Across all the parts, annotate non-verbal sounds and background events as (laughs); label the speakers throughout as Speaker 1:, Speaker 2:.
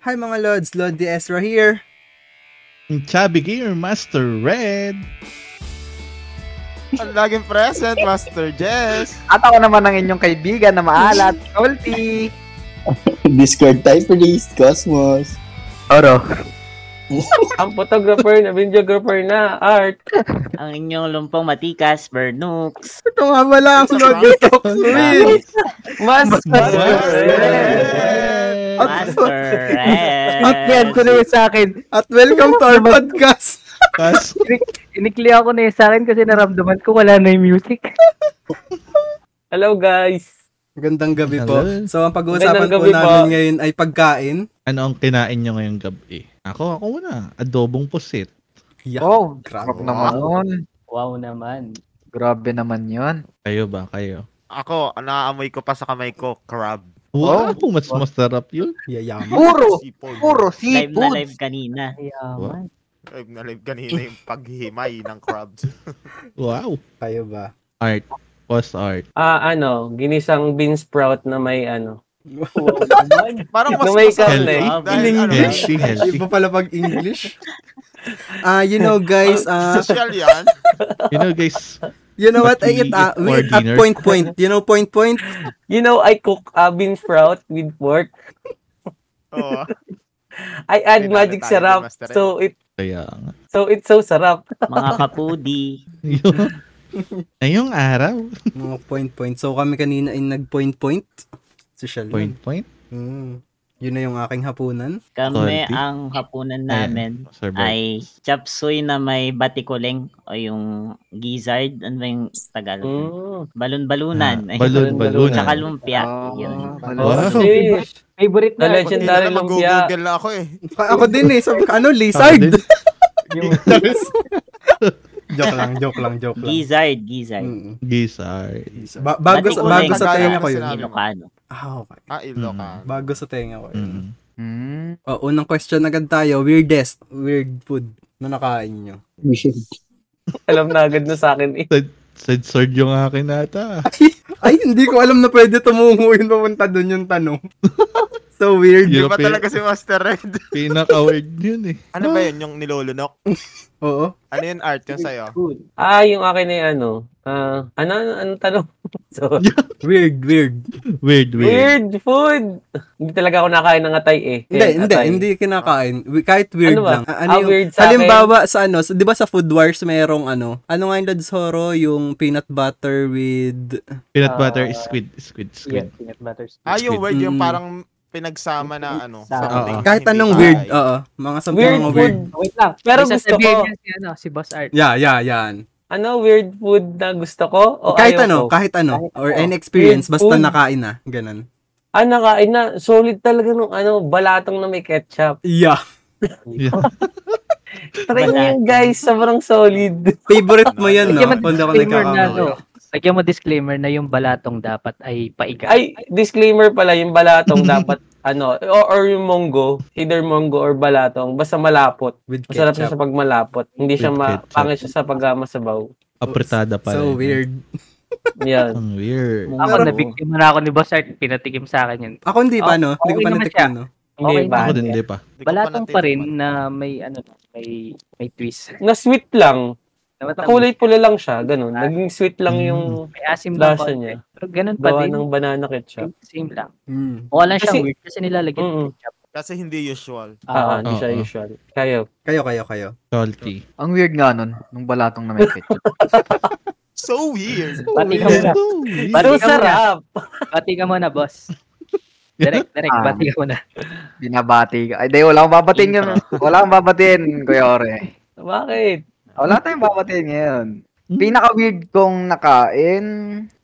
Speaker 1: Hi mga Lods, Lord D. Ezra here.
Speaker 2: Ang Chubby Gear Master Red.
Speaker 3: Ang laging present, Master Jess.
Speaker 4: At ako naman ang inyong kaibigan na maalat, Salty.
Speaker 5: Discord tayo, please. Cosmos.
Speaker 4: Oro.
Speaker 6: Ang photographer na, videographer na, art.
Speaker 7: Ang inyong lumpong matikas, Bernux.
Speaker 1: Ito nga wala ang Lord D. Talk with.
Speaker 6: Mas, mas,
Speaker 1: At-
Speaker 7: Master Red.
Speaker 4: At yan, ko na yun sa akin.
Speaker 1: At welcome to our podcast.
Speaker 2: Kas,
Speaker 4: Inikli ako na yun sa akin kasi naramdaman ko wala na yung music.
Speaker 6: Hello guys.
Speaker 1: Magandang gabi po.
Speaker 2: Hello.
Speaker 1: So ang pag-uusapan
Speaker 6: Magandang
Speaker 1: po
Speaker 6: gabi po.
Speaker 1: namin ngayon ay pagkain.
Speaker 2: ano ang kinain nyo ngayong gabi? Ako, ako muna. Adobong pusit.
Speaker 1: Yeah.
Speaker 4: Oh,
Speaker 1: Grabe.
Speaker 4: rock naman yun.
Speaker 6: Wow naman.
Speaker 4: Grabe naman yun.
Speaker 2: Kayo ba? Kayo?
Speaker 3: Ako, ang naaamoy ko pa sa kamay ko, crab.
Speaker 2: Wow,
Speaker 7: Oh.
Speaker 2: mas masarap yun.
Speaker 1: Yayaman.
Speaker 4: Puro,
Speaker 3: Sipol.
Speaker 4: puro
Speaker 7: Live na live
Speaker 4: seafood.
Speaker 7: kanina.
Speaker 6: Yaman.
Speaker 3: Live na live kanina yung paghimay ng crab.
Speaker 2: Wow.
Speaker 1: Kayo ba?
Speaker 2: Art. Post art.
Speaker 6: Ah, ano, ginisang bean sprout na may ano.
Speaker 3: Parang mas
Speaker 6: Na may
Speaker 3: masarap
Speaker 6: karne.
Speaker 3: eh,
Speaker 7: Healthy.
Speaker 3: dahil ano,
Speaker 2: Healthy, healthy.
Speaker 1: Iba pala pag English. Ah, you know guys, ah,
Speaker 3: social yan.
Speaker 2: You know guys,
Speaker 1: you know what
Speaker 2: What
Speaker 1: I
Speaker 2: we
Speaker 1: eat, ah,
Speaker 2: eat
Speaker 1: wait,
Speaker 2: for
Speaker 1: at
Speaker 2: dinner.
Speaker 1: point point. You know point point?
Speaker 6: You know, I cook a bean sprout with pork.
Speaker 3: Oo.
Speaker 6: I add
Speaker 3: May
Speaker 6: magic
Speaker 3: nalala tayo
Speaker 6: sarap.
Speaker 3: kay Master Ed.
Speaker 6: So it
Speaker 2: kaya nga.
Speaker 6: so it's so sarap.
Speaker 7: Mga kapudi.
Speaker 2: Yun. Ngayong araw,
Speaker 1: Mga Oh, point point. So kami kanina ay nag point point. Social. yun.
Speaker 2: point point.
Speaker 1: Mm. Yun na yung aking hapunan.
Speaker 7: Kami
Speaker 2: Salty.
Speaker 7: ang hapunan namin
Speaker 2: Sir Bob.
Speaker 7: ay chapsuy na may batikuleng o yung gizzard. Ano ba yung
Speaker 4: Hmm.
Speaker 7: Tagalog?
Speaker 6: Mm.
Speaker 7: (laughs) Balon-balunan.
Speaker 2: Ah, balon,
Speaker 6: balon.
Speaker 7: Tsaka
Speaker 2: balunan.
Speaker 7: lumpia.
Speaker 4: Ah,
Speaker 7: Yun.
Speaker 2: Wow.
Speaker 6: Shit.
Speaker 4: Favorite
Speaker 6: The
Speaker 4: na.
Speaker 3: Hindi na
Speaker 6: legendary lumpia.
Speaker 3: mag-google na ako eh.
Speaker 1: Pa- ako din eh. So, ano,
Speaker 2: Ako
Speaker 1: lizard.
Speaker 2: din.
Speaker 1: (laughs) joke lang, joke lang, joke lang.
Speaker 7: Gizzard,
Speaker 4: Hmm.
Speaker 7: gizzard.
Speaker 1: Mm.
Speaker 2: Gizard.
Speaker 1: Ba- bago, sa,
Speaker 7: Batikuling.
Speaker 1: bago sa tenga ko yun.
Speaker 3: Sinabi mo.
Speaker 7: Ilocano.
Speaker 1: Ah, okay.
Speaker 3: Ah, Ilocano.
Speaker 1: Bago sa tenga ko yun.
Speaker 2: Mm.
Speaker 8: Hmm.
Speaker 4: Mm.
Speaker 1: Oh, unang question agad tayo. Weirdest, weird food na nakain nyo.
Speaker 6: Alam na agad na sa akin eh.
Speaker 2: Censored yung akin nata.
Speaker 1: (laughs) Ay, hindi ko alam na pwede tumungo yun papunta dun yung tanong. (laughs) so weird.
Speaker 3: Di ba
Speaker 2: European-
Speaker 3: talaga si Master Red?
Speaker 2: Pinaka-word yun eh.
Speaker 3: Ano ba yun, yung nilulunok?
Speaker 1: Oo.
Speaker 3: Ano yun, art yun sa'yo?
Speaker 6: Ah, yung akin ay ano. Ah, ano, ano, ano tanong? (laughs) so,
Speaker 1: Weird, weird.
Speaker 2: Weird, weird.
Speaker 6: weird food. Hindi talaga ako nakain ng atay eh.
Speaker 1: Hindi,
Speaker 6: Ayan,
Speaker 1: hindi,
Speaker 6: atay.
Speaker 1: hindi kinakain. We- Kahit weird
Speaker 6: Ano ba?
Speaker 1: lang. A- Ano
Speaker 6: Ah,
Speaker 1: yung,
Speaker 6: weird sa
Speaker 1: halimbawa sa ano, sa, 'di ba sa Food Wars merong ano? Ano nga yung Lods Horo, yung peanut butter with
Speaker 2: Peanut butter,
Speaker 6: Ah,
Speaker 2: squid, squid, squid.
Speaker 6: Yeah, peanut butter squid.
Speaker 3: Ah, yung word, yung
Speaker 1: Mm.
Speaker 3: parang pinagsama na ano.
Speaker 6: Sa-
Speaker 3: something.
Speaker 2: Oo.
Speaker 1: kahit
Speaker 3: Hindi
Speaker 1: anong
Speaker 3: bahay.
Speaker 1: weird. Oo, mga something
Speaker 6: Weird
Speaker 1: mga
Speaker 6: food.
Speaker 1: weird.
Speaker 6: Wait lang. Pero
Speaker 4: May
Speaker 6: gusto ko,
Speaker 4: sasabihin niya si, ano, si Boss Art.
Speaker 1: Yeah, yeah, yan.
Speaker 6: ano weird food na gusto ko? O
Speaker 1: kahit
Speaker 6: ayaw
Speaker 1: ano,
Speaker 6: Ko?
Speaker 1: kahit ano
Speaker 6: Oh, Kahit
Speaker 1: or
Speaker 6: ano.
Speaker 1: any experience
Speaker 6: Weird
Speaker 1: basta
Speaker 6: food.
Speaker 1: nakain na, ganun.
Speaker 6: Ah, nakain na. Solid talaga nung ano, balatong na may ketchup.
Speaker 1: Yeah.
Speaker 2: (laughs)
Speaker 6: Try niyo yun, guys. Sobrang solid.
Speaker 1: (laughs) Favorite mo 'yan, no?
Speaker 4: Lagyan mo
Speaker 1: Kung ako
Speaker 4: disclaimer na,
Speaker 1: nagkakamali.
Speaker 4: no? Lagyan mo disclaimer na yung balatong dapat ay paiga.
Speaker 6: Ay, disclaimer pala, yung
Speaker 2: (laughs)
Speaker 6: balatong dapat ano, o- or yung monggo, either monggo or balatong, basta malapot.
Speaker 1: With
Speaker 6: Masarap siya sa
Speaker 1: ketchup.
Speaker 6: pagmalapot. Hindi siya
Speaker 2: With
Speaker 6: ma-
Speaker 2: ketchup.
Speaker 6: pangit siya sa pagmasabaw.
Speaker 2: Apretada
Speaker 1: So
Speaker 2: pala. yun. eh.
Speaker 1: weird.
Speaker 6: Yan.
Speaker 2: (laughs) Ang weird.
Speaker 4: ako,
Speaker 1: pero-
Speaker 4: nabiktima na ako ni Boss Art. Pinatikim sa akin yun.
Speaker 1: Ako hindi pa, no? Hindi ko pa
Speaker 4: okay naman
Speaker 1: natikman, no?
Speaker 6: Hindi
Speaker 4: Okay
Speaker 6: ba?
Speaker 2: Ako
Speaker 4: Ano
Speaker 2: din,
Speaker 4: yan?
Speaker 2: di pa.
Speaker 3: Hindi ko
Speaker 4: Balatong pa rin
Speaker 3: natikman.
Speaker 4: na may, ano, may, may twist.
Speaker 6: Na sweet lang.
Speaker 4: Namatamis.
Speaker 6: Kulay pula lang siya, ganun. Naging sweet lang
Speaker 2: Mm.
Speaker 6: yung
Speaker 4: May asim na
Speaker 6: lasa
Speaker 4: konti.
Speaker 6: niya.
Speaker 4: Pero ganun pa
Speaker 6: Gawa
Speaker 4: din.
Speaker 6: ng banana ketchup.
Speaker 4: Same, same lang.
Speaker 1: Mm.
Speaker 4: Mukha lang siyang
Speaker 6: Kasi-
Speaker 4: weird kasi nilalagyan ng
Speaker 6: Mm-mm.
Speaker 4: ketchup.
Speaker 3: Kasi hindi usual.
Speaker 6: Ah, hindi
Speaker 2: Oo.
Speaker 6: siya usual. Kayo.
Speaker 1: Kayo, kayo, kayo.
Speaker 2: Salty.
Speaker 8: Ang weird nga nun, nung balatong na may
Speaker 7: (laughs)
Speaker 8: ketchup.
Speaker 3: So weird.
Speaker 4: Pati ka muna.
Speaker 2: So weird. Ah,
Speaker 4: Bati
Speaker 6: So
Speaker 4: ka muna.
Speaker 6: sarap!
Speaker 4: Bati ka muna, boss. Direct, direct.
Speaker 8: Ah.
Speaker 4: Bati ka muna.
Speaker 8: Binabati ka. Ay, di, wala akong babatiin yun. Wala akong babatiin, Kuya Ore.
Speaker 6: Bakit?
Speaker 8: Wala tayong babatiin ngayon.
Speaker 4: Hmm.
Speaker 8: Pinaka-weird kong nakain,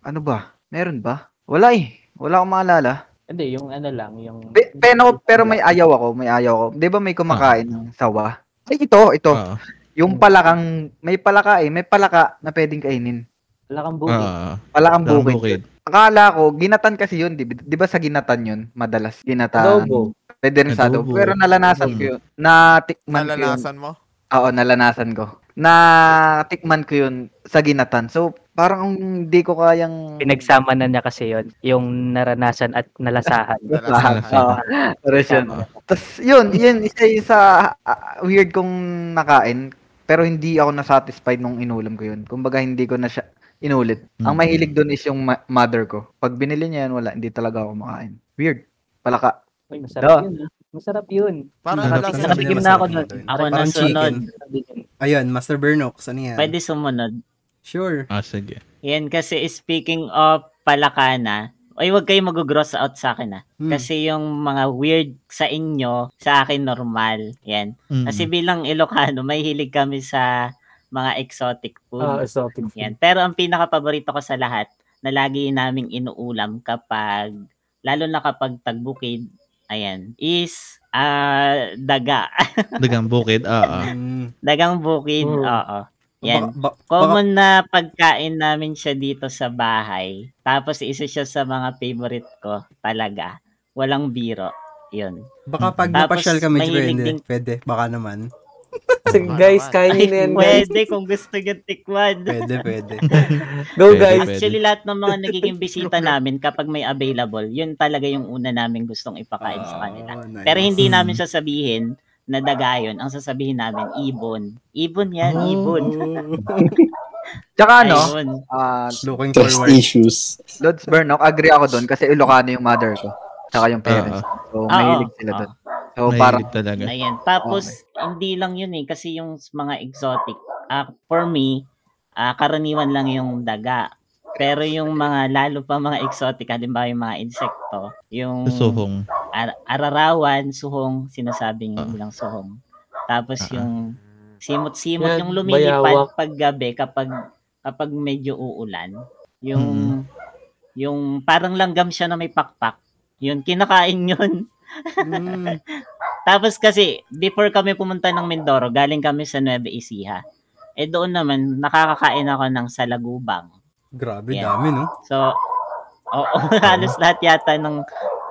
Speaker 8: ano ba? Meron ba? Wala eh. Wala akong maalala.
Speaker 4: Hindi, yung ano lang, yung...
Speaker 8: Pe- Pero, pero may ayaw ako, may ayaw ako. Di ba may
Speaker 4: Ah.
Speaker 8: kumakain ng sawa? Ay, ito, ito.
Speaker 2: Ah,
Speaker 8: Yung palakang, may palaka eh. May palaka na pwedeng kainin.
Speaker 4: Wala kang buhay.
Speaker 2: ah,
Speaker 8: Palakang
Speaker 2: daang
Speaker 8: bukid.
Speaker 2: bukid.
Speaker 8: Akala ko, ginatan kasi yun. Di, ba- di ba sa ginatan yun? Madalas. Ginatan.
Speaker 6: Adobo.
Speaker 8: Pwede rin sa adobo.
Speaker 2: Adobo.
Speaker 8: Pero nalanasan
Speaker 2: Mm.
Speaker 8: ko yun. Natikman ko yun.
Speaker 3: Nalalasan mo?
Speaker 8: Oo, nalanasan ko. na tikman ko yun sa ginatan. So, parang hindi ko kayang...
Speaker 6: Pinagsama na niya kasi yon yung naranasan at nalasahan.
Speaker 3: Nalasahan.
Speaker 8: ah. (laughs) Oo. Tapos yun. Tas yun, yun, isa isa ah, weird kong nakain. Pero hindi ako na-satisfied nung inulam ko yun. Kumbaga, hindi ko na siya inulit. Ang
Speaker 2: Mm.
Speaker 8: mahilig doon is yung ma- mother ko. Pag binili niya yan, wala. Hindi talaga ako makain. Weird. Palaka.
Speaker 6: (laughs) Uy,
Speaker 8: Duh.
Speaker 6: masarap yun. ah. Masarap yun.
Speaker 1: Ano,
Speaker 3: Para lasa
Speaker 1: pinaka-
Speaker 3: siya
Speaker 6: Nakatikim
Speaker 3: na
Speaker 6: na ako
Speaker 3: masarap
Speaker 6: doon.
Speaker 3: dito.
Speaker 7: Ako
Speaker 1: Parang
Speaker 7: na sunod.
Speaker 1: Ayun, Master Bernox, ano yan?
Speaker 7: Pwede sumunod.
Speaker 1: Sure.
Speaker 2: Ah, sige.
Speaker 7: Yan kasi speaking of palakana, ay wag kayo mag-gross out sa akin ah.
Speaker 1: Hmm.
Speaker 7: Kasi yung mga weird sa inyo, sa akin normal. Yan.
Speaker 2: Mm.
Speaker 7: Kasi bilang Ilocano, may hilig kami sa mga exotic food.
Speaker 6: Ah, exotic food.
Speaker 7: Mm. Yan. Pero ang pinaka-paborito ko sa lahat, na lagi naming inuulam kapag, lalo na kapag tagbukid, ayan, is ah, daga. (laughs)
Speaker 2: Dagang
Speaker 1: (laughs)
Speaker 2: bukid, ah, ah.
Speaker 1: Mm.
Speaker 7: Dagang bukid,
Speaker 6: Mm.
Speaker 7: oo. Yan.
Speaker 1: Ba- ba- baka-
Speaker 7: Common na pagkain namin siya dito sa bahay. Tapos isa siya sa mga favorite ko talaga. Walang biro. Yun.
Speaker 1: Baka pag
Speaker 7: Tapos,
Speaker 1: napasyal kami,
Speaker 7: mahilig
Speaker 1: Jewel,
Speaker 7: din-
Speaker 1: pwede. Baka naman.
Speaker 6: Kasi guys,
Speaker 7: Ay,
Speaker 6: kainin na yan guys.
Speaker 7: pwede kung gusto nyo tikman.
Speaker 1: Pwede, pwede.
Speaker 6: Go
Speaker 2: Pwede,
Speaker 6: guys.
Speaker 7: Actually, lahat ng mga nagiging bisita namin, kapag may available, yun talaga yung una namin gustong ipakain sa kanila.
Speaker 1: Oh, nice.
Speaker 7: Pero hindi
Speaker 2: Mm.
Speaker 7: namin sasabihin na daga yun. Ang sasabihin namin, ibon. Ibon yan, ibon.
Speaker 8: Tsaka ano,
Speaker 7: Ayun.
Speaker 8: ah,
Speaker 1: (laughs) Looking
Speaker 9: Trust
Speaker 1: forward.
Speaker 9: issues.
Speaker 8: Lods Bernok, agree ako doon kasi Ilocano yung mother ko. Tsaka yung parents.
Speaker 2: Ah,
Speaker 7: Ah,
Speaker 8: So, mahilig
Speaker 7: Oo,
Speaker 8: sila
Speaker 7: oo.
Speaker 8: doon. So,
Speaker 2: Nahilig
Speaker 8: parang
Speaker 2: talaga.
Speaker 7: Ayan. Tapos, hindi lang yun eh. Kasi yung mga exotic, ah, for me, ah, karaniwan lang yung daga. Pero yung mga, lalo pa mga exotic, halimbawa yung mga insekto, yung
Speaker 2: Suhong.
Speaker 7: ar- ararawan, suhong, sinasabing
Speaker 2: Ah.
Speaker 7: bilang suhong. Tapos
Speaker 2: Ah, ah.
Speaker 7: yung simot-simot,
Speaker 6: Yan,
Speaker 7: yung lumilipad
Speaker 6: bayawak.
Speaker 7: pag gabi kapag, kapag medyo uulan. Yung,
Speaker 6: Mm-hmm.
Speaker 7: yung parang langgam siya na may pakpak. Yun, kinakain yun. (laughs)
Speaker 1: Mm.
Speaker 7: Tapos kasi, before kami pumunta ng Mindoro, galing kami sa Nueva Ecija. Eh doon naman, nakakakain ako ng salagubang.
Speaker 1: Grabe,
Speaker 7: Yeah.
Speaker 1: dami, no?
Speaker 7: So, oo, (laughs)
Speaker 6: Ah.
Speaker 7: halos lahat yata ng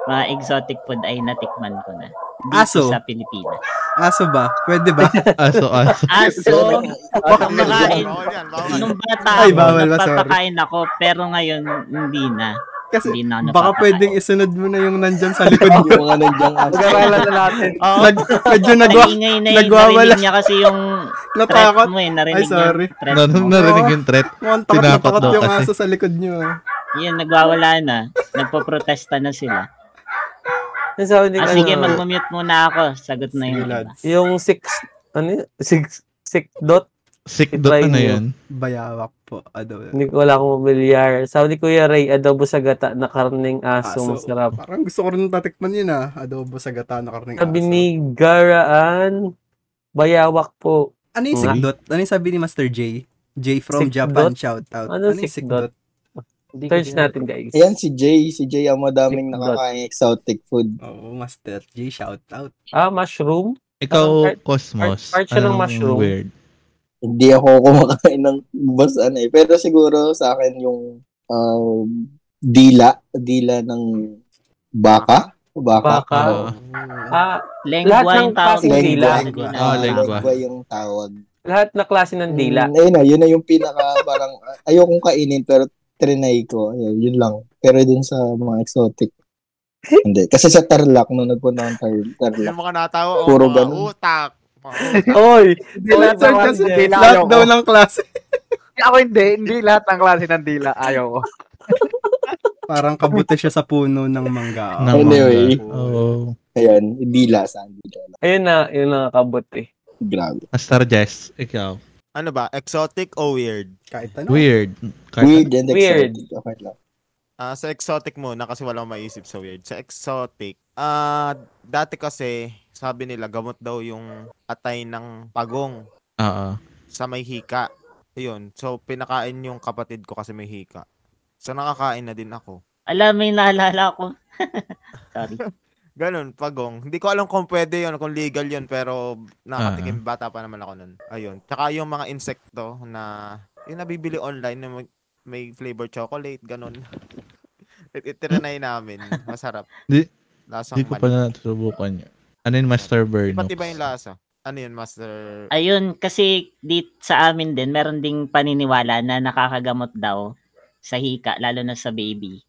Speaker 7: mga exotic food ay natikman ko na. Dito
Speaker 1: Aso?
Speaker 7: sa Pilipinas.
Speaker 1: Aso ba? Pwede
Speaker 7: (laughs)
Speaker 1: ba?
Speaker 2: Aso, aso.
Speaker 7: Aso,
Speaker 3: Bawal yan,
Speaker 7: Kumakain.
Speaker 3: bawal yan, bawal.
Speaker 7: nung bata
Speaker 1: Ay,
Speaker 7: ako,
Speaker 1: bawal ba? Sorry.
Speaker 7: nagpapakain ako, pero ngayon, hindi na.
Speaker 1: Kasi
Speaker 7: Hindi na
Speaker 1: baka
Speaker 7: ako nagpapakain.
Speaker 1: pwedeng isunod mo na yung nandyan
Speaker 7: (laughs)
Speaker 1: sa likod mo.
Speaker 9: Yung mga nandiyan
Speaker 2: Ah,
Speaker 9: aso.
Speaker 8: pag-aralan na natin.
Speaker 7: Oo,
Speaker 1: Nag, medyo nagwa,
Speaker 7: nag-ingay na eh.
Speaker 1: nagwawala.
Speaker 7: Narinig niya kasi yung threat
Speaker 1: natakot.
Speaker 7: mo eh. Narinig
Speaker 1: Ay, sorry.
Speaker 7: niya yung threat
Speaker 2: Nar-
Speaker 7: mo.
Speaker 2: narinig yung threat.
Speaker 1: Mukhang takot na
Speaker 2: Tinakot
Speaker 1: takot
Speaker 2: daw
Speaker 1: yung
Speaker 2: kasi.
Speaker 1: aso sa likod nyo. ah.
Speaker 7: Yun, nagwawala na. Nagpoprotesta na sila.
Speaker 6: Ang sabi ni-
Speaker 7: Ah, sige,
Speaker 6: ano,
Speaker 7: mag-mute muna ako. Sagot
Speaker 1: Sige,
Speaker 7: na yung iba.
Speaker 1: lads.
Speaker 6: Yung six, ano yun? Six, six dot?
Speaker 2: Sick
Speaker 6: I-try
Speaker 2: dot ano
Speaker 6: mo.
Speaker 2: yun?
Speaker 1: Bayawak po. Ado.
Speaker 2: Mm.
Speaker 6: Hindi ko wala akong mabilyar. Sabi ni Kuya Ray, adobo sa gata na karning
Speaker 1: Aso.
Speaker 6: aso, masarap.
Speaker 1: Parang gusto ko rin tatikman yun ah. Adobo sa gata na karning
Speaker 6: Sabi
Speaker 1: aso.
Speaker 6: ni Garaan, bayawak po.
Speaker 1: Ano yung sikdot? Ano yung sabi ni Master J? J from
Speaker 6: Sikdot?
Speaker 1: Japan, shout out.
Speaker 6: Ano
Speaker 1: yung
Speaker 6: sikdot? Search natin guys.
Speaker 9: Ayan si Jay. Si Jay ang madaming
Speaker 6: Sick dot.
Speaker 9: nakakain exotic food.
Speaker 1: Oo, Master J, shout out.
Speaker 6: Ah, mushroom?
Speaker 2: Ikaw,
Speaker 6: Part-
Speaker 2: Cosmos.
Speaker 6: part- part siya ng
Speaker 2: anong
Speaker 6: mushroom.
Speaker 2: Weird.
Speaker 9: Hindi ako (laughs) kumakain ng bas ano eh. Pero siguro sa akin yung um, dila. Dila ng baka. Baka.
Speaker 6: Baka.
Speaker 2: Oo.
Speaker 6: Ah, Lahat
Speaker 7: Lengua
Speaker 6: ng
Speaker 7: yung tawag
Speaker 6: klaseng
Speaker 9: dila.
Speaker 7: Lengua.
Speaker 2: Ah,
Speaker 9: Ah,
Speaker 2: lengua.
Speaker 9: lengua yung tawag.
Speaker 6: lahat na klase ng dila.
Speaker 9: Mm, ayun na, yun na yung pinaka parang ayokong kainin pero trinay ko. Ayun, yun lang. Pero dun sa mga exotic. Hindi. Kasi sa Tarlac, nung nagpunta ng Tar- Tarlac,
Speaker 3: Yung mga natawa, oh,
Speaker 9: Puro
Speaker 3: mga
Speaker 9: ganun.
Speaker 3: utak. Oh. Mga-
Speaker 9: Hmm.
Speaker 6: Oy!
Speaker 8: Dila,
Speaker 1: Sir,
Speaker 8: bawal
Speaker 1: kasi
Speaker 8: dila,
Speaker 1: lahat
Speaker 8: ayoko.
Speaker 1: daw ng klase.
Speaker 8: Ako hindi. Hindi lahat ng klase ng dila. Ayaw ko.
Speaker 1: Parang kabute siya sa puno ng mangga.
Speaker 2: Ng
Speaker 9: Anyway.
Speaker 2: manga. Oo.
Speaker 9: ayan, dila sa dila.
Speaker 6: Ayun na, yun na kabot eh.
Speaker 9: Grabe.
Speaker 2: Master Jess, ikaw.
Speaker 3: Ano ba? Exotic o weird?
Speaker 1: Kahit ano.
Speaker 2: Weird. Kahit-
Speaker 9: Weird and
Speaker 6: Weird.
Speaker 9: exotic. Okay lang.
Speaker 3: Ah, sa exotic muna kasi walang maisip sa weird. Sa exotic, ah dati kasi sabi nila gamot daw yung atay ng pagong
Speaker 2: ano, Oo.
Speaker 3: sa may hika. Ayun. So pinakain yung kapatid ko kasi may hika. So nakakain na din ako.
Speaker 7: Alam, may naalala ko. Sorry.
Speaker 3: Ganun, pagong. Hindi ko alam kung pwede yun, kung legal yun, pero nakatikim
Speaker 2: Ah.
Speaker 3: bata pa naman ako nun. Ayun. Tsaka yung mga insekto na, yung nabibili online na may, may flavor chocolate, ganun. (laughs) It- Itirinay namin. Masarap.
Speaker 2: (laughs) Di-
Speaker 3: Lasang
Speaker 2: Hindi ko
Speaker 3: mali.
Speaker 2: pa natutubukan yun. Ano yung Master Burnox?
Speaker 3: Ba't iba yung lasa? Ano yun, Master?
Speaker 7: Ayun, kasi dit sa amin din, meron ding paniniwala na nakakagamot daw sa hika, lalo na sa baby,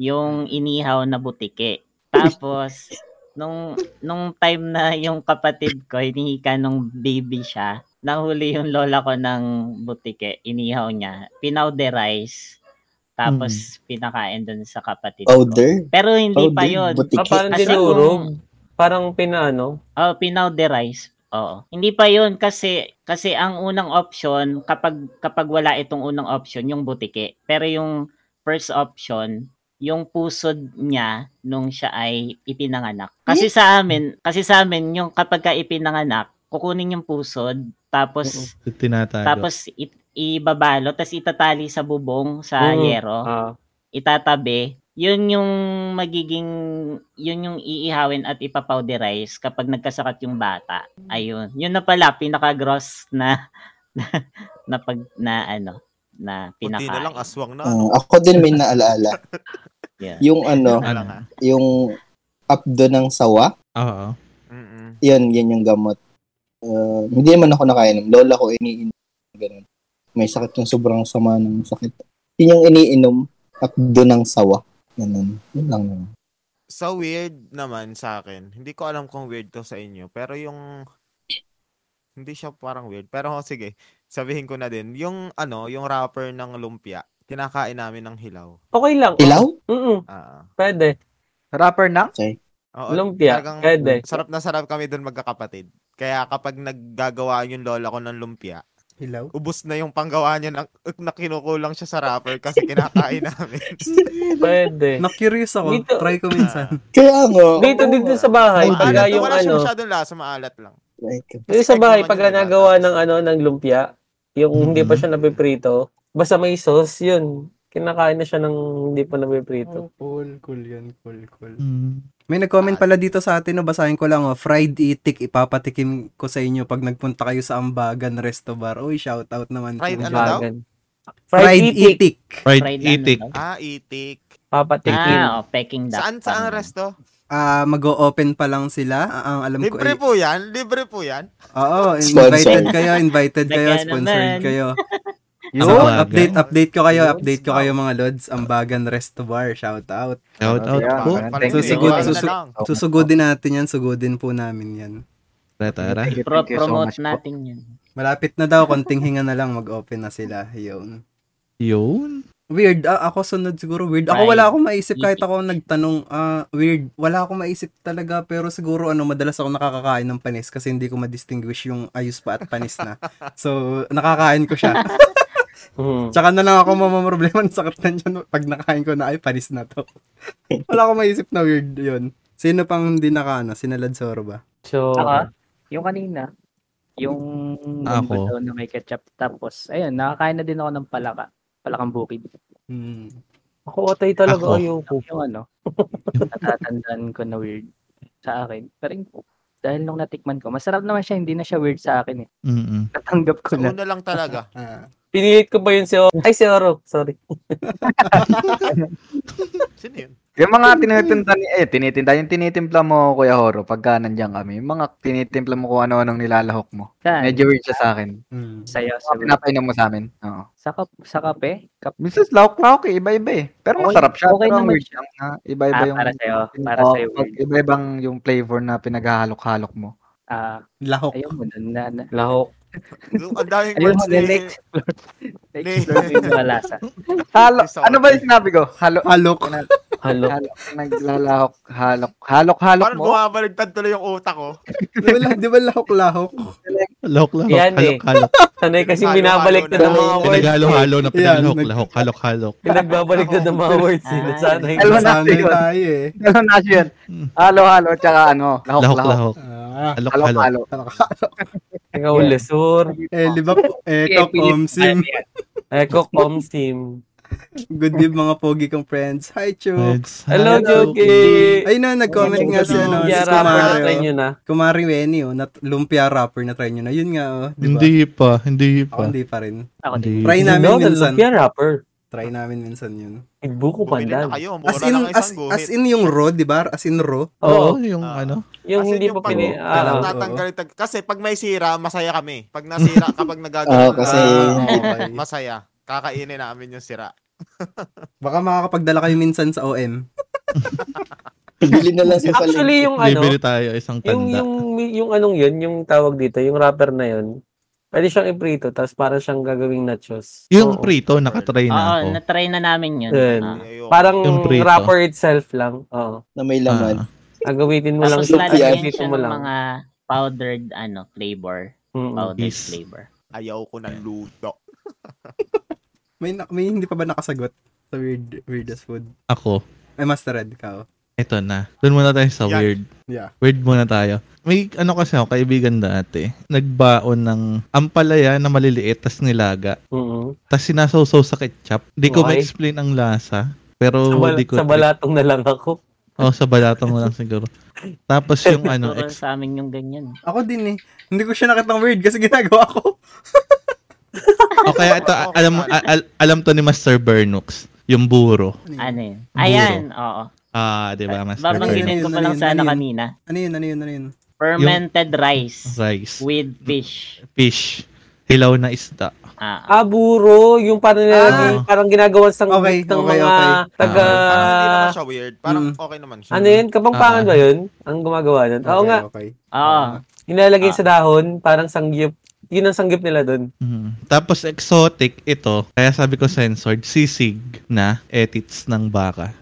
Speaker 7: yung inihaw na butike.
Speaker 9: (laughs)
Speaker 7: Tapos, nung, nung time na yung kapatid ko, hinihika nung baby siya, nahuli yung lola ko ng butike, inihaw niya, pinowderize, tapos pinakain dun sa kapatid ko.
Speaker 9: Hmm. Powder?
Speaker 7: Pero hindi pa
Speaker 9: Powder?
Speaker 7: yun.
Speaker 9: Butik.
Speaker 6: Ah, parang
Speaker 7: Kasi
Speaker 6: dinurog.
Speaker 7: kung-
Speaker 6: Parang pinaano.
Speaker 7: Oh, pinowderize. Oo. Hindi pa 'yun kasi kasi ang unang option kapag kapag wala itong unang option yung butike. Pero yung first option yung pusod niya nung siya ay ipinanganak. Kasi sa amin, kasi sa amin yung kapag ka ipinanganak, kukunin yung pusod tapos
Speaker 2: Tinatago.
Speaker 7: tapos i- ibabalo tapos itatali sa bubong sa
Speaker 6: Mm.
Speaker 7: yero
Speaker 6: Ah,
Speaker 7: itatabi, yun yung magiging, yun yung iihawin at ipapowderize kapag nagkasakat yung bata. Ayun. Yun na pala, pinaka-gross na, (laughs) na, na pag, na ano, na
Speaker 3: Kunti na lang,
Speaker 7: pinaka.
Speaker 3: aswang na.
Speaker 9: Ah, ako din may naalaala.
Speaker 7: Yeah.
Speaker 9: Yung ano,
Speaker 2: Ah.
Speaker 3: Ano lang ha?
Speaker 9: yung updo ng sawa,
Speaker 2: Oo.
Speaker 3: Mm-mm.
Speaker 9: yun, yun yung gamot. Ah, hindi naman ako nakainom. Lola ko iniinom. Ganun. May sakit yung sobrang sama ng sakit. Yun yung iniinom, updo ng sawa. Ganun. Yun lang naman.
Speaker 3: So weird naman sa akin. Hindi ko alam kung weird to sa inyo, pero yung hindi siya parang weird. Pero oh, sige, sabihin ko na din. Yung ano, yung wrapper ng lumpia, kinakain namin ng hilaw.
Speaker 6: okay lang.
Speaker 9: Ilaw?
Speaker 6: Mm-mm,
Speaker 3: Ah.
Speaker 6: pwede.
Speaker 8: Rapper na?
Speaker 3: Oo, Oh,
Speaker 6: Lumpia,
Speaker 3: talagang
Speaker 6: pwede.
Speaker 3: sarap na sarap kami doon magkakapatid. Kaya kapag naggagawa yung lola ko ng lumpia,
Speaker 1: Hilaw?
Speaker 3: ubus na yung panggawa niya ng, na kinukulang siya sa wrapper kasi
Speaker 6: (laughs)
Speaker 3: kinakain namin. Eh.
Speaker 6: Pwede.
Speaker 1: Na-curious ako.
Speaker 6: Dito.
Speaker 1: Try ko minsan.
Speaker 9: Kaya nga.
Speaker 6: Dito, dito sa bahay,
Speaker 9: Maalat.
Speaker 6: pagka
Speaker 3: maalat.
Speaker 6: yung
Speaker 3: Wala siya
Speaker 6: ano,
Speaker 3: masyadong lasa, maalat lang.
Speaker 9: Like,
Speaker 6: dito sa bahay,
Speaker 3: Egg naman
Speaker 6: pagka
Speaker 3: yung
Speaker 6: nagawa
Speaker 3: nilata.
Speaker 6: ng ano, ng lumpia, yung hindi pa
Speaker 1: Mm.
Speaker 2: Mhm.
Speaker 6: siya napiprito, basta may sauce, yun. Kinakain na siya ng hindi pa napiprito.
Speaker 1: cool, cool yan, cool, cool.
Speaker 2: Mm.
Speaker 1: May nag-comment pala dito sa atin, no, basahin ko lang, oh, fried itik, ipapatikim ko sa inyo pag nagpunta kayo sa Ambagan Resto Bar. Uy, shoutout naman.
Speaker 3: Fried
Speaker 1: po
Speaker 3: ano
Speaker 1: dyan.
Speaker 3: daw?
Speaker 6: Bagan.
Speaker 1: Fried,
Speaker 6: itik.
Speaker 1: itik.
Speaker 2: Fried,
Speaker 7: Fried ano
Speaker 2: itik.
Speaker 7: daw?
Speaker 3: Ah, itik.
Speaker 6: Papatikin.
Speaker 7: Ah, oh, Peking duck.
Speaker 3: Saan saan
Speaker 7: Tama.
Speaker 3: resto?
Speaker 1: Ah, mag-o-open pa lang sila. Ah, ang alam ko
Speaker 3: Libre
Speaker 1: ay...
Speaker 3: po yan. Libre po yan.
Speaker 1: Oo,
Speaker 9: Sponsored.
Speaker 1: invited kayo, invited kayo,
Speaker 7: Baka
Speaker 1: sponsored
Speaker 7: naman.
Speaker 1: kayo.
Speaker 2: Yun.
Speaker 1: So,
Speaker 2: Ambagan.
Speaker 1: update, update ko kayo,
Speaker 8: Lods,
Speaker 1: update ko
Speaker 8: wow.
Speaker 1: kayo mga Lods. Ambagan Resto Bar, shoutout.
Speaker 2: Shout out
Speaker 8: Yeah.
Speaker 2: po.
Speaker 3: Parang
Speaker 1: So,
Speaker 3: yun,
Speaker 1: siguro-
Speaker 3: iwan na
Speaker 1: susu-
Speaker 3: lang.
Speaker 8: Oh,
Speaker 1: Susugudin natin yan, sugudin po namin yan.
Speaker 2: Tara, tara.
Speaker 8: Thank you,
Speaker 7: Pro-
Speaker 8: thank you so
Speaker 7: promote
Speaker 8: much po.
Speaker 7: natin yun.
Speaker 1: Malapit na daw, konting hinga na lang, mag-open na sila. Yun.
Speaker 2: Yun.
Speaker 1: Weird. Ah, ako sunod siguro weird. Ako
Speaker 7: Right.
Speaker 1: wala akong maisip kahit
Speaker 7: Itik.
Speaker 1: ako nagtanong ah weird. Wala akong maisip talaga pero siguro ano madalas ako nakakakain ng panis kasi hindi ko ma-distinguish yung ayos pa at panis na. So nakakain ko siya.
Speaker 6: Mhm.
Speaker 1: Tsaka na lang ako mamamroblema ng sakit na dyan pag nakain ko na ay panis na to. wala akong maisip na weird yun. Sino pang hindi nakaano? Sinalad Soro ba?
Speaker 6: So,
Speaker 4: Ako, yung kanina, yung
Speaker 2: Ako.
Speaker 4: gumbo daw na may ketchup. Tapos, ayun, nakakain na din ako ng palaka. Palakang bukid.
Speaker 1: Hmm.
Speaker 6: ako otay talaga
Speaker 2: Ako.
Speaker 6: ayoko.
Speaker 4: Yung ano, natatandaan ko na weird sa akin. Pero yung, dahil nung natikman ko, masarap naman siya, hindi na siya weird sa akin eh.
Speaker 2: Mm-mm.
Speaker 4: Natanggap ko
Speaker 3: Sa
Speaker 4: na.
Speaker 3: una lang talaga.
Speaker 1: Ah.
Speaker 6: Pinilit ko ba yun si Oro? Ay, si Oro. Sorry.
Speaker 3: Sino yun?
Speaker 8: Yung mga tinitinda ni eh tinitinda yung tinitimpla mo Kuya Horo pagka nandiyan kami. Yung mga tinitimpla mo kung ano-anong nilalahok mo.
Speaker 4: Saan?
Speaker 8: Medyo weird siya sa akin.
Speaker 1: Hmm.
Speaker 4: Sayo,
Speaker 8: Mga
Speaker 4: sayo.
Speaker 8: pinapainom mo sa amin. Oo.
Speaker 4: Sa, kap- sa kape? Kap-
Speaker 8: Minsan lahok-lahok eh, iba-iba eh. Pero
Speaker 4: Okay-
Speaker 8: masarap siya.
Speaker 4: okay
Speaker 8: pero ang
Speaker 4: naman
Speaker 8: weird
Speaker 4: siya.
Speaker 8: lang na iba-iba
Speaker 4: Ah,
Speaker 8: yung
Speaker 4: para sa'yo, para
Speaker 8: Oo,
Speaker 4: sa'yo weird.
Speaker 8: Iba-ibang yung flavor na pinaghahalok-halok mo.
Speaker 4: ah,
Speaker 1: Lahok.
Speaker 4: ayun mo dun na, na
Speaker 6: Lahok.
Speaker 3: Ang daming
Speaker 4: ayun
Speaker 3: words eh.
Speaker 4: mo
Speaker 3: ni...
Speaker 4: dun, (laughs) na-explore. Na-explore ko yung mga
Speaker 8: (laughs)
Speaker 4: lasa.
Speaker 8: Halo,
Speaker 3: Sorry.
Speaker 8: ano ba yung sinabi ko? Halo,
Speaker 1: Halok.
Speaker 8: (laughs)
Speaker 6: Halo.
Speaker 8: halok, naglalahok, halok, halok-halok
Speaker 3: Parang
Speaker 8: mo. (laughs)
Speaker 3: bumabaligtad tuloy yung utak ko.
Speaker 1: Di ba lah- (laughs) di ba lahok-lahok?
Speaker 2: Lahok, lahok.
Speaker 6: Yan eh.
Speaker 2: halok, halok.
Speaker 6: Sanay kasi
Speaker 3: Halo-halo
Speaker 6: binabalik na
Speaker 3: na.
Speaker 6: ng mga words.
Speaker 2: Pinaghalo-halo na pinaghalo.
Speaker 1: Yan, nag-
Speaker 2: Lahok, halok, halok.
Speaker 6: (laughs) Pinagbabalik na ng
Speaker 1: (laughs)
Speaker 6: mga words. eh.
Speaker 7: Ay.
Speaker 6: Sanay.
Speaker 8: Dalawa na
Speaker 1: Sanay
Speaker 8: yun.
Speaker 1: tayo eh.
Speaker 8: Ano na siya yun?
Speaker 2: Mm.
Speaker 8: Halo-halo, tsaka ano,
Speaker 2: Lahok,
Speaker 8: lahok-lahok.
Speaker 2: lahok.
Speaker 1: Ah,
Speaker 2: Halok, halok.
Speaker 8: Halok-halok.
Speaker 6: Ikaw, Lesur.
Speaker 1: eh, libak, eh, kakomsim.
Speaker 6: Eko, Comsim.
Speaker 1: Good eve mga pogi kong friends. Hi, Chu.
Speaker 6: Hello, Joki.
Speaker 1: Ay na, nag-comment nga si, ano, si
Speaker 6: Yeah, rapper na try
Speaker 1: Kumari.
Speaker 6: nyo na.
Speaker 1: Oh. Kumari Weni, oh, nat lumpia rapper na try nyo na. Yun nga, oh, di ba?
Speaker 2: Hindi pa, hindi
Speaker 1: Ako,
Speaker 2: pa.
Speaker 1: hindi pa rin.
Speaker 4: Ako din.
Speaker 2: Hindi.
Speaker 1: Try namin
Speaker 6: No, the
Speaker 1: minsan.
Speaker 6: Lumpia rapper.
Speaker 1: Try namin minsan yun.
Speaker 6: Buko
Speaker 3: Bumili na kayo, mura
Speaker 1: As in,
Speaker 3: lang isang
Speaker 1: as,
Speaker 3: guhit.
Speaker 1: as in yung raw, di ba? As in raw.
Speaker 2: Oo, yung ano.
Speaker 6: Yung
Speaker 3: As in,
Speaker 6: hindi pa
Speaker 3: pag-
Speaker 6: pini...
Speaker 3: pag
Speaker 6: Ah, ah.
Speaker 3: natatanggal tag- kasi pag may sira, masaya kami. Pag nasira, kapag nagagawa,
Speaker 9: Oo, kasi-
Speaker 1: Ah,
Speaker 3: eh.
Speaker 1: okay.
Speaker 3: masaya. Kakainin namin yung sira.
Speaker 1: Baka makakapagdala kayo minsan sa OM.
Speaker 9: Bili na lang sa
Speaker 6: Actually,
Speaker 9: palengke.
Speaker 6: yung ano,
Speaker 2: Bibili tayo isang tanda.
Speaker 6: yung, yung, yung anong yun, yung tawag dito, yung wrapper na yun, pwede siyang iprito, tapos para siyang gagawing nachos.
Speaker 2: Yung
Speaker 6: Oo. Ah,
Speaker 2: prito, nakatry na
Speaker 7: Oo,
Speaker 2: ako.
Speaker 7: na-try na namin yun.
Speaker 6: Yun.
Speaker 7: Ah.
Speaker 3: Ayoko.
Speaker 6: Parang
Speaker 2: Yung prito.
Speaker 6: wrapper itself lang. Oo.
Speaker 9: na may laman.
Speaker 6: Agawitin mo lang
Speaker 7: Tapos
Speaker 6: siya,
Speaker 9: lalagyan
Speaker 7: lalagyan
Speaker 6: agawitin
Speaker 7: siya
Speaker 6: ah, mo
Speaker 7: ng
Speaker 6: lang.
Speaker 7: mga powdered ano flavor.
Speaker 6: Mm.
Speaker 7: Powdered
Speaker 2: Yes.
Speaker 7: flavor.
Speaker 3: Ayaw ko ng luto.
Speaker 1: May, na- may hindi pa ba nakasagot sa weird, weirdest food?
Speaker 2: Ako,
Speaker 1: Ay, Master Red, ka.
Speaker 2: ito na. Doon muna tayo sa
Speaker 3: Yan.
Speaker 2: weird.
Speaker 1: Yeah.
Speaker 2: Weird muna tayo. May ano kasi ako, kaibigan dati. Nagbaon ng ampalaya na maliliit, tas nilaga.
Speaker 6: Mm-mm.
Speaker 2: Tas sinasawsaw sa ketchup. Di ko
Speaker 6: Okay.
Speaker 2: ma-explain ang lasa. Pero
Speaker 6: Sa, bal-
Speaker 2: di ko...
Speaker 6: sa balatong na lang ako.
Speaker 2: Oh, sa balatong mo lang siguro. Tapos
Speaker 6: (laughs)
Speaker 2: yung ano,
Speaker 7: Puro
Speaker 2: ex-
Speaker 7: sa amin yung ganyan.
Speaker 1: Ako din eh. Hindi ko siya nakitang weird kasi ginagawa ko.
Speaker 2: o kaya ito, a- alam, mo, a- al- alam to ni Master Bernux, yung buro.
Speaker 7: Ano yun?
Speaker 2: Buro.
Speaker 7: Ayan, oo.
Speaker 2: Ah, di ba, Master Bernux?
Speaker 1: Babanggitin-
Speaker 7: Babanggitin ko
Speaker 1: Ano
Speaker 7: pa lang
Speaker 1: yun, ano
Speaker 7: sana
Speaker 1: yun?
Speaker 7: kanina.
Speaker 1: Ano yun, ano yun, ano yun?
Speaker 7: Fermented rice
Speaker 2: Rice,
Speaker 7: with fish.
Speaker 2: fish, hilaw na isda.
Speaker 7: Ah,
Speaker 6: Ah, buro. Yung parang
Speaker 2: Ah.
Speaker 6: nilalagay, parang ginagawan sa
Speaker 1: Okay,
Speaker 6: ng
Speaker 1: okay,
Speaker 6: mga
Speaker 1: okay.
Speaker 6: taga...
Speaker 3: Parang hindi naman siya weird. Parang
Speaker 1: Mm.
Speaker 3: okay naman siya.
Speaker 6: Ah. ano yun? Kapangpangan
Speaker 2: Ah.
Speaker 6: ba yun? Ang gumagawa nun? Oo
Speaker 1: Okay,
Speaker 6: nga.
Speaker 1: Okay.
Speaker 7: oo.
Speaker 6: Nilalagay
Speaker 7: Ah.
Speaker 6: sa dahon, parang sanggip. Yun ang sanggip nila dun.
Speaker 2: Mhm. Tapos exotic ito, kaya sabi ko censored, sisig na etits ng baka.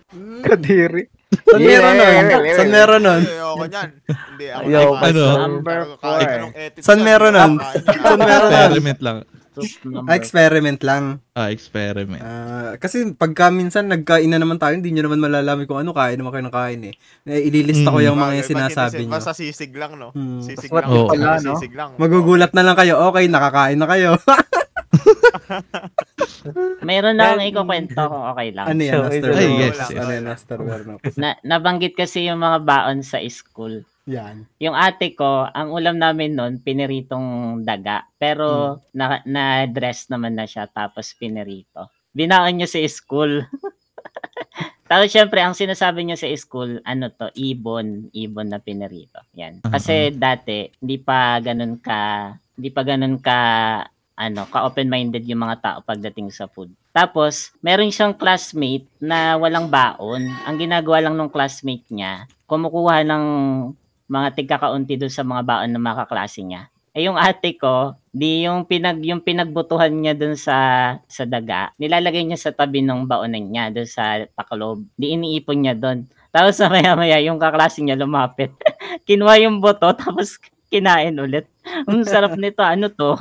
Speaker 8: Kadiri.
Speaker 1: Saan Hmm. meron nun? Saan meron nun?
Speaker 3: Ay, Ayoko niyan. Hindi, ako
Speaker 6: Ayaw
Speaker 3: naman.
Speaker 2: Ano?
Speaker 7: Number
Speaker 3: Kahit
Speaker 7: four.
Speaker 3: anong ethics
Speaker 1: San
Speaker 3: yan,
Speaker 1: meron nun?
Speaker 3: kakain niya.
Speaker 1: Saan meron nun?
Speaker 2: Experiment lang.
Speaker 7: Soup
Speaker 1: Ah,
Speaker 7: number.
Speaker 1: experiment lang.
Speaker 2: Ah, experiment.
Speaker 1: Ah, kasi pagka minsan nagkain na naman tayo, hindi nyo naman malalaman kung ano kain naman kayo ng kain eh. Eh, Ililista ko
Speaker 6: Hmm.
Speaker 2: Mm.
Speaker 1: yung mga
Speaker 3: Bagay,
Speaker 1: yung sinasabi
Speaker 3: bakit
Speaker 1: nyo.
Speaker 3: Basta sisig lang, no?
Speaker 1: Hmm.
Speaker 3: Sisig
Speaker 8: Basta
Speaker 3: lang.
Speaker 2: wala
Speaker 8: pala,
Speaker 3: basta
Speaker 8: no?
Speaker 3: Sisig lang.
Speaker 1: Magugulat na lang kayo, okay, nakakain na
Speaker 6: (laughs)
Speaker 1: kayo.
Speaker 7: Meron na akong ikukwento kung okay lang.
Speaker 1: ano yan,
Speaker 6: So,
Speaker 1: Master
Speaker 6: ito-
Speaker 2: Ay,
Speaker 1: Bernard?
Speaker 2: yes, yes.
Speaker 1: Ano yan, Master
Speaker 6: (laughs)
Speaker 1: Bernard?
Speaker 7: Na, nabanggit kasi yung mga baon sa school.
Speaker 1: Yan.
Speaker 7: Yung ate ko, ang ulam namin noon, piniritong daga. Pero na, na-dress naman na siya tapos pinirito. Binaon niya sa school. (laughs) tapos syempre, ang sinasabi niya sa school, ano to, ibon. Ibon na pinirito. Yan. Kasi dati, hindi pa ganun ka, hindi pa ganun ka, ano, ka-open-minded yung mga tao pagdating sa food. Tapos, meron siyang classmate na walang baon. Ang ginagawa lang ng classmate niya, kumukuha ng mga tigkakaunti doon sa mga baon ng mga kaklase niya. Eh yung ate ko, di yung pinag yung pinagbutuhan niya doon sa sa daga, nilalagay niya sa tabi ng baonan niya doon sa taklob. Di iniipon niya doon. Tapos sa maya-maya yung kaklase niya lumapit. (laughs) Kinuha yung boto tapos kinain ulit. Ang sarap nito, ano to?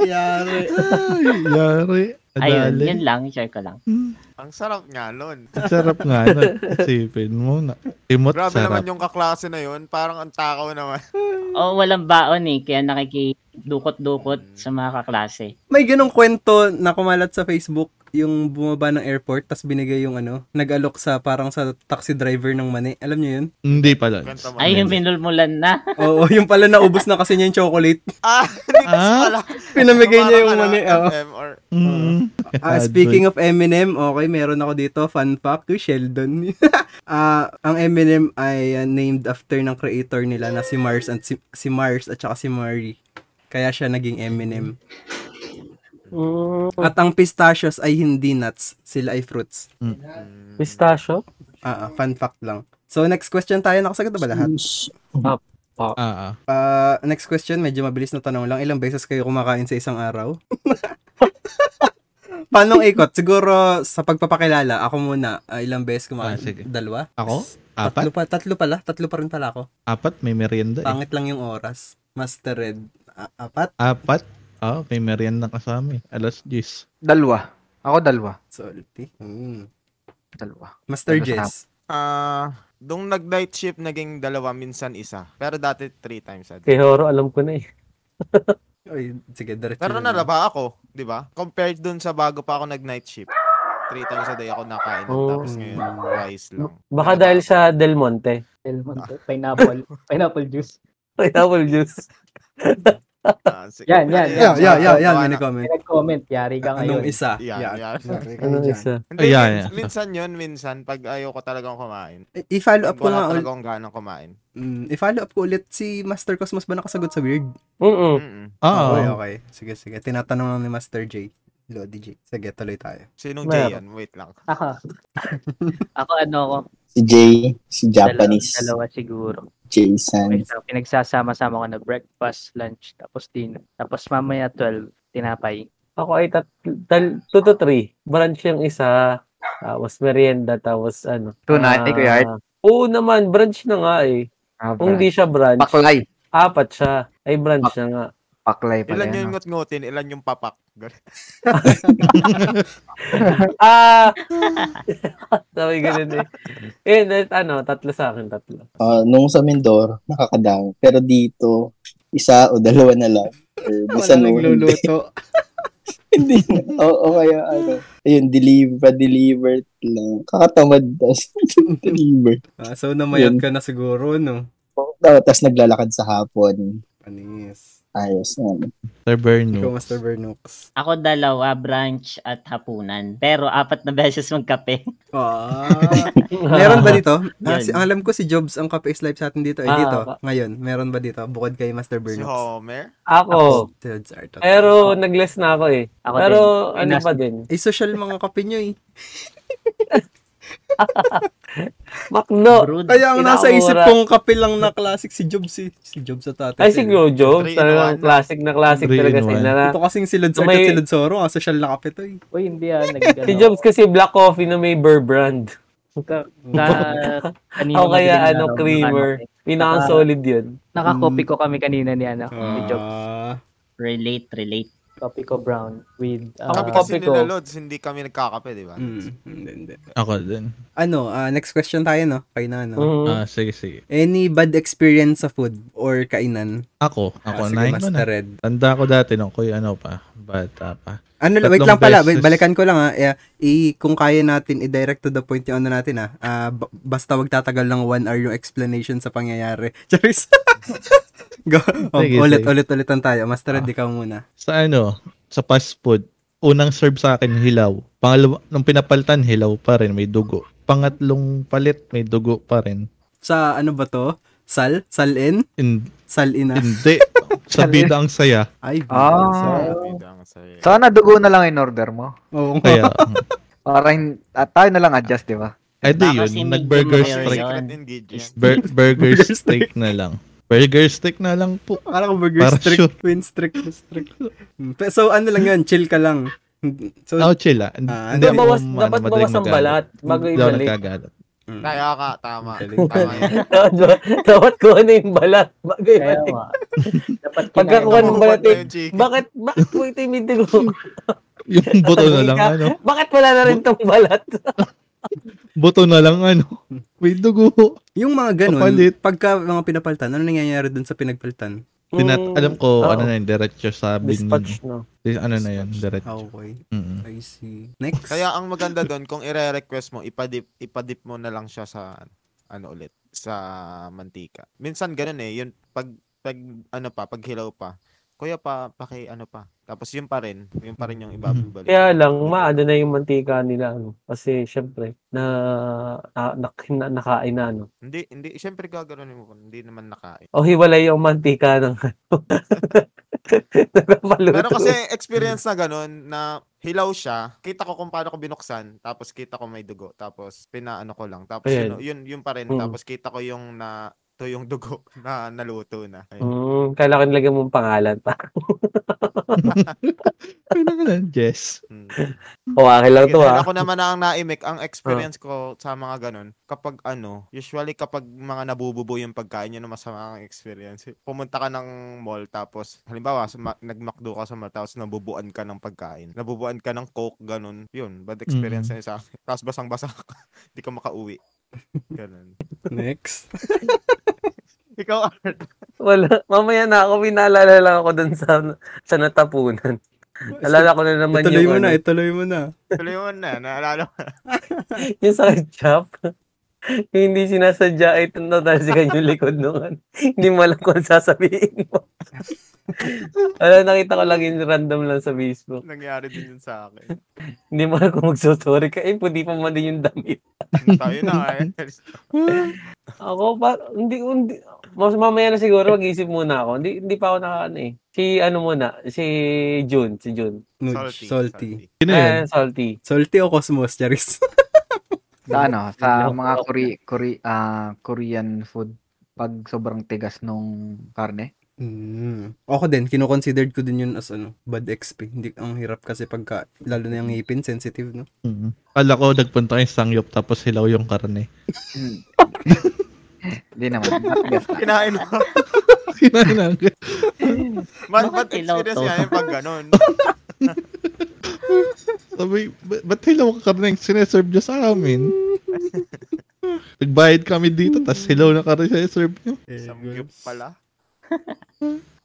Speaker 1: Yari.
Speaker 2: Ay, yari.
Speaker 7: Ayun,
Speaker 2: Adali.
Speaker 7: yun lang, share ko lang.
Speaker 3: Oh, Ang sarap nga nun.
Speaker 2: Ang sarap nga nun. Isipin mo na. Timot
Speaker 3: Grabe
Speaker 2: sarap.
Speaker 3: naman yung kaklase na yun. Parang ang takaw naman.
Speaker 1: (laughs)
Speaker 7: Oo, walang baon eh. Kaya nakikidukot-dukot sa mga kaklase.
Speaker 1: May ganong kwento na kumalat sa Facebook yung bumaba ng airport tas binigay yung ano, nag-alok sa parang sa taxi driver ng mani. Alam niyo yun?
Speaker 2: Hindi pala.
Speaker 3: Kwenta mo.
Speaker 7: Ay, yung binulmulan na. (laughs)
Speaker 1: Oo, (laughs) yung pala naubos na kasi niya yung
Speaker 3: (laughs)
Speaker 1: chocolate.
Speaker 3: Ah, hindi kasi
Speaker 2: Ah?
Speaker 3: pala.
Speaker 1: Pinamigay niya yung
Speaker 3: Parang
Speaker 1: mani. oh.
Speaker 3: ano,
Speaker 1: oo.
Speaker 3: FM or-
Speaker 2: Mm.
Speaker 1: Ah, speaking of Eminem, okay, meron ako dito, fun fact to Sheldon. (laughs) Ah, ang Eminem ay uh, named after ng creator nila na si Mars at si, si Mars at saka si Mari. Kaya siya naging Eminem.
Speaker 6: Mm,
Speaker 1: At ang pistachios ay hindi nuts, sila ay fruits.
Speaker 8: Mm.
Speaker 6: pistachio?
Speaker 1: Ah, ah, fun fact lang. So next question tayo, nakasagot na ba lahat?
Speaker 2: Ah, ah.
Speaker 1: Ah, next question, medyo mabilis na tanong lang. Ilang beses kayo kumakain sa isang araw? (laughs) Paano ikot? Siguro sa pagpapakilala, ako muna, ah, ilang beses kumakain?
Speaker 2: Ah, sige.
Speaker 1: Dalawa?
Speaker 2: Ako?
Speaker 1: Tatlo
Speaker 2: Apat?
Speaker 1: pa, tatlo pala. Tatlo pa rin pala ako.
Speaker 2: Apat? May merienda eh.
Speaker 1: Pangit lang yung oras. Master Red. a- apat?
Speaker 2: Apat? Ah, may merienda kasama eh. Alas 10.
Speaker 8: Dalwa. Ako dalwa.
Speaker 1: Salty. Mm.
Speaker 8: Dalwa.
Speaker 1: Master
Speaker 8: Ano
Speaker 1: Jess.
Speaker 3: Ah, nung nag-night shift, naging dalawa, minsan isa. Pero dati three times a day.
Speaker 6: Kay Horo, alam ko na eh.
Speaker 1: Oy, sige, diretso.
Speaker 3: Pero
Speaker 1: na lang.
Speaker 3: nalaba ako, di ba? Compared dun sa bago pa ako nag-night shift. Three times a day ako nakain.
Speaker 6: Oh.
Speaker 3: Tapos ngayon, rice
Speaker 1: (laughs)
Speaker 3: lang.
Speaker 6: Baka
Speaker 8: Ah.
Speaker 6: dahil sa Del Monte. (laughs)
Speaker 4: Del Monte, pineapple, pineapple juice.
Speaker 6: Pineapple juice.
Speaker 3: Ah, sige.
Speaker 4: Yan, yan.
Speaker 1: Yeah, yeah, yeah, yan, may nag-comment.
Speaker 4: May nag-comment. Yari ka ngayon.
Speaker 1: Anong isa?
Speaker 3: Yan,
Speaker 1: Yan.
Speaker 3: yan.
Speaker 6: Anong isa?
Speaker 3: Hindi,
Speaker 2: Yeah,
Speaker 3: mins-
Speaker 2: yeah.
Speaker 3: minsan yun, minsan, pag ayaw ko talagang kumain.
Speaker 1: I- I-follow up
Speaker 3: Pag
Speaker 1: ko nga
Speaker 3: wala
Speaker 1: ulit.
Speaker 3: talagang ganang kumain.
Speaker 1: Mm, I-follow up ko ulit si Master Cosmos ba nakasagot sa weird?
Speaker 6: Mm-mm.
Speaker 2: Oh.
Speaker 3: Mm-mm.
Speaker 1: Ah,
Speaker 2: Ah,
Speaker 1: Okay,
Speaker 2: Oo.
Speaker 1: okay. Sige, sige. Tinatanong lang ni Master J. Lodi J. Sige, tuloy tayo.
Speaker 3: Sinong
Speaker 6: Meron.
Speaker 3: Jay yan? Wait lang.
Speaker 4: Ako. ako ano ko.
Speaker 9: Si Jay, si Japanese,
Speaker 4: Dalawa, dalawa siguro.
Speaker 9: Jason.
Speaker 4: May sa- Pinagsasama-sama ko na breakfast, lunch, tapos dinner. Tapos mamaya 12, tinapay.
Speaker 6: Ako ay tat, tal, two to three. Brunch yung isa. Tapos merienda. Tapos ano.
Speaker 8: Tonight, eh, Kuya Art?
Speaker 6: ah, Oo naman. Brunch na nga eh. Kung di siya brunch,
Speaker 8: Paklay.
Speaker 6: apat siya. Ay brunch na nga.
Speaker 8: Paklay pala.
Speaker 3: Ilan
Speaker 8: yan, ah.
Speaker 3: yung
Speaker 8: no?
Speaker 3: ngot-ngotin, ilan yung papak. Ganun.
Speaker 6: Ah! (laughs) Sabi ganun eh. Eh, that, ano, tatlo sa akin,
Speaker 8: (laughs)
Speaker 6: tatlo.
Speaker 9: Ah, nung sa Mindoro, nakakadami. Pero dito, isa o dalawa na lang.
Speaker 3: (laughs)
Speaker 9: Or
Speaker 1: Wala
Speaker 9: basta no,
Speaker 1: nang
Speaker 9: hindi.
Speaker 1: luluto.
Speaker 9: (laughs) Hindi na. Oo, oo, kaya ano. Ayun, deliver, deliver lang. Kakatamad tas (laughs) deliver.
Speaker 1: (laughs) Ah, so, namayat ka na siguro, no?
Speaker 9: Oh, tapos naglalakad sa hapon.
Speaker 1: Panis.
Speaker 9: Ayos na.
Speaker 1: Ikaw,
Speaker 2: Sir Berno.
Speaker 1: Master Bernux.
Speaker 7: Ako dalawa, brunch at hapunan. Pero apat na (laughs) beses magkape.
Speaker 1: Ah. (laughs) meron ba dito? Ah,
Speaker 7: Yan.
Speaker 1: si, ang alam ko si Jobs ang Cafe is Live sa atin dito. Eh,
Speaker 6: Ah,
Speaker 1: dito.
Speaker 6: ba-
Speaker 1: Ngayon, meron ba dito? Bukod kay Master
Speaker 3: Si
Speaker 1: Bernux.
Speaker 3: Homer?
Speaker 6: Ako.
Speaker 1: Si Jobs Art.
Speaker 6: Oh. Pero nag-less na ako eh.
Speaker 4: Ako
Speaker 6: Pero
Speaker 4: din.
Speaker 6: ano
Speaker 4: Inas-
Speaker 6: pa din?
Speaker 1: Eh, social mga kape nyo eh.
Speaker 6: Makno.
Speaker 7: Brood.
Speaker 1: Kaya ang nasa
Speaker 6: Inaura.
Speaker 1: isip kong kape lang na classic si Jobs eh. Si Jobs at ate.
Speaker 6: Ay, si Jojo.
Speaker 3: Three in
Speaker 6: Talagang
Speaker 3: one.
Speaker 6: classic na classic
Speaker 2: Three
Speaker 6: talaga
Speaker 2: in one.
Speaker 6: sila na.
Speaker 1: Ito kasing si Lods Art
Speaker 6: May-
Speaker 1: at si Lods Oro. Ang social na kape to eh.
Speaker 4: Uy, hindi ah. Nag,
Speaker 6: Si Jobs kasi black coffee na may Burr brand.
Speaker 4: Ka,
Speaker 6: (laughs)
Speaker 4: ka, kanina
Speaker 6: O kaya
Speaker 4: madilim na
Speaker 6: ano,
Speaker 4: raw,
Speaker 6: creamer.
Speaker 4: nakano-
Speaker 6: Pinakang
Speaker 4: Saka-
Speaker 6: solid yun.
Speaker 2: Ah.
Speaker 4: Naka-copy ko kami kanina ni ano, ni Jobs.
Speaker 1: Ah.
Speaker 7: Relate, relate.
Speaker 4: Copy ko brown with uh,
Speaker 6: Ako
Speaker 3: Kami
Speaker 6: copy
Speaker 3: kasi
Speaker 6: ko.
Speaker 3: nila Lods, hindi kami nagkakape, di ba?
Speaker 1: Mm, hindi, hindi.
Speaker 2: Ako din.
Speaker 1: Ano, ah, next question tayo, no? Kay na, no?
Speaker 6: Mhm.
Speaker 2: Ah, sige, sige.
Speaker 1: Any bad experience sa food or kainan?
Speaker 2: Ako. Ako,
Speaker 1: Ah, sige,
Speaker 2: nine ko
Speaker 1: Master
Speaker 2: na.
Speaker 1: Red.
Speaker 2: Tanda ko dati nung kuya ano pa, bata pa.
Speaker 1: Ano, wait
Speaker 2: Tatlong
Speaker 1: lang pala, wait,
Speaker 2: beses.
Speaker 1: balikan ko lang ha. Eh, i- kung kaya natin, i-direct to the point yung ano natin ha. Ah, ba- basta wag tatagal lang one hour yung explanation sa pangyayari. (laughs) Charis. Go. Oh,
Speaker 2: Sige,
Speaker 1: ulit,
Speaker 2: sige. Ah.
Speaker 1: ulit, ulitan tayo. Master Red, ikaw muna.
Speaker 2: Sa ano, sa fast food, unang serve sa akin hilaw. Pangalawa, nung pinapalitan hilaw pa rin, may dugo. Pangatlong palit, may dugo pa rin.
Speaker 1: Sa ano ba to? Sal? Salin?
Speaker 2: In,
Speaker 1: Salin na.
Speaker 2: hindi. sa bida ang saya.
Speaker 1: Ay,
Speaker 8: Ah.
Speaker 1: sal.
Speaker 3: Bida ang saya.
Speaker 8: Sana dugo na lang in order mo.
Speaker 1: Oo nga.
Speaker 2: Kaya, mm.
Speaker 8: Para hin- at tayo na lang adjust, di ba?
Speaker 2: ay di
Speaker 7: Baka si
Speaker 2: yun,
Speaker 7: Miggy
Speaker 2: nag-burger
Speaker 7: Mayer
Speaker 2: strike.
Speaker 7: yun.
Speaker 3: Secret ingredient.
Speaker 2: Bur- burger steak na lang. Burger steak na lang po.
Speaker 1: Akala ko burger
Speaker 2: Para
Speaker 1: strict,
Speaker 2: sure.
Speaker 1: win strict, strict. Mm, pe- So, ano lang yun, chill ka lang. So,
Speaker 2: Oh, chill ah.
Speaker 1: Ah,
Speaker 2: Hindi
Speaker 1: dapat
Speaker 2: ako,
Speaker 6: bawas-
Speaker 2: ano,
Speaker 6: dapat
Speaker 2: madaling
Speaker 6: bawas ang
Speaker 2: magalit.
Speaker 6: balat bago
Speaker 2: Hindi ako
Speaker 6: ibalik.
Speaker 2: nagkagalit.
Speaker 1: mm.
Speaker 3: Kaya ka, tama.
Speaker 1: Galing.
Speaker 3: Tama yun.
Speaker 6: (laughs) Dapat ko na yung balat bago
Speaker 4: Kaya
Speaker 6: ibalik.
Speaker 4: nga. Dapat
Speaker 6: Pagka
Speaker 4: kinain
Speaker 6: kuha
Speaker 4: mo.
Speaker 6: ng
Speaker 3: Tumuhubad
Speaker 6: balat
Speaker 3: na
Speaker 6: eh.
Speaker 3: yung chicken.
Speaker 6: Bakit, bakit po ito yung middle
Speaker 2: (laughs)
Speaker 6: ko?
Speaker 2: Yung buto na lang, ano.
Speaker 6: Bakit wala na rin tong balat?
Speaker 2: Buto na lang, ano. May dugo.
Speaker 1: Yung mga ganun,
Speaker 2: Kapalit.
Speaker 1: pagka mga pinapalitan, ano nangyayari dun sa pinagpalitan?
Speaker 2: Tinat-
Speaker 6: Mm,
Speaker 2: alam ko,
Speaker 6: oo.
Speaker 2: ano na yun, diretso sa bin.
Speaker 6: Dispatch, no?
Speaker 2: Ano na yun, diretso.
Speaker 1: Okay,
Speaker 2: Mm-mm.
Speaker 1: I see. Next.
Speaker 3: Kaya ang maganda doon, kung ire-request mo, ipadip, ipadip mo na lang siya sa, ano ulit, sa mantika. Minsan ganun eh, yun, pag, pag, ano pa, pag hilaw pa, kuya pa, paki, ano pa. Tapos yun pa rin, yun pa rin yung ibabalik.
Speaker 6: Kaya lang, maano na yung mantika nila. Ano? Kasi, syempre, na, na, na, na nakain na, ano.
Speaker 3: Hindi, hindi, syempre gagano'n mo, hindi naman nakain.
Speaker 6: O hiwalay yung mantika ng, ano. (laughs) Nagpapaluto.
Speaker 3: Pero
Speaker 6: (laughs)
Speaker 3: kasi experience na ganun na hilaw siya. Kita ko kung paano ko binuksan, tapos kita ko may dugo, tapos pinaano ko lang. Tapos yun,
Speaker 6: Ayan.
Speaker 3: yun, yun pa rin,
Speaker 6: Mm.
Speaker 3: tapos kita ko yung na to yung dugo (laughs) na naluto na. Ayun.
Speaker 6: Mm, kailangan nilagyan mong pangalan (laughs) pa.
Speaker 2: Pinangalan, Jess.
Speaker 3: Mm.
Speaker 6: O, akin lang
Speaker 3: Sige,
Speaker 6: to, ah.
Speaker 3: dahil
Speaker 6: ha?
Speaker 3: Ako naman ang naimik. Ang experience ko sa mga ganun, kapag ano, usually kapag mga nabububo yung pagkain, yun ang masama ang experience. Pumunta ka ng mall, tapos, halimbawa, sa ma- nag-McDo ka sa mall, tapos nabubuan ka ng pagkain. Nabubuan ka ng coke, ganun. Yun, bad experience na yun sa akin. (laughs) Tapos basang-basa ka, (laughs) di ka makauwi. Ganun.
Speaker 1: Next.
Speaker 3: Ikaw, Art.
Speaker 6: (laughs) Wala. Mamaya na ako, pinaalala lang ako dun sa, sa natapunan. (laughs) Alala ko na naman
Speaker 1: ituloy
Speaker 6: yung,
Speaker 1: mo na,
Speaker 6: ano,
Speaker 1: ituloy mo na.
Speaker 3: Tuloy mo na, naalala mo.
Speaker 6: yung sa ketchup. (laughs) yung hindi sinasadya ay tatalsikan yung likod nung ano. Hindi mo (laughs) alam kung sasabihin mo. Wala, nakita ko lang yun random lang sa Facebook.
Speaker 3: Nangyari din yun sa akin.
Speaker 6: Hindi mo alam kung magsusorry ka. Eh, hindi pa man din yung damit.
Speaker 3: Tayo na eh.
Speaker 6: Ako pa, hindi, hindi, mas mamaya na siguro mag-isip muna ako. Hindi, hindi pa ako naka, ano eh. Si, ano muna, si June, si June.
Speaker 1: Nudge, salty.
Speaker 2: Sino Ano yun?
Speaker 6: Eh, salty.
Speaker 1: Salty o Cosmos, Charis? (laughs)
Speaker 8: Sa ano, sa mga Kore- Kore- ah, Korean food, pag sobrang tigas nung karne.
Speaker 1: Mm. Ako din, kinoconsidered ko din yun as ano, bad XP. Hindi, ang hirap kasi pagka, lalo na yung ngipin, sensitive, no?
Speaker 6: Eh.
Speaker 2: Mm. Kala ko nagpunta kayo sa sangyop tapos hilaw yung karne. (laughs)
Speaker 8: Hindi naman. (laughs) matigas na.
Speaker 3: Kinain mo. (laughs)
Speaker 2: Sinanang.
Speaker 3: Mas
Speaker 7: Bakit
Speaker 3: bad
Speaker 7: ilaw
Speaker 3: experience
Speaker 7: to?
Speaker 3: nga yun pag ganun.
Speaker 2: Sabi, ba- ba't hilaw ka karne yung sineserve nyo sa amin?
Speaker 6: (laughs)
Speaker 2: Nagbayad kami dito, tapos hilaw na karne sineserve nyo.
Speaker 1: Eh,
Speaker 3: Samgyup pala.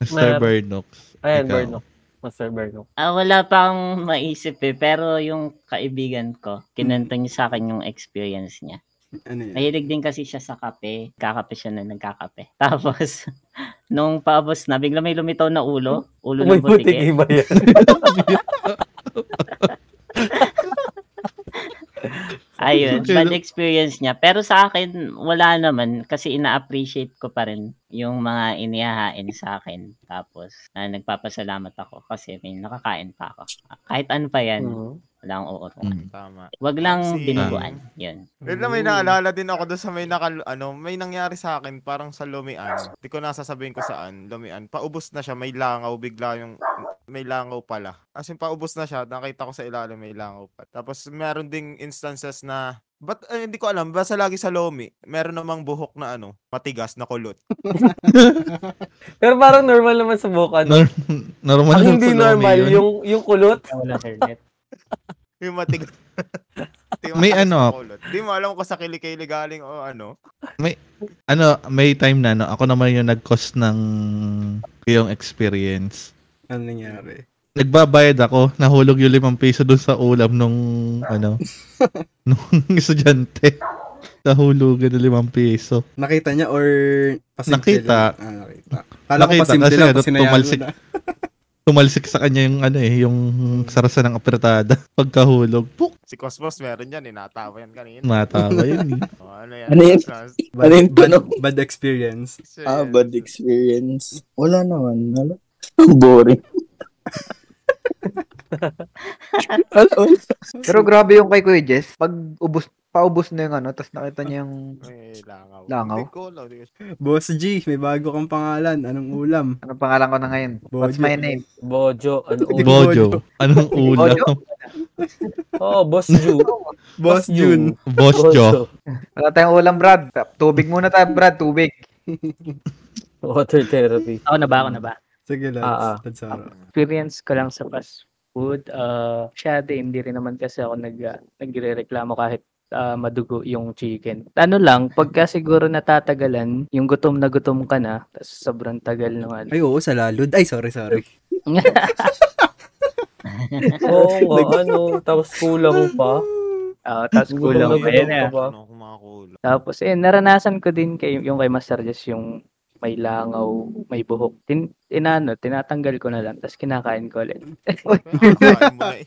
Speaker 2: Mr.
Speaker 6: Mer-
Speaker 2: Burnox.
Speaker 6: Ayan,
Speaker 2: ikaw.
Speaker 6: Berno. Master Berno.
Speaker 7: Ah, wala pa akong maisip eh. Pero yung kaibigan ko, kinanta niya sa akin yung experience niya.
Speaker 1: Ano yun?
Speaker 7: Mahilig din kasi siya sa kape. Kakape siya na nagkakape. (laughs) Tapos, nung paabos na, bigla may lumitaw na ulo. Ulo
Speaker 6: May
Speaker 7: ng butike.
Speaker 6: butiki ba yan?
Speaker 7: Ayun,
Speaker 2: Okay,
Speaker 7: bad
Speaker 2: no?
Speaker 7: experience niya. Pero sa akin, wala naman. Kasi ina-appreciate ko pa rin yung mga inihahain sa akin. Tapos, ah, nagpapasalamat ako kasi may nakakain pa ako. Ah, Kahit ano pa yan,
Speaker 2: Hmm.
Speaker 6: Hmm.
Speaker 7: wala akong uutungan.
Speaker 2: Mm.
Speaker 3: Tama.
Speaker 7: Wag lang
Speaker 3: Kasi-
Speaker 7: binuguan.
Speaker 2: ah,
Speaker 7: Yun.
Speaker 3: Wait lang, may naalala din ako doon sa may nakal... Ano, may nangyari sa akin parang sa Lumian. Hindi ko nasasabihin ko saan. Lumian. Paubos na siya. May langaw. Bigla yung... May langaw pala. As in, paubos na siya. Nakita ko sa ilalim may langaw pa. Tapos meron ding instances na... But eh, hindi ko alam, basta lagi sa Lomi, meron namang buhok na ano, matigas na kulot.
Speaker 6: Pero parang normal naman sa buka. No?
Speaker 2: Nor- normal
Speaker 6: Ano? Ang
Speaker 2: lang
Speaker 6: hindi
Speaker 2: sa lomi
Speaker 6: normal,
Speaker 2: yun.
Speaker 6: yung, yung kulot.
Speaker 7: Wala
Speaker 2: (laughs)
Speaker 7: hairnet.
Speaker 3: Yung matigas. Hindi
Speaker 2: May
Speaker 3: matigas
Speaker 2: ano-
Speaker 3: na kulot. Hindi mo alam kung sa kilikili galing o ano.
Speaker 2: Ano, may time na, no? Ako naman yung nag-cause ng yung experience.
Speaker 1: Ano nangyari?
Speaker 2: Nagbabayad ako, nahulog yung limang piso doon sa ulam nung,
Speaker 6: (laughs)
Speaker 2: ano, nung estudyante. Nahulugan ng limang piso.
Speaker 1: Nakita niya or pasimple
Speaker 2: Nakita.
Speaker 1: lang? Ah, nakita. Kala ko
Speaker 2: Nakita
Speaker 1: pasimple
Speaker 2: kasi
Speaker 1: lang,
Speaker 2: ano,
Speaker 1: tapos sinayaan mo
Speaker 2: tumalsik.
Speaker 1: na.
Speaker 2: Tumalsik sa kanya yung, ano eh, yung sarasa ng apretada. (laughs) Pagkahulog, puk,
Speaker 3: Si Cosmos meron yan, inatawa yan kanina.
Speaker 2: matawa yun eh.
Speaker 3: O, ano yan?
Speaker 9: Ano yan?
Speaker 3: Cosmos.
Speaker 1: Bad,
Speaker 9: Ano yung
Speaker 1: bad,
Speaker 9: tanong?
Speaker 1: bad experience.
Speaker 9: Ah, bad
Speaker 3: Yes.
Speaker 9: experience. Wala naman. Wala. (laughs) Ang
Speaker 3: (laughs)
Speaker 9: boring. Wala, wala.
Speaker 8: Pero grabe yung kay Kuya Jess. Pag ubus, paubos na yung ano, tapos nakita niya yung,
Speaker 3: May langaw.
Speaker 8: Langaw?
Speaker 3: Hindi ko alam. Hindi ko-
Speaker 1: Boss G, may bago kang pangalan. Anong ulam?
Speaker 8: ano pangalan ko na ngayon? What's
Speaker 1: Bojo.
Speaker 8: my name?
Speaker 6: (laughs) Bojo.
Speaker 2: (laughs)
Speaker 6: Ano, ulo.
Speaker 2: Bojo. Anong ulam?
Speaker 6: Oo, Oh, Boss Ju.
Speaker 1: Boss Jun.
Speaker 6: Ju.
Speaker 2: (laughs) Boss Jo.
Speaker 8: Wala tayong ulam, Brad. Tubig muna tayo, Brad. Tubig.
Speaker 6: Water (laughs) therapy.
Speaker 4: Ako na ba? Ako na ba?
Speaker 1: Sige, lads.
Speaker 6: Ah, ah.
Speaker 1: Lads, Sara.
Speaker 4: experience ko lang sa fast food, uh, syade, hindi rin naman kasi ako nag, uh, nagre-reklamo kahit ah, madugo yung chicken. Ano lang, pagka siguro natatagalan, yung gutom na gutom ka na, tas sobrang tagal ano, naman.
Speaker 1: Ay, oo, sa lalod. Ay, sorry, sorry.
Speaker 6: Oo nga, ano. Tapos kulang pa.
Speaker 4: Ah, tapos
Speaker 6: Gutom
Speaker 4: kulang
Speaker 6: na
Speaker 4: pa yun.
Speaker 6: gutom
Speaker 4: eh.
Speaker 6: ka pa.
Speaker 3: Ano, kumakulo.
Speaker 4: Tapos, eh, naranasan ko din kay, yung kay Master Jess yung may langaw, may buhok. Tin, inano, tinatanggal ko na lang, tapos kinakain ko ulit.
Speaker 3: Kakain mo na eh.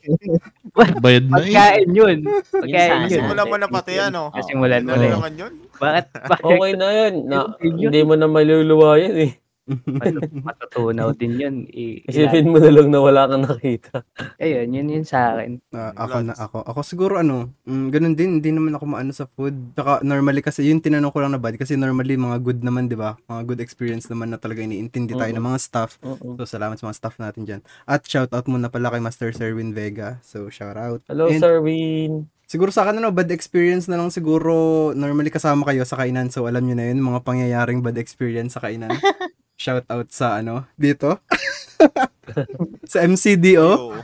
Speaker 2: Bayad na eh.
Speaker 4: Pagkain
Speaker 3: (laughs)
Speaker 4: yun! Pagkain
Speaker 7: Yun
Speaker 4: yun!
Speaker 3: Simulan mo na pati yan, oh.
Speaker 4: Nasimulan mo
Speaker 3: Ano
Speaker 4: na eh.
Speaker 3: naman yun?
Speaker 4: Bakit? Bakit?
Speaker 6: Okay na yun. Na, hindi mo na maluluwa yun eh.
Speaker 4: Mat- matutunaw din yun. I- ilal-
Speaker 6: Isipin mo na lang na wala kang nakita.
Speaker 4: Ayun, yun yun sa akin.
Speaker 1: Ah,
Speaker 3: Lads.
Speaker 1: ako na ako. Ako siguro ano, mm, ganun din, hindi naman ako maano sa food. Saka normally kasi yun tinanong ko lang na bad kasi normally mga good naman, 'di ba? Mga good experience naman na talaga iniintindi tayo ng mga staff.
Speaker 6: Oo.
Speaker 1: So salamat sa mga staff natin diyan. At shout out muna pala kay Master Serwin Vega. So shout out.
Speaker 6: Hello,
Speaker 1: And-
Speaker 6: Sir Win.
Speaker 1: Siguro sa akin ano, bad experience na lang siguro normally kasama kayo sa kainan. So alam niyo na yun, mga pangyayaring bad experience sa kainan. shout out sa ano, dito. (laughs) sa MCDO.
Speaker 3: Oo.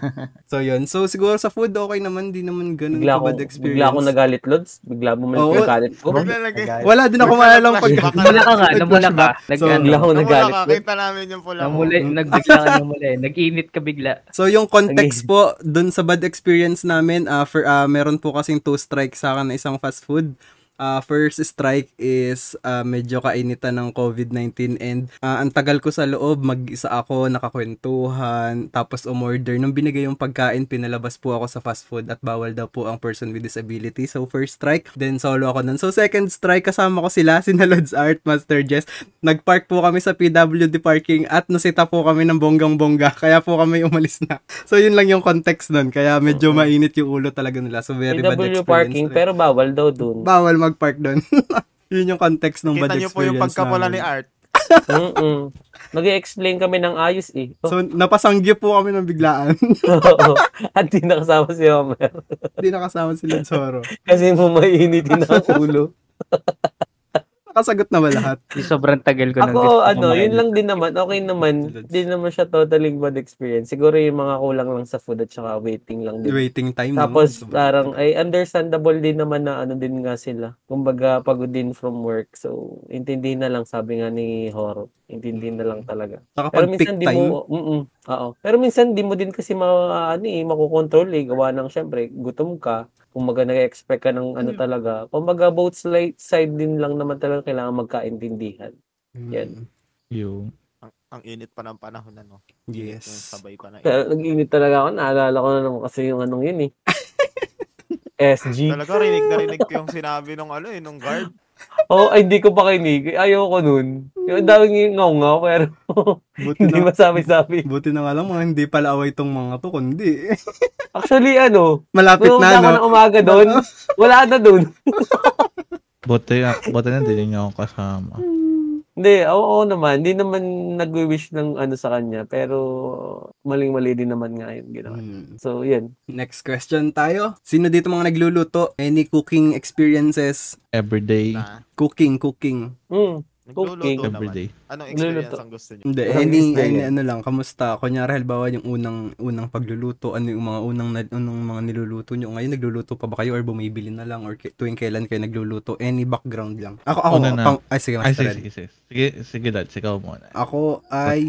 Speaker 1: So yun. So siguro sa food okay naman, di naman ganun ka
Speaker 6: Bigla ako,
Speaker 1: bad experience.
Speaker 6: bigla ako nagalit, Lods. Bigla bumalik
Speaker 1: Oo.
Speaker 6: yung galit ko.
Speaker 3: Bigla nag-
Speaker 1: Wala din ako
Speaker 6: (laughs)
Speaker 1: malalang pag
Speaker 3: Baka-
Speaker 4: Namula ka nga, namula ka. Nag,
Speaker 1: So,
Speaker 4: ano,
Speaker 6: Bigla ako
Speaker 3: Namula
Speaker 6: nagalit.
Speaker 3: ka,
Speaker 6: Lods.
Speaker 3: kita namin yung pula mo.
Speaker 4: namula, nagbigla ka namula eh. Nag-init ka bigla.
Speaker 1: So yung context po dun sa bad experience namin, ah, for ah, meron po kasing two strikes sa akin na isang fast food. Uh, first strike is uh, medyo kainitan ng COVID-19 and uh, ang tagal ko sa loob, mag-isa ako, nakakwentuhan, tapos umorder. Nung binigay yung pagkain, pinalabas po ako sa fast food at bawal daw po ang person with disability. So first strike, then solo ako nun. So second strike, kasama ko sila, (laughs) sina Lods Art, Master Jess. Nagpark po kami sa PWD parking at nasita po kami ng bonggang-bongga, (laughs) kaya po kami umalis na. So yun lang yung context nun, kaya medyo mainit yung ulo talaga nila. So very bad
Speaker 6: PW
Speaker 1: experience.
Speaker 6: parking,
Speaker 1: rin.
Speaker 6: pero bawal daw
Speaker 1: (laughs)
Speaker 6: dun.
Speaker 1: Bawal mag-park doon. (laughs) yun yung context ng bad
Speaker 3: Kita niyo
Speaker 1: experience
Speaker 3: po yung pagkapula
Speaker 1: namin.
Speaker 3: ni Art.
Speaker 6: Mm-mm. Mag-explain kami ng ayos eh.
Speaker 1: So, napasanggip po kami ng biglaan.
Speaker 6: (laughs)
Speaker 1: (laughs)
Speaker 6: At di nakasama si Homer.
Speaker 1: Hindi nakasama si Lansoro.
Speaker 6: Kasi mamainitin
Speaker 1: (laughs)
Speaker 6: ang ulo.
Speaker 1: Nakasagot na ba
Speaker 6: (laughs)
Speaker 1: lahat?
Speaker 4: Sobrang tagal ko nang gusto
Speaker 6: Ako,
Speaker 4: ko
Speaker 6: ano,
Speaker 4: kumain.
Speaker 6: yun lang din naman. Okay naman. Hindi naman siya totally bad experience. Siguro yung mga kulang lang sa food at saka waiting lang din.
Speaker 1: Waiting time.
Speaker 6: Tapos ah,
Speaker 1: no?
Speaker 6: parang ay understandable din naman na ano din nga sila. Kumbaga pagod din from work. So intindi na lang sabi nga ni Horo. Intindi na lang talaga.
Speaker 1: Saka pag
Speaker 6: Pero
Speaker 1: Mm.
Speaker 6: minsan
Speaker 1: peak
Speaker 6: di
Speaker 1: time,
Speaker 6: mo mm oo. Pero minsan di mo din kasi ma ano eh, makokontrol eh gawa ng syempre gutom ka. Kumbaga nag-expect ka ng
Speaker 1: Mm.
Speaker 6: ano talaga. Kumbaga both sli- side din lang naman talaga kailangan magkaintindihan. Yan.
Speaker 2: Yung
Speaker 3: Ang, ang init pa ng panahon ano. Init
Speaker 1: Yes.
Speaker 3: yung sabay ko na.
Speaker 6: Pero nag-init talaga ako. Naalala ko na naman kasi yung anong yun
Speaker 1: (laughs)
Speaker 6: eh. SG.
Speaker 3: Talaga rinig na rinig ko yung sinabi nung ano eh, nung guard.
Speaker 6: Oh, ay, hindi ko pa kinig. Ayaw ko nun. Yung daming ngaw ngaw, pero (laughs)
Speaker 1: Hmm. buti
Speaker 6: hindi
Speaker 1: na,
Speaker 6: masabi-sabi.
Speaker 1: buti na nga lang mga hindi pala away tong mga to, kundi (laughs)
Speaker 6: Actually, ano,
Speaker 1: malapit na,
Speaker 6: pumunta ako
Speaker 1: no?
Speaker 6: ng umaga
Speaker 1: (laughs)
Speaker 6: doon. Wala na doon.
Speaker 2: bote, ah, bote na din niya ako kasama.
Speaker 6: Hindi, oo, oo naman. Hindi naman nag-wish ng ano sa kanya. Pero maling-mali din naman nga yun ginawa.
Speaker 1: Hmm.
Speaker 6: So, yun.
Speaker 1: Next question tayo. Sino dito mga nagluluto? Any cooking experiences?
Speaker 2: Everyday.
Speaker 3: Na,
Speaker 1: Cooking, cooking.
Speaker 6: Mm. Cooking.
Speaker 3: ah. nagluluto naman.
Speaker 2: Everyday.
Speaker 3: Anong experience
Speaker 6: Nagluluto.
Speaker 3: ang gusto niyo?
Speaker 1: Hindi,
Speaker 6: Walang
Speaker 1: any,
Speaker 6: experience.
Speaker 1: any ano lang, kamusta? Kunyari, halimbawa yung unang, unang pagluluto, ano yung mga unang, na- unang mga niluluto nyo? Ngayon, nagluluto pa ba kayo or bumibili na lang or ki- tuwing kailan kayo nagluluto? Any background lang. Ako, ako,
Speaker 2: Una na.
Speaker 1: pang, ay, sige,
Speaker 2: Ay,
Speaker 1: Master
Speaker 2: sige,
Speaker 1: Ed.
Speaker 2: sige, sige. Sige, sige, dad. Sikaw muna.
Speaker 1: Ako ay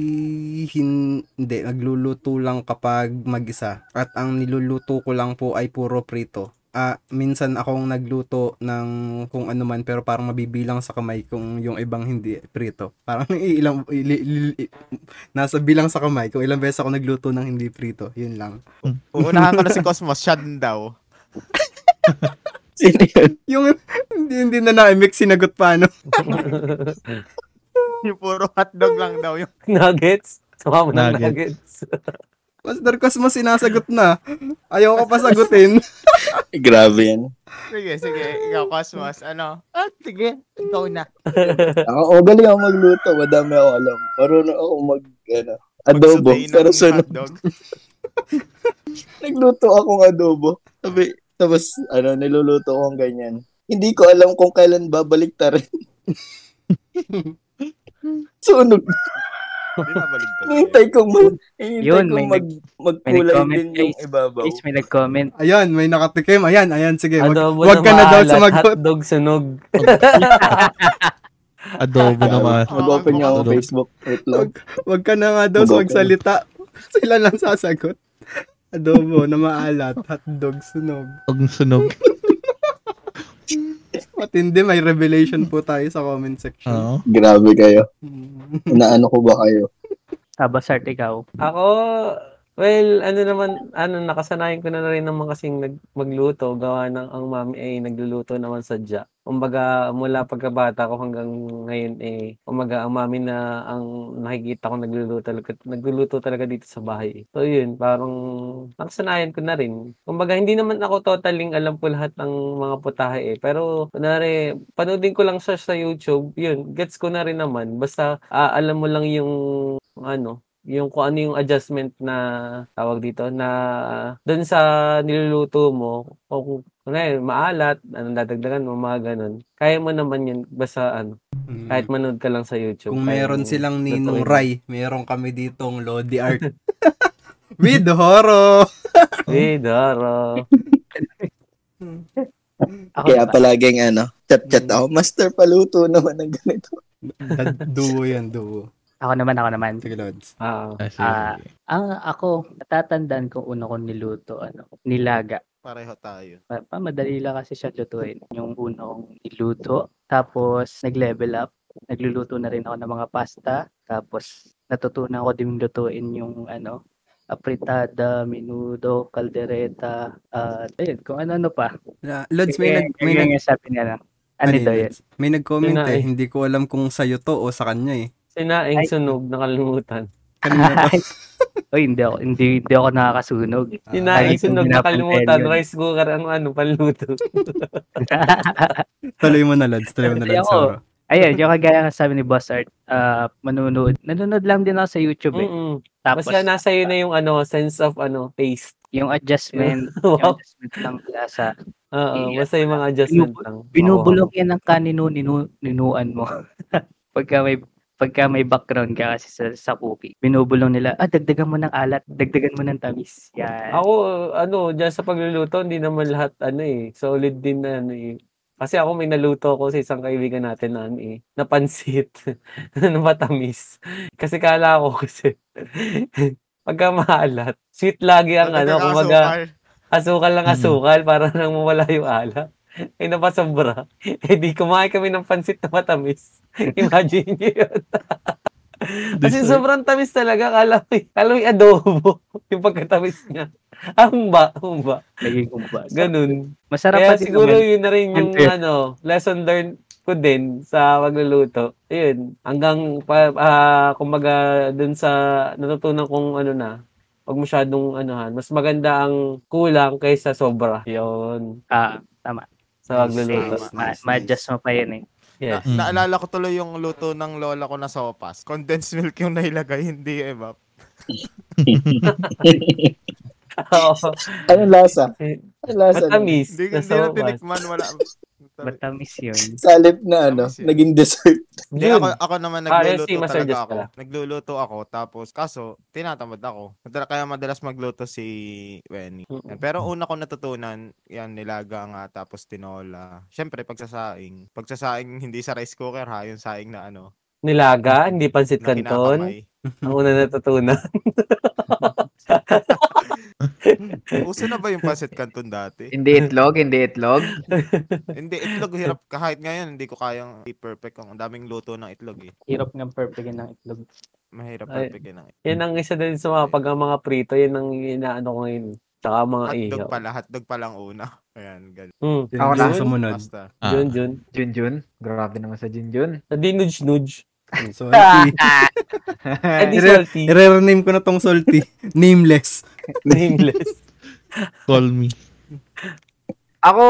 Speaker 1: hin- hindi, nagluluto lang kapag mag-isa. At ang niluluto ko lang po ay puro prito. Ah, minsan akong nagluto ng kung ano man pero parang mabibilang sa kamay kung yung ibang hindi prito. Parang (laughs) ilang ili- ili- i- nasa bilang sa kamay kung ilang beses ako nagluto ng hindi prito. Yun lang.
Speaker 3: Uunahan ko na si Cosmos, siya din daw. (laughs)
Speaker 9: Sino yun?
Speaker 1: Yung (laughs) hindi, hindi na na-mix sinagot pa ano.
Speaker 3: Yung puro hotdog lang daw yung
Speaker 6: (laughs) Nuggets. Sama mo ng nuggets.
Speaker 2: Nuggets.
Speaker 1: Master Cosmos sinasagot na. Ayaw ko pa sagutin.
Speaker 9: Grabe yan.
Speaker 3: Sige, sige, ikaw Cosmos, ano? Ah, sige, ikaw na.
Speaker 9: Ako, oh, galing ako magluto. Madami ako alam. Marunong ako mag, ano, adobo.
Speaker 3: Magsutay ng
Speaker 9: Pero sunod,
Speaker 3: hotdog.
Speaker 9: nagluto akong adobo. Sabi, tapos, ano, niluluto akong ganyan. Hindi ko alam kung kailan babalik ta rin. Sunog.
Speaker 3: Binabalik talaga yun.
Speaker 9: Hinintay kong, ma- hinintay
Speaker 4: Yun,
Speaker 9: kong
Speaker 4: may
Speaker 9: mag,
Speaker 4: may
Speaker 9: magkulay
Speaker 4: nag-comment,
Speaker 9: din yung
Speaker 4: guys.
Speaker 9: ibabaw.
Speaker 4: Guys, may nag-comment.
Speaker 1: Ayan, may nakatikim. Ayan, ayan, sige. Eh, Wag,
Speaker 6: Adobo
Speaker 1: wag ka na daw
Speaker 6: maalat,
Speaker 1: sumagot.
Speaker 6: Hotdog sunog.
Speaker 2: Adobo na ma.
Speaker 6: (laughs)
Speaker 9: Mag-open niyo ako
Speaker 2: Adobo.
Speaker 9: Facebook. Wait lang.
Speaker 1: Wag ka na nga daw
Speaker 9: Mag-open.
Speaker 1: magsalita. (laughs) Sila lang sasagot. Adobo na maalat, hotdog, sunog.
Speaker 2: Huwag sunog.
Speaker 1: Matindi, may revelation po tayo sa comment section.
Speaker 6: Ah.
Speaker 2: Oo.
Speaker 9: Grabe kayo.
Speaker 1: Mm.
Speaker 9: Inaano ko ba kayo?
Speaker 4: Tabasart ikaw.
Speaker 6: Ako, well, ano naman, ano, nakasanayan ko na rin naman kasing nag, magluto. Gawa ng ang mami ay nagluluto naman sadya. Kumbaga, mula pagkabata ko hanggang ngayon eh, kumbaga, ang mami na ang nakikita ko nagluluto talaga, nagluluto talaga dito sa bahay. eh. So yun, parang nakasanayan ko na rin. Kumbaga, hindi naman ako totaling alam ko lahat ng mga putahe eh. Pero, kunwari, panoodin ko lang siya sa YouTube, yun, gets ko na rin naman. Basta, ah, alam mo lang yung ano, yung kung ano yung adjustment na tawag dito na doon sa niluluto mo kung kunay maalat anong dadagdagan mo mga ganun kaya mo naman yun basta ano
Speaker 1: Mm.
Speaker 6: kahit manood ka lang sa YouTube
Speaker 1: Kung
Speaker 6: kaya
Speaker 1: meron
Speaker 6: mo- (laughs)
Speaker 1: silang Ninong
Speaker 6: Totoo.
Speaker 1: Rai, meron kami ditong Lodi Art. (laughs) With horror!
Speaker 6: eh Doro
Speaker 4: Ako,
Speaker 9: Kaya palaging ano, chat-chat ako. Master, paluto naman ng ganito.
Speaker 1: Dad- duo yan, duo.
Speaker 4: ako naman, ako naman.
Speaker 1: Sige, Lods.
Speaker 6: ah
Speaker 2: Ah, sige,
Speaker 4: Ah.
Speaker 2: sige.
Speaker 4: Ang ako, natatandaan ko una kong niluto, ano, nilaga.
Speaker 3: Pareho tayo.
Speaker 4: Pa- pa- madali lang kasi siya lutuin. Yung unang niluto, tapos nag-level up, nagluluto na rin ako ng mga pasta, tapos natutunan ko din lutuin yung ano, apritada, menudo, caldereta, at ayun, kung ano-ano pa.
Speaker 1: Na- Lods, may nag- may nag-
Speaker 4: nag... sabi niya lang. Ano
Speaker 1: Ano yun,
Speaker 4: daw yun?
Speaker 1: Lods? May nag-comment
Speaker 4: Sinaing.
Speaker 1: eh. Hindi ko alam kung sa'yo to o sa kanya eh.
Speaker 6: Sinaing
Speaker 4: Ay.
Speaker 6: sunog, nakalimutan.
Speaker 4: (laughs)
Speaker 1: Kanina to.
Speaker 4: Oy, hindi ako, hindi, hindi ako nakakasunog.
Speaker 1: Ah,
Speaker 6: Sinaing
Speaker 1: eh.
Speaker 4: Ay,
Speaker 6: sunog,
Speaker 4: hindi na
Speaker 6: nakalimutan.
Speaker 4: pang-
Speaker 6: Rice cooker ang ano,
Speaker 1: (laughs)
Speaker 6: panluto.
Speaker 1: Tuloy mo na, Lods. Tuloy mo na,
Speaker 4: Ay,
Speaker 1: Lods.
Speaker 4: ako.
Speaker 1: Sauro.
Speaker 4: Ayun, yung kagaya ng sabi ni Boss Art, ah, manunood. Nanonood lang din ako sa YouTube eh.
Speaker 6: Mm-mm.
Speaker 4: Tapos,
Speaker 6: Basta nasa iyo na yung ano, sense of ano, taste.
Speaker 4: yung
Speaker 1: (laughs)
Speaker 4: adjustment, yung
Speaker 6: (laughs) Wow.
Speaker 4: adjustment ng lasa.
Speaker 6: Oo,
Speaker 4: Yeah.
Speaker 6: basta yung mga adjustment lang.
Speaker 4: Binubulok yan ng kanino ninu, ninuan mo. (laughs) pagka may pagka may background ka kasi sa, sa cookie, binubulong nila, ah, dagdagan mo ng alat, dagdagan mo ng tamis.
Speaker 6: Oo.
Speaker 4: Yan.
Speaker 6: Ako, ano, dyan sa pagluluto, hindi naman lahat, ano eh, solid din na, ano eh. Kasi ako may naluto ko sa isang kaibigan natin na, ano eh, na pansit, (laughs) na matamis. Kasi kala ko kasi, (laughs) pagka maalat, sweet lagi ang ano,
Speaker 3: Dagdagang
Speaker 6: kumbaga,
Speaker 3: asukal.
Speaker 6: asukal lang
Speaker 2: Mhm.
Speaker 6: asukal para nang mawala yung ala. Ay, napasobra. (laughs) Eh, di kumain kami ng pansit na matamis. (laughs) Imagine nyo yun. Kasi
Speaker 2: Dessert.
Speaker 6: sobrang tamis talaga. Kala ko, kala ko yung adobo. (laughs) Yung pagkatamis niya. Humba, humba.
Speaker 4: Naging kumbas.
Speaker 6: Ganun.
Speaker 4: Masarap
Speaker 6: Kaya
Speaker 4: pa din
Speaker 6: siguro
Speaker 4: naman.
Speaker 6: yun na rin yung
Speaker 4: Ante.
Speaker 6: ano, lesson learned ko din sa pagluluto. Ayun, hanggang pa, ah, kumbaga dun sa natutunan kong ano na, pag masyadong anuhan, mas maganda ang kulang kaysa sobra. Yun,
Speaker 4: Ah, tama. Nice,
Speaker 6: sa pagluluto.
Speaker 4: nice, ma-
Speaker 3: Nice,
Speaker 4: ma-adjust mo pa yun eh.
Speaker 6: Yes.
Speaker 2: Mm.
Speaker 3: Na- naalala ko tuloy yung luto ng lola ko na sopas. Condensed milk yung nailagay, hindi eh, evap.
Speaker 6: (laughs) Oo.
Speaker 9: Anong Ano, lasa?
Speaker 6: Eh,
Speaker 9: Anong lasa? nun?
Speaker 6: Matamis.
Speaker 3: Hindi,
Speaker 6: na
Speaker 3: hindi na
Speaker 6: sobra.
Speaker 3: tinikman, wala.
Speaker 6: (laughs)
Speaker 4: Matamis yun.
Speaker 9: Salip na ano,
Speaker 3: Tamis yun.
Speaker 9: naging dessert.
Speaker 3: Hindi,
Speaker 6: Yun.
Speaker 3: ako, ako naman
Speaker 6: Ah,
Speaker 3: nagluluto
Speaker 6: yes, si Master
Speaker 3: talaga
Speaker 6: Jess
Speaker 3: ako.
Speaker 6: pala.
Speaker 3: Nagluluto ako, tapos kaso, tinatamad ako. Madala, kaya madalas magluto si Wenny.
Speaker 6: Mm-mm.
Speaker 3: Yan,
Speaker 7: Mm.
Speaker 3: Pero una ko natutunan, yan, nilaga nga, tapos tinola. Siyempre, pagsasaing. Pagsasaing, (laughs) hindi sa rice cooker ha, yung saing na ano,
Speaker 6: Nilaga, hindi pansit
Speaker 3: na
Speaker 6: kanton.
Speaker 3: kinakamay.
Speaker 6: Ang una natutunan.
Speaker 3: Uso na ba yung pasit kanton
Speaker 7: (laughs)
Speaker 3: dati?
Speaker 8: Hindi itlog, hindi itlog.
Speaker 3: hindi, itlog hirap. Kahit ngayon, hindi ko kayang i-perfect. Ang daming luto ng itlog eh.
Speaker 4: Hirap ng perfect ng itlog.
Speaker 3: Mahirap
Speaker 6: Ay.
Speaker 3: perfect ng itlog.
Speaker 6: Yan ang isa din sa mga pag ang mga prito, yan ang inaano ko ngayon. Tsaka mga ihaw.
Speaker 3: Hotdog pala, hotdog palang una. (laughs) Ayan, ganun.
Speaker 6: Mm.
Speaker 1: Yun
Speaker 8: Ako
Speaker 1: yung
Speaker 8: na.
Speaker 1: sumunod.
Speaker 3: Basta.
Speaker 2: Ah.
Speaker 6: Yun, yun.
Speaker 8: Junjun, grabe naman sa Junjun.
Speaker 6: Sa dinudge-nudge.
Speaker 4: Ah.
Speaker 1: Yung Salty.
Speaker 3: Eh,
Speaker 6: Ay, Eh, di
Speaker 1: Ire-
Speaker 6: salty. (laughs)
Speaker 1: I-rename ko na tong salty. (laughs) Nameless.
Speaker 6: Nameless.
Speaker 2: Call me.
Speaker 8: Ako,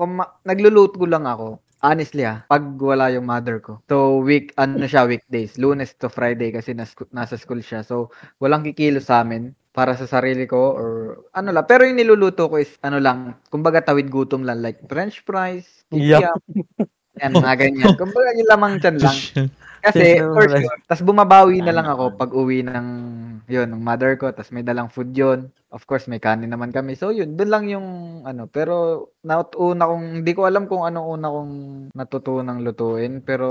Speaker 8: kung ma- nagluluto lang ako. Honestly ah, pag wala yung mother ko. So, week, ano siya, weekdays. Lunes to Friday kasi nas- nasa school siya. So, walang kikilo sa amin para sa sarili ko or ano lang. Pero yung niluluto ko is ano lang, kumbaga tawid gutom lang. Like french fries, kikiam, yan, mga ganyan. Kumbaga yung lamang dyan lang. Kasi,
Speaker 6: Yes, no,
Speaker 8: for
Speaker 6: right.
Speaker 8: sure. Tapos bumabawi na
Speaker 9: Tama.
Speaker 8: lang ako pag uwi ng, yun, ng mother ko. Tapos may dalang food yun. Of course, may kanin naman kami. So, yun, doon lang yung, ano, pero, nauna kong, hindi ko alam kung anong una kong natutunang lutuin. Pero,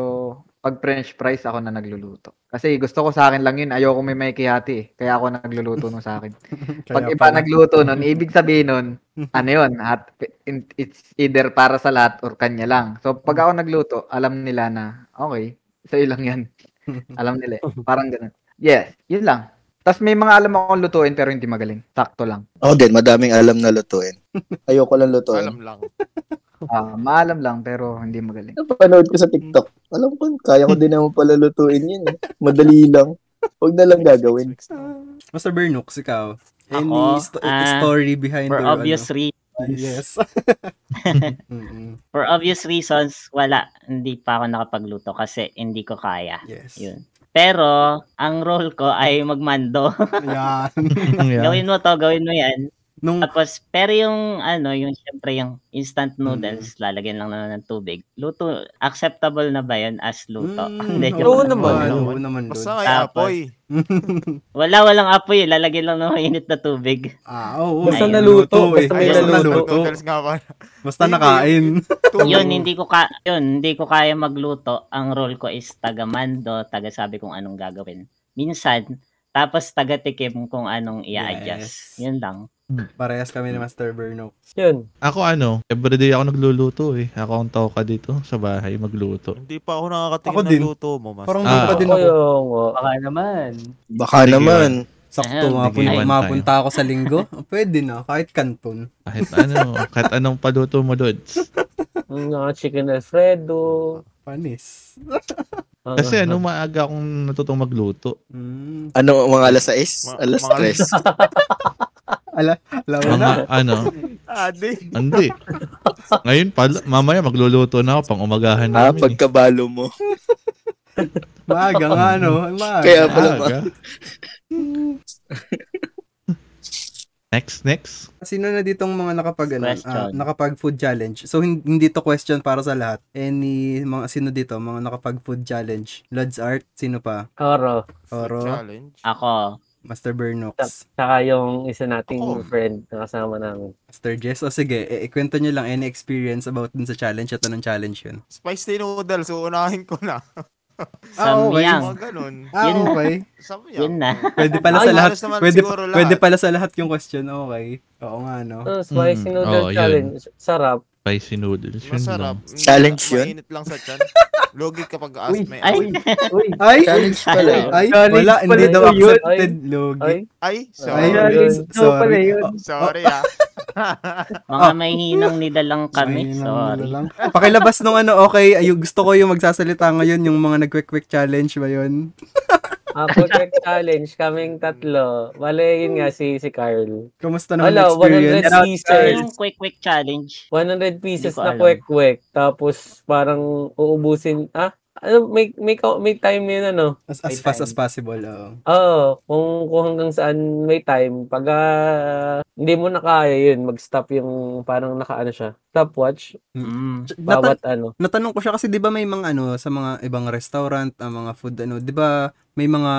Speaker 8: pag french fries, ako na nagluluto. Kasi gusto ko sa akin lang yun. Ayoko may may kihati eh. Kaya ako nagluluto nung sa akin. Pag
Speaker 1: Kaya
Speaker 8: iba
Speaker 1: pala.
Speaker 8: nagluto
Speaker 1: (laughs)
Speaker 8: nun, ibig sabihin nun, ano yun, at in- it's either para sa lahat or kanya lang. So, pag ako nagluto, alam nila na, okay, (laughs) sa'yo lang yan.
Speaker 1: (laughs)
Speaker 8: Alam nila eh. Parang ganun. Yes, yun lang. Tapos may mga alam akong lutuin pero hindi magaling. Sakto lang.
Speaker 9: Ako din, madaming alam na lutuin. Ayoko lang lutuin.
Speaker 3: Alam lang.
Speaker 1: Oh.
Speaker 8: Ah, maalam lang pero hindi magaling.
Speaker 9: Napanood ko sa TikTok. Alam ko, kaya ko din naman pala lutuin yun. eh. Madali lang. Huwag na lang gagawin.
Speaker 3: Next, next, next.
Speaker 1: Master Bernux, ikaw. Any
Speaker 7: Ako?
Speaker 1: sto-
Speaker 7: Ah,
Speaker 1: story behind
Speaker 7: For
Speaker 1: your,
Speaker 7: obvious reasons.
Speaker 1: ano? (laughs) Yes. Mm-mm.
Speaker 7: For obvious reasons, wala. Hindi pa ako nakapagluto kasi hindi ko kaya.
Speaker 1: yes.
Speaker 7: Yun. Pero, ang role ko ay magmando.
Speaker 1: Ayan.
Speaker 2: (laughs) yeah.
Speaker 7: gawin mo to, gawin mo yan.
Speaker 1: Nung,
Speaker 7: Tapos, pero yung, ano, yung syempre yung instant
Speaker 1: Mm.
Speaker 7: noodles, lalagyan lang naman ng tubig. Luto, acceptable na ba yun as luto?
Speaker 1: Mm,
Speaker 7: (laughs) Hindi,
Speaker 1: oo
Speaker 7: joke
Speaker 6: naman.
Speaker 7: lang.
Speaker 1: Oo naman, Lods.
Speaker 3: Basta may
Speaker 7: Tapos-
Speaker 3: apoy.
Speaker 7: Wala, walang apoy. eh. Lalagyan lang ng mainit na tubig.
Speaker 1: ah, oo.
Speaker 7: Basta
Speaker 1: Ayun.
Speaker 6: naluto,
Speaker 1: Luto eh.
Speaker 6: basta may
Speaker 1: Basta
Speaker 6: naluto.
Speaker 1: naluto.
Speaker 3: Noodles nga pala.
Speaker 1: Basta
Speaker 7: (laughs)
Speaker 1: nakain.
Speaker 3: Tubig.
Speaker 7: yun hindi ko ka yun hindi ko kaya magluto. Ang role ko is taga mando, taga sabi kung anong gagawin. Minsan tapos taga tikim kung anong
Speaker 1: Yes.
Speaker 7: i-adjust. Yun lang.
Speaker 1: Parehas kami ni Master Berno.
Speaker 6: Yun.
Speaker 2: Ako ano, everyday ako nagluluto eh. Ako ang tao ka dito sa bahay magluto.
Speaker 3: Hindi pa ako nakakatingin
Speaker 1: Ako
Speaker 3: ng
Speaker 1: din.
Speaker 3: luto mo, mas.
Speaker 1: Parang
Speaker 2: Ah.
Speaker 1: doon pa din ako.
Speaker 4: Baka naman.
Speaker 9: Baka
Speaker 2: Sige,
Speaker 9: naman.
Speaker 1: Sakto, mapun-
Speaker 2: Iwan tayo.
Speaker 1: mapunta ako sa linggo.
Speaker 7: (laughs)
Speaker 1: Pwede na, kahit kanton.
Speaker 2: Kahit ano, kahit anong paluto mo, Lods.
Speaker 6: Yung mga chicken alfredo.
Speaker 1: Panis.
Speaker 6: Ah,
Speaker 2: Kasi ano,
Speaker 6: ah.
Speaker 2: maaga akong natutong magluto.
Speaker 1: Mm.
Speaker 9: Ano, mga alas 6?
Speaker 3: Ma-
Speaker 9: alas
Speaker 3: mga-
Speaker 9: 3?
Speaker 1: Ala, alam mo na.
Speaker 2: Mga ano,
Speaker 3: Adi.
Speaker 2: Hindi. Ngayon pa, mamaya magluluto na ako pang umagahan
Speaker 9: ah,
Speaker 2: namin. eh.
Speaker 9: pagkabalo mo.
Speaker 1: Maaga nga, no? Maaga.
Speaker 9: Kaya pala ba?
Speaker 2: Aga. next, next.
Speaker 1: Sino na ditong mga nakapag ano,
Speaker 7: Question.
Speaker 1: ah, nakapag food challenge? So hin- hindi to question para sa lahat. Any mga sino dito mga nakapag food challenge? Lods Art, sino pa?
Speaker 6: Koro.
Speaker 1: Oro,
Speaker 3: Challenge.
Speaker 7: Ako.
Speaker 1: Master Bernox,
Speaker 6: Saka yung isa nating
Speaker 3: Ako.
Speaker 6: friend na kasama namin.
Speaker 1: Master Jess. O sige, eh, ikwento nyo lang any experience about dun sa challenge at anong challenge yun.
Speaker 3: Spice tea noodles, uunahin ko na.
Speaker 1: Ah, okay.
Speaker 7: Samyang.
Speaker 3: Mga ganun. "Mm,
Speaker 1: Ah,
Speaker 7: Yun.
Speaker 1: okay.
Speaker 3: Samyang.
Speaker 7: Yun na.
Speaker 1: Pwede pala
Speaker 3: Ay,
Speaker 1: sa lahat.
Speaker 3: halos naman
Speaker 1: Pwede,
Speaker 3: siguro lahat.
Speaker 1: pwede pala sa lahat yung question. Okay. Oo nga, no?
Speaker 6: Ah, spicy
Speaker 2: Mm,
Speaker 6: noodle
Speaker 2: oo, yun.
Speaker 6: challenge. Sarap.
Speaker 2: Spicy noodles. Yun
Speaker 3: Masarap.
Speaker 2: lang.
Speaker 9: Challenge yun?
Speaker 3: Mainit lang sa tiyan. Logi kapag aas
Speaker 6: Uy,
Speaker 3: may
Speaker 7: Ay,
Speaker 3: amoy.
Speaker 6: Uy,
Speaker 1: Ay!
Speaker 9: (laughs) Challenge pala eh.
Speaker 1: Ay,
Speaker 6: Challenge
Speaker 1: wala. Hindi
Speaker 6: pala
Speaker 1: daw
Speaker 6: yun.
Speaker 1: accepted.
Speaker 6: ay.
Speaker 1: Logi.
Speaker 3: Ay,
Speaker 1: Ay,
Speaker 3: sorry.
Speaker 6: Ay,
Speaker 1: s-
Speaker 6: yun pala
Speaker 1: sorry.
Speaker 6: yun.
Speaker 1: Oh,
Speaker 3: Sorry ah.
Speaker 7: (laughs)
Speaker 1: Ah.
Speaker 7: Mga mahinang nidalang kami.
Speaker 1: Ay,
Speaker 7: Sorry. ano
Speaker 1: nangangalalang. (laughs) Pakilabas nung ano, okay, ay, gusto ko yung magsasalita ngayon, yung mga nag-quick-quick challenge ba yun?
Speaker 6: Ako tech Ah, challenge kaming tatlo. Bale, yun nga si si Carl.
Speaker 1: Kamusta naman
Speaker 6: Wala,
Speaker 1: experience?
Speaker 6: 100 pieces.
Speaker 7: Yung quick quick challenge.
Speaker 6: 100
Speaker 7: Hindi
Speaker 6: pieces
Speaker 7: ko
Speaker 6: na
Speaker 7: alam.
Speaker 6: kwek-kwek. Tapos parang uubusin. Ah, ano, may, may, ka- may time na yun ano.
Speaker 1: As, as
Speaker 6: May
Speaker 1: fast
Speaker 6: time.
Speaker 1: as possible, oo.
Speaker 6: Oo, kung, kung hanggang saan may time. Pag ah, hindi mo na kaya yun, mag-stop yung parang nakaano siya. Stopwatch,
Speaker 7: Mm.
Speaker 1: Natan-
Speaker 6: bawat ano.
Speaker 1: natanong ko siya kasi 'di ba may mga ano sa mga ibang restaurant, ang mga food ano, 'di ba may mga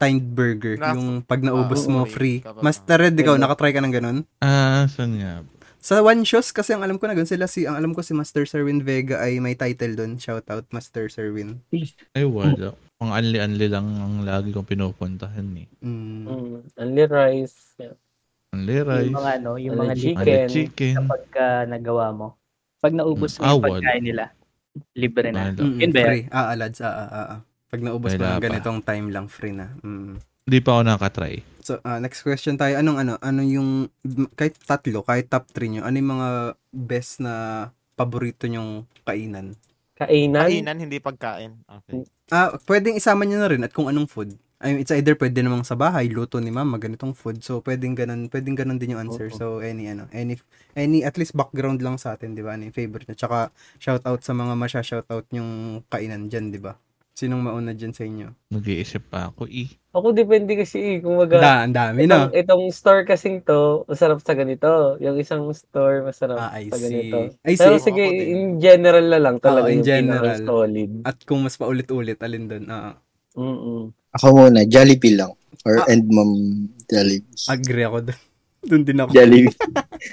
Speaker 1: timed burger
Speaker 3: Na-
Speaker 1: yung pag naubos
Speaker 3: Ah,
Speaker 1: mo
Speaker 3: oo,
Speaker 1: free.
Speaker 3: tama.
Speaker 1: Master Red, ikaw
Speaker 6: Ganun.
Speaker 1: nakatry ka ng ganun?
Speaker 2: Ah, saan nga? ba?
Speaker 1: Sa One Shows kasi ang alam ko na ganun sila si ang alam ko si Master Serwin Vega ay may title doon. Shout out Master Serwin.
Speaker 2: Ay, wala. Ang anli-anli lang ang lagi kong pinupuntahan eh.
Speaker 1: Mm.
Speaker 6: Mm, only rice.
Speaker 2: Anli
Speaker 4: Yung mga
Speaker 2: rice,
Speaker 4: ano, yung
Speaker 6: Ano,
Speaker 4: mga
Speaker 6: chicken.
Speaker 4: libre
Speaker 2: anli chicken,
Speaker 4: kapag ah, nagawa mo. Pag naubos mo
Speaker 2: Ah,
Speaker 4: yung
Speaker 2: wala.
Speaker 4: pagkain nila, libre na.
Speaker 2: wala.
Speaker 1: Mm,
Speaker 4: Diba? Yun ba yan?
Speaker 1: free. Ah, alads. Ah, ah, ah, ah. Pag naubos mo
Speaker 2: Wala
Speaker 1: ng
Speaker 2: pa.
Speaker 1: ganitong time lang free na. Mm.
Speaker 2: Hindi pa ako nakatry.
Speaker 1: So, ah, next question tayo. Anong ano, ano yung kahit tatlo, kahit top 3 nyo, ano yung mga best na paborito nyong kainan?
Speaker 6: Kainan.
Speaker 3: Kainan, hindi pagkain. Okay.
Speaker 1: Ah, pwedeng isama niyo na rin at kung anong food. I mean, it's either pwede namang sa bahay, luto ni mama, ganitong food. So, pwedeng ganun, pwedeng ganun din yung answer.
Speaker 2: Oo.
Speaker 1: So, any ano, any, any, at least background lang sa atin, di ba? Ano yung favorite na. Tsaka, shoutout sa mga masya shoutout yung kainan dyan, di ba? Sinong mauna dyan sa inyo?
Speaker 2: Nag-iisip pa ako eh.
Speaker 6: Ako depende kasi eh, kung maga...
Speaker 1: Da, ang dami na.
Speaker 6: Itong, itong store kasing to, masarap sa ganito. Yung isang store, masarap
Speaker 1: Ah, I
Speaker 6: sa ganito.
Speaker 1: see. I
Speaker 6: Pero
Speaker 1: see.
Speaker 6: sige,
Speaker 3: Ako din.
Speaker 6: in general na lang talaga
Speaker 1: Oo, in
Speaker 6: yung
Speaker 1: general.
Speaker 6: pinaka solid.
Speaker 1: At kung mas paulit-ulit, alin doon? Ah,
Speaker 6: Mm-mm.
Speaker 9: Ako muna, Jollibee lang. Or
Speaker 1: Ah.
Speaker 9: and mom Jollibee.
Speaker 1: agree ako (laughs) doon. doon din ako.
Speaker 9: Jollibee. (laughs)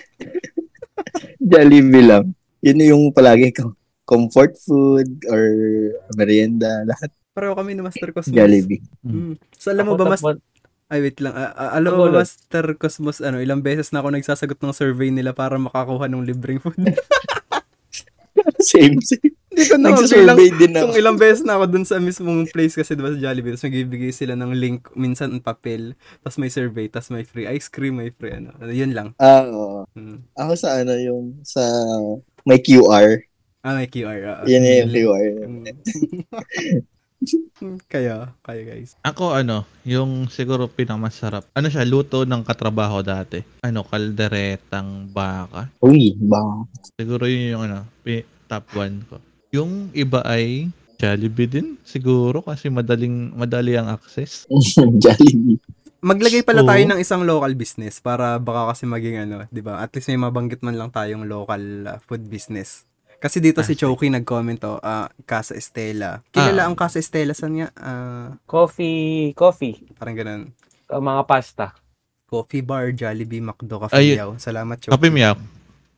Speaker 9: Jollibee lang. Yun yung palagi ko. Comfort food or merienda, lahat
Speaker 1: Pareho kami ni Master Cosmos.
Speaker 9: Jollibee.
Speaker 1: Mm. So, alam mo
Speaker 6: Ako
Speaker 1: ba, Mas,
Speaker 6: tapos-
Speaker 1: Ay, wait lang. Ah, ah, alam
Speaker 6: Ako
Speaker 1: mo
Speaker 6: ulit.
Speaker 1: ba, Master Cosmos, ano, ilang beses na ako nagsasagot ng survey nila para makakuha ng libreng food. (laughs)
Speaker 9: Same, same.
Speaker 1: Hindi ko na ilang,
Speaker 9: Nagsasurvey din
Speaker 1: kung
Speaker 9: ako.
Speaker 1: ilang beses na ako dun sa mismong place kasi diba sa Jollibee, tapos magbibigay sila ng link, minsan ang papel, tapos may survey, tapos may free ice cream, may free ano. Yun lang.
Speaker 9: Ah, oo.
Speaker 1: Mm.
Speaker 9: Ako sa ano yung sa may QR.
Speaker 1: Ah, may QR. ah.
Speaker 9: Yun na yung QR.
Speaker 1: Mm. (laughs) kaya, kaya guys.
Speaker 2: Ako ano, yung siguro pinakamasarap. Ano siya, luto ng katrabaho dati. Ano, kalderetang baka.
Speaker 9: Uy, (laughs) ba?
Speaker 2: Siguro yun yung ano, pi- top 1 ko. Yung iba ay Jollibee din siguro kasi madaling madali ang access.
Speaker 9: Jollibee.
Speaker 1: Maglagay pala tayo
Speaker 2: Oo.
Speaker 1: ng isang local business para baka kasi maging ano, 'di ba? At least may mabanggit man lang tayong local ah, food business. Kasi dito si
Speaker 2: Ah, sige.
Speaker 1: Choki nag-comment oh, ah, Casa Estela. Kilala
Speaker 2: Ah.
Speaker 1: ang Casa Estela saan nga? Ah,
Speaker 6: coffee, coffee.
Speaker 1: parang ganun.
Speaker 6: Uh, mga pasta.
Speaker 1: Coffee bar, Jollibee, McDo, Cafe
Speaker 2: Ay, Ah,
Speaker 1: Yaw. Salamat, Choki.
Speaker 2: Kape miyaw.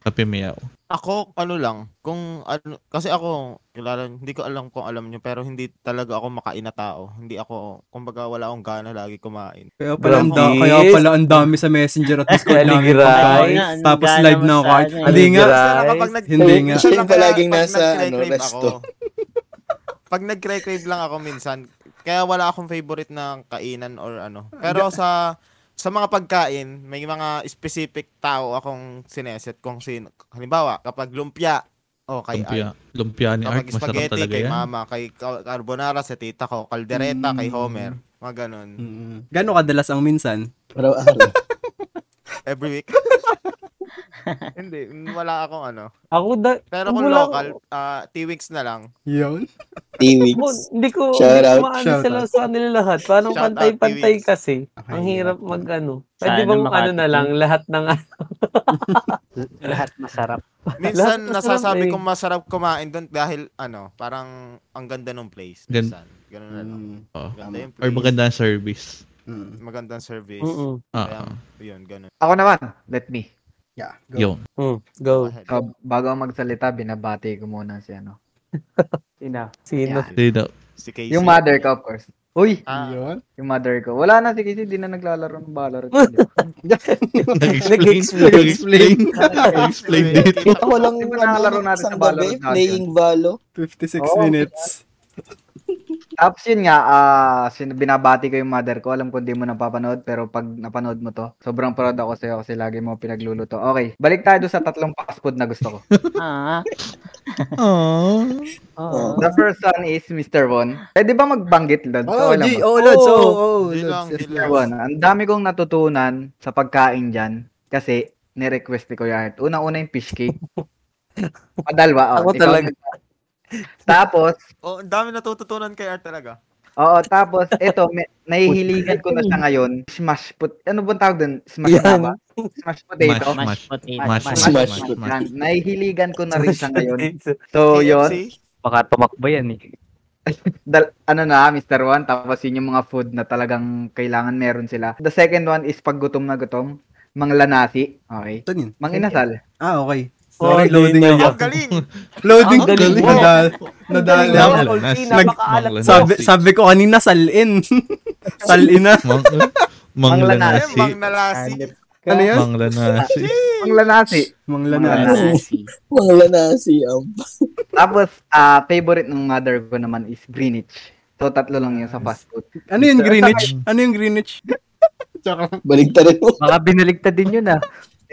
Speaker 2: Kape miyaw.
Speaker 3: Ako, ano lang, kung ano, kasi ako, kilala, hindi ko alam kung alam nyo, pero hindi talaga ako makain na tao. Hindi ako, kumbaga wala akong gana lagi kumain.
Speaker 1: Kaya pala, ang, da- kaya pala ang dami sa messenger
Speaker 2: (laughs)
Speaker 1: at Discord namin.
Speaker 3: Naligiray.
Speaker 1: pagkain.
Speaker 3: Nga, ang
Speaker 1: Tapos
Speaker 3: gana
Speaker 1: live
Speaker 3: mo
Speaker 1: na
Speaker 3: sa
Speaker 1: ako. kahit-
Speaker 3: ano eh.
Speaker 1: Hindi nga.
Speaker 3: Sana kapag nag-
Speaker 1: Hindi nga.
Speaker 9: Siya yung palaging
Speaker 3: Pag
Speaker 9: nasa ano,
Speaker 3: nag-cray-crave
Speaker 9: resto.
Speaker 3: ako. Pag nag-crave lang ako minsan, kaya wala akong favorite na kainan or ano. Pero sa sa mga pagkain, may mga specific tao akong sineset kung sino. Halimbawa, kapag lumpia, oh, kay
Speaker 2: Lumpia.
Speaker 3: Art.
Speaker 2: Lumpia ni Art.
Speaker 3: Kapag
Speaker 2: Masarap
Speaker 3: spaghetti,
Speaker 2: talaga
Speaker 3: kay
Speaker 2: yan.
Speaker 3: mama, kay ca- carbonara, sa tita ko, caldereta,
Speaker 9: Mm.
Speaker 3: kay Homer. Mga ganun.
Speaker 1: Mm. Gano'ng kadalas ang minsan?
Speaker 9: (laughs) Araw-araw.
Speaker 3: Every
Speaker 9: (laughs)
Speaker 3: week. Hindi, wala akong ano.
Speaker 6: Ako da-
Speaker 3: Pero kung
Speaker 6: wala
Speaker 3: local, uh, T-Wings na lang.
Speaker 1: Yun.
Speaker 6: Ako, hindi ko,
Speaker 9: Shout
Speaker 6: hindi ko
Speaker 9: out.
Speaker 6: maano
Speaker 9: Shout
Speaker 6: sila
Speaker 9: out.
Speaker 6: sa kanila lahat. Parang
Speaker 3: Shout out,
Speaker 6: pantay-pantay kasi. Ang
Speaker 1: Ay,
Speaker 6: hirap mag ano.
Speaker 4: Sana
Speaker 6: Pwede bang ano
Speaker 4: makatikim.
Speaker 6: na lang, lahat ng (laughs) ano.
Speaker 4: Lahat masarap.
Speaker 6: Lahat
Speaker 3: Minsan
Speaker 6: masarap
Speaker 3: nasasabi
Speaker 6: eh.
Speaker 3: kong masarap kumain doon dahil ano, parang ang ganda ng place.
Speaker 2: Gan-
Speaker 3: Minsan. Ganun na lang.
Speaker 1: Mm,
Speaker 2: Oo.
Speaker 3: Ganda yung
Speaker 2: Or
Speaker 3: place.
Speaker 2: maganda ang service.
Speaker 3: Magandang service.
Speaker 6: Mm-mm.
Speaker 3: Kaya,
Speaker 2: Ah,
Speaker 3: yun, ganun.
Speaker 8: (laughs) Ako naman, let me.
Speaker 1: Yeah. Go.
Speaker 2: Yun.
Speaker 6: Hmm, go.
Speaker 8: Ah, bago ako magsalita, binabati ko muna si ano.
Speaker 4: Ina.
Speaker 6: Sino?
Speaker 2: Dito.
Speaker 3: Si Casey.
Speaker 8: Yung mother ko, of course. Uy!
Speaker 3: Ah,
Speaker 1: Yun.
Speaker 8: Yung mother ko. Wala na si Casey, di na naglalaro ng Valorant.
Speaker 1: (laughs)
Speaker 2: Nag-explain.
Speaker 6: Nag-explain.
Speaker 2: Nag-explain. Nag-explain dito.
Speaker 9: Ako lang
Speaker 8: Hindi mo
Speaker 9: ano,
Speaker 8: nakalaro natin
Speaker 9: isang
Speaker 8: ng Valorant
Speaker 9: gabi,
Speaker 8: natin.
Speaker 9: playing Valo.
Speaker 1: 56
Speaker 8: Oo,
Speaker 1: minutes.
Speaker 8: Tapos yun nga, ah, sin- binabati ko yung mother ko. Alam ko hindi mo napapanood, pero pag napanood mo to, sobrang proud ako sa'yo kasi lagi mo pinagluluto. Okay, balik tayo doon sa tatlong fast food na gusto ko.
Speaker 7: Ah,
Speaker 2: Aww.
Speaker 7: oo.
Speaker 8: The first one is Mr. Won. Pwede ba magbanggit, Lod?
Speaker 1: Oh,
Speaker 8: Okay lang
Speaker 1: G.
Speaker 8: ba?
Speaker 1: Oh, Lods. Oh, oh,
Speaker 3: Di lang,
Speaker 1: Lods.
Speaker 3: di
Speaker 8: Mr.
Speaker 3: lang.
Speaker 8: Won, ang dami kong natutunan sa pagkain dyan kasi nirequest ni Kuya Art. Unang-una yung fish cake. Padalwa.
Speaker 6: Ako talaga.
Speaker 8: Tapos,
Speaker 3: Oh, ang dami natututunan kay Art talaga.
Speaker 8: Oo, tapos ito, may, nahihiligan ko na siya ngayon. Smash pot... Ano bang tawag dun? Smash
Speaker 6: Yan.
Speaker 8: na ba? Smash potato?
Speaker 2: Mash.
Speaker 7: mashed potato.
Speaker 2: Mash.
Speaker 8: Smash,
Speaker 2: Mash.
Speaker 9: Smash.
Speaker 2: Mash.
Speaker 8: Yan.
Speaker 2: Mash.
Speaker 8: Nahihiligan ko na rin siya ngayon.
Speaker 6: (laughs)
Speaker 3: So,
Speaker 8: So, Oh, yun.
Speaker 3: yun.
Speaker 4: Baka tumakbo yan eh.
Speaker 8: Dal- ano na, Mr. One, tapos yun yung mga food na talagang kailangan meron sila. The second one is pag gutom na gutom, manglanasi. Okay.
Speaker 1: Ito yun.
Speaker 8: Manginasal.
Speaker 1: Ah, okay.
Speaker 6: Oh,
Speaker 1: Sorry, loading
Speaker 6: yun
Speaker 1: ako.
Speaker 3: Ang
Speaker 2: (laughs)
Speaker 3: galing.
Speaker 1: Loading.
Speaker 6: Ah, Ang galing.
Speaker 1: Nadal. Nadal.
Speaker 6: Ang
Speaker 1: ako.
Speaker 6: galing.
Speaker 1: Sabi, sabi ko kanina, salin. salin na.
Speaker 2: Manglanasi.
Speaker 8: Manglanasi.
Speaker 3: Ayan, Mang Nalasi.
Speaker 1: Ano yan?
Speaker 2: Manglanasi.
Speaker 8: Manglanasi.
Speaker 1: Manglanas.
Speaker 7: Manasi.
Speaker 9: Wala na si Am.
Speaker 8: Tapos, ah, favorite ng mother ko naman is Greenwich. So, tatlo lang yun sa fast food.
Speaker 1: Ano yung Greenwich? Ano yung Greenwich?
Speaker 9: Baligtarin mo.
Speaker 4: Baka binaligtad din yun ah.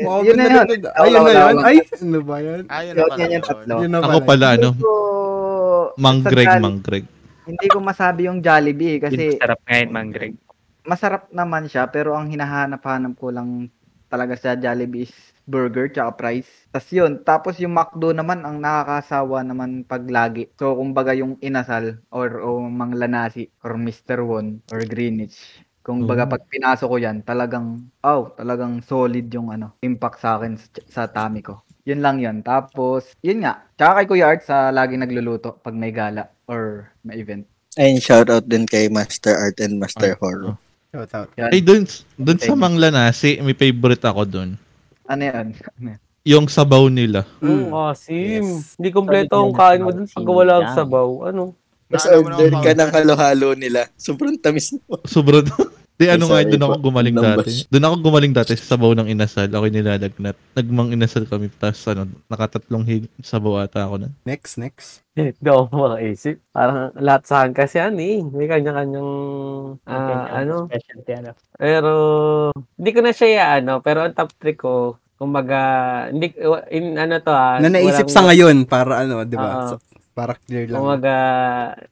Speaker 1: Oh,
Speaker 8: yun na yun.
Speaker 1: Ayun na yun. Ay, ano ba yan?
Speaker 3: Ayun na
Speaker 8: Yun, yun
Speaker 3: pala.
Speaker 8: yung
Speaker 3: yun.
Speaker 8: tatlo.
Speaker 1: Yun na
Speaker 2: Ako pala, ano?
Speaker 8: Hindi ko...
Speaker 2: Mangreg,
Speaker 8: sa Jolli-
Speaker 2: mangreg.
Speaker 8: Hindi ko masabi yung Jollibee eh, kasi
Speaker 4: Yun, masarap ngayon, Mang Greg.
Speaker 8: masarap naman siya pero ang hinahanap-hanap ko lang talaga sa Jollibee is burger tsaka fries. Tapos yun, tapos yung McDo naman ang nakakasawa naman pag lagi. So kumbaga yung inasal or o manglanasi or Mr. Won or Greenwich. Kung
Speaker 2: Oh.
Speaker 8: baga
Speaker 4: Mm.
Speaker 8: pag pinasok ko yan, talagang, oh, talagang solid yung ano, impact sa akin sa, sa tummy ko. Yun lang yun. Tapos, yun nga. Tsaka kay Kuya Art sa lagi nagluluto pag may gala or may event.
Speaker 9: Ayun, shoutout din kay Master Art and
Speaker 3: Ah.
Speaker 9: Master Horror.
Speaker 1: Shout out.
Speaker 8: Yan.
Speaker 2: Ay, dun, dun sa
Speaker 8: Thank you.
Speaker 2: manglanasi, may favorite ako dun.
Speaker 8: Ano yan? Ano yan?
Speaker 2: Yung sabaw nila. (laughs)
Speaker 1: Mm.
Speaker 6: Mm, asim.
Speaker 1: Yes.
Speaker 6: Hindi kompleto
Speaker 7: Solid
Speaker 6: ang
Speaker 7: yun,
Speaker 6: kain mo
Speaker 7: sabaw.
Speaker 6: dun pag wala ang
Speaker 7: Sinigang.
Speaker 6: sabaw. Ano? (laughs)
Speaker 9: Mas
Speaker 3: Naalala mo na
Speaker 9: order
Speaker 3: ako,
Speaker 9: ka
Speaker 3: Paolo.
Speaker 9: ng halo-halo nila. Sobrang tamis na.
Speaker 2: Sobrang... Di
Speaker 9: Ay,
Speaker 2: ano nga,
Speaker 9: sorry
Speaker 2: doon ako
Speaker 9: po.
Speaker 2: gumaling
Speaker 9: Numbers.
Speaker 2: dati. Doon ako gumaling dati sa sabaw ng inasal. Ako yung nilalagnat. Nagmang inasal kami. Tapos ano, nakatatlong hig sabaw ata ako na.
Speaker 1: Next, next.
Speaker 6: Hindi ako makaisip. Parang lahat sa akin kasi yan eh. May kanya-kanyang ah, ano.
Speaker 4: Specialty ano.
Speaker 6: Pero hindi ko na siya ano. Pero ang top 3 ko, kumbaga, hindi, in, ano to ah.
Speaker 1: Na naisip
Speaker 6: walang-
Speaker 1: sa ngayon para ano, di ba?
Speaker 6: Oo.
Speaker 1: Sa- Para clear lang.
Speaker 6: Kumbaga,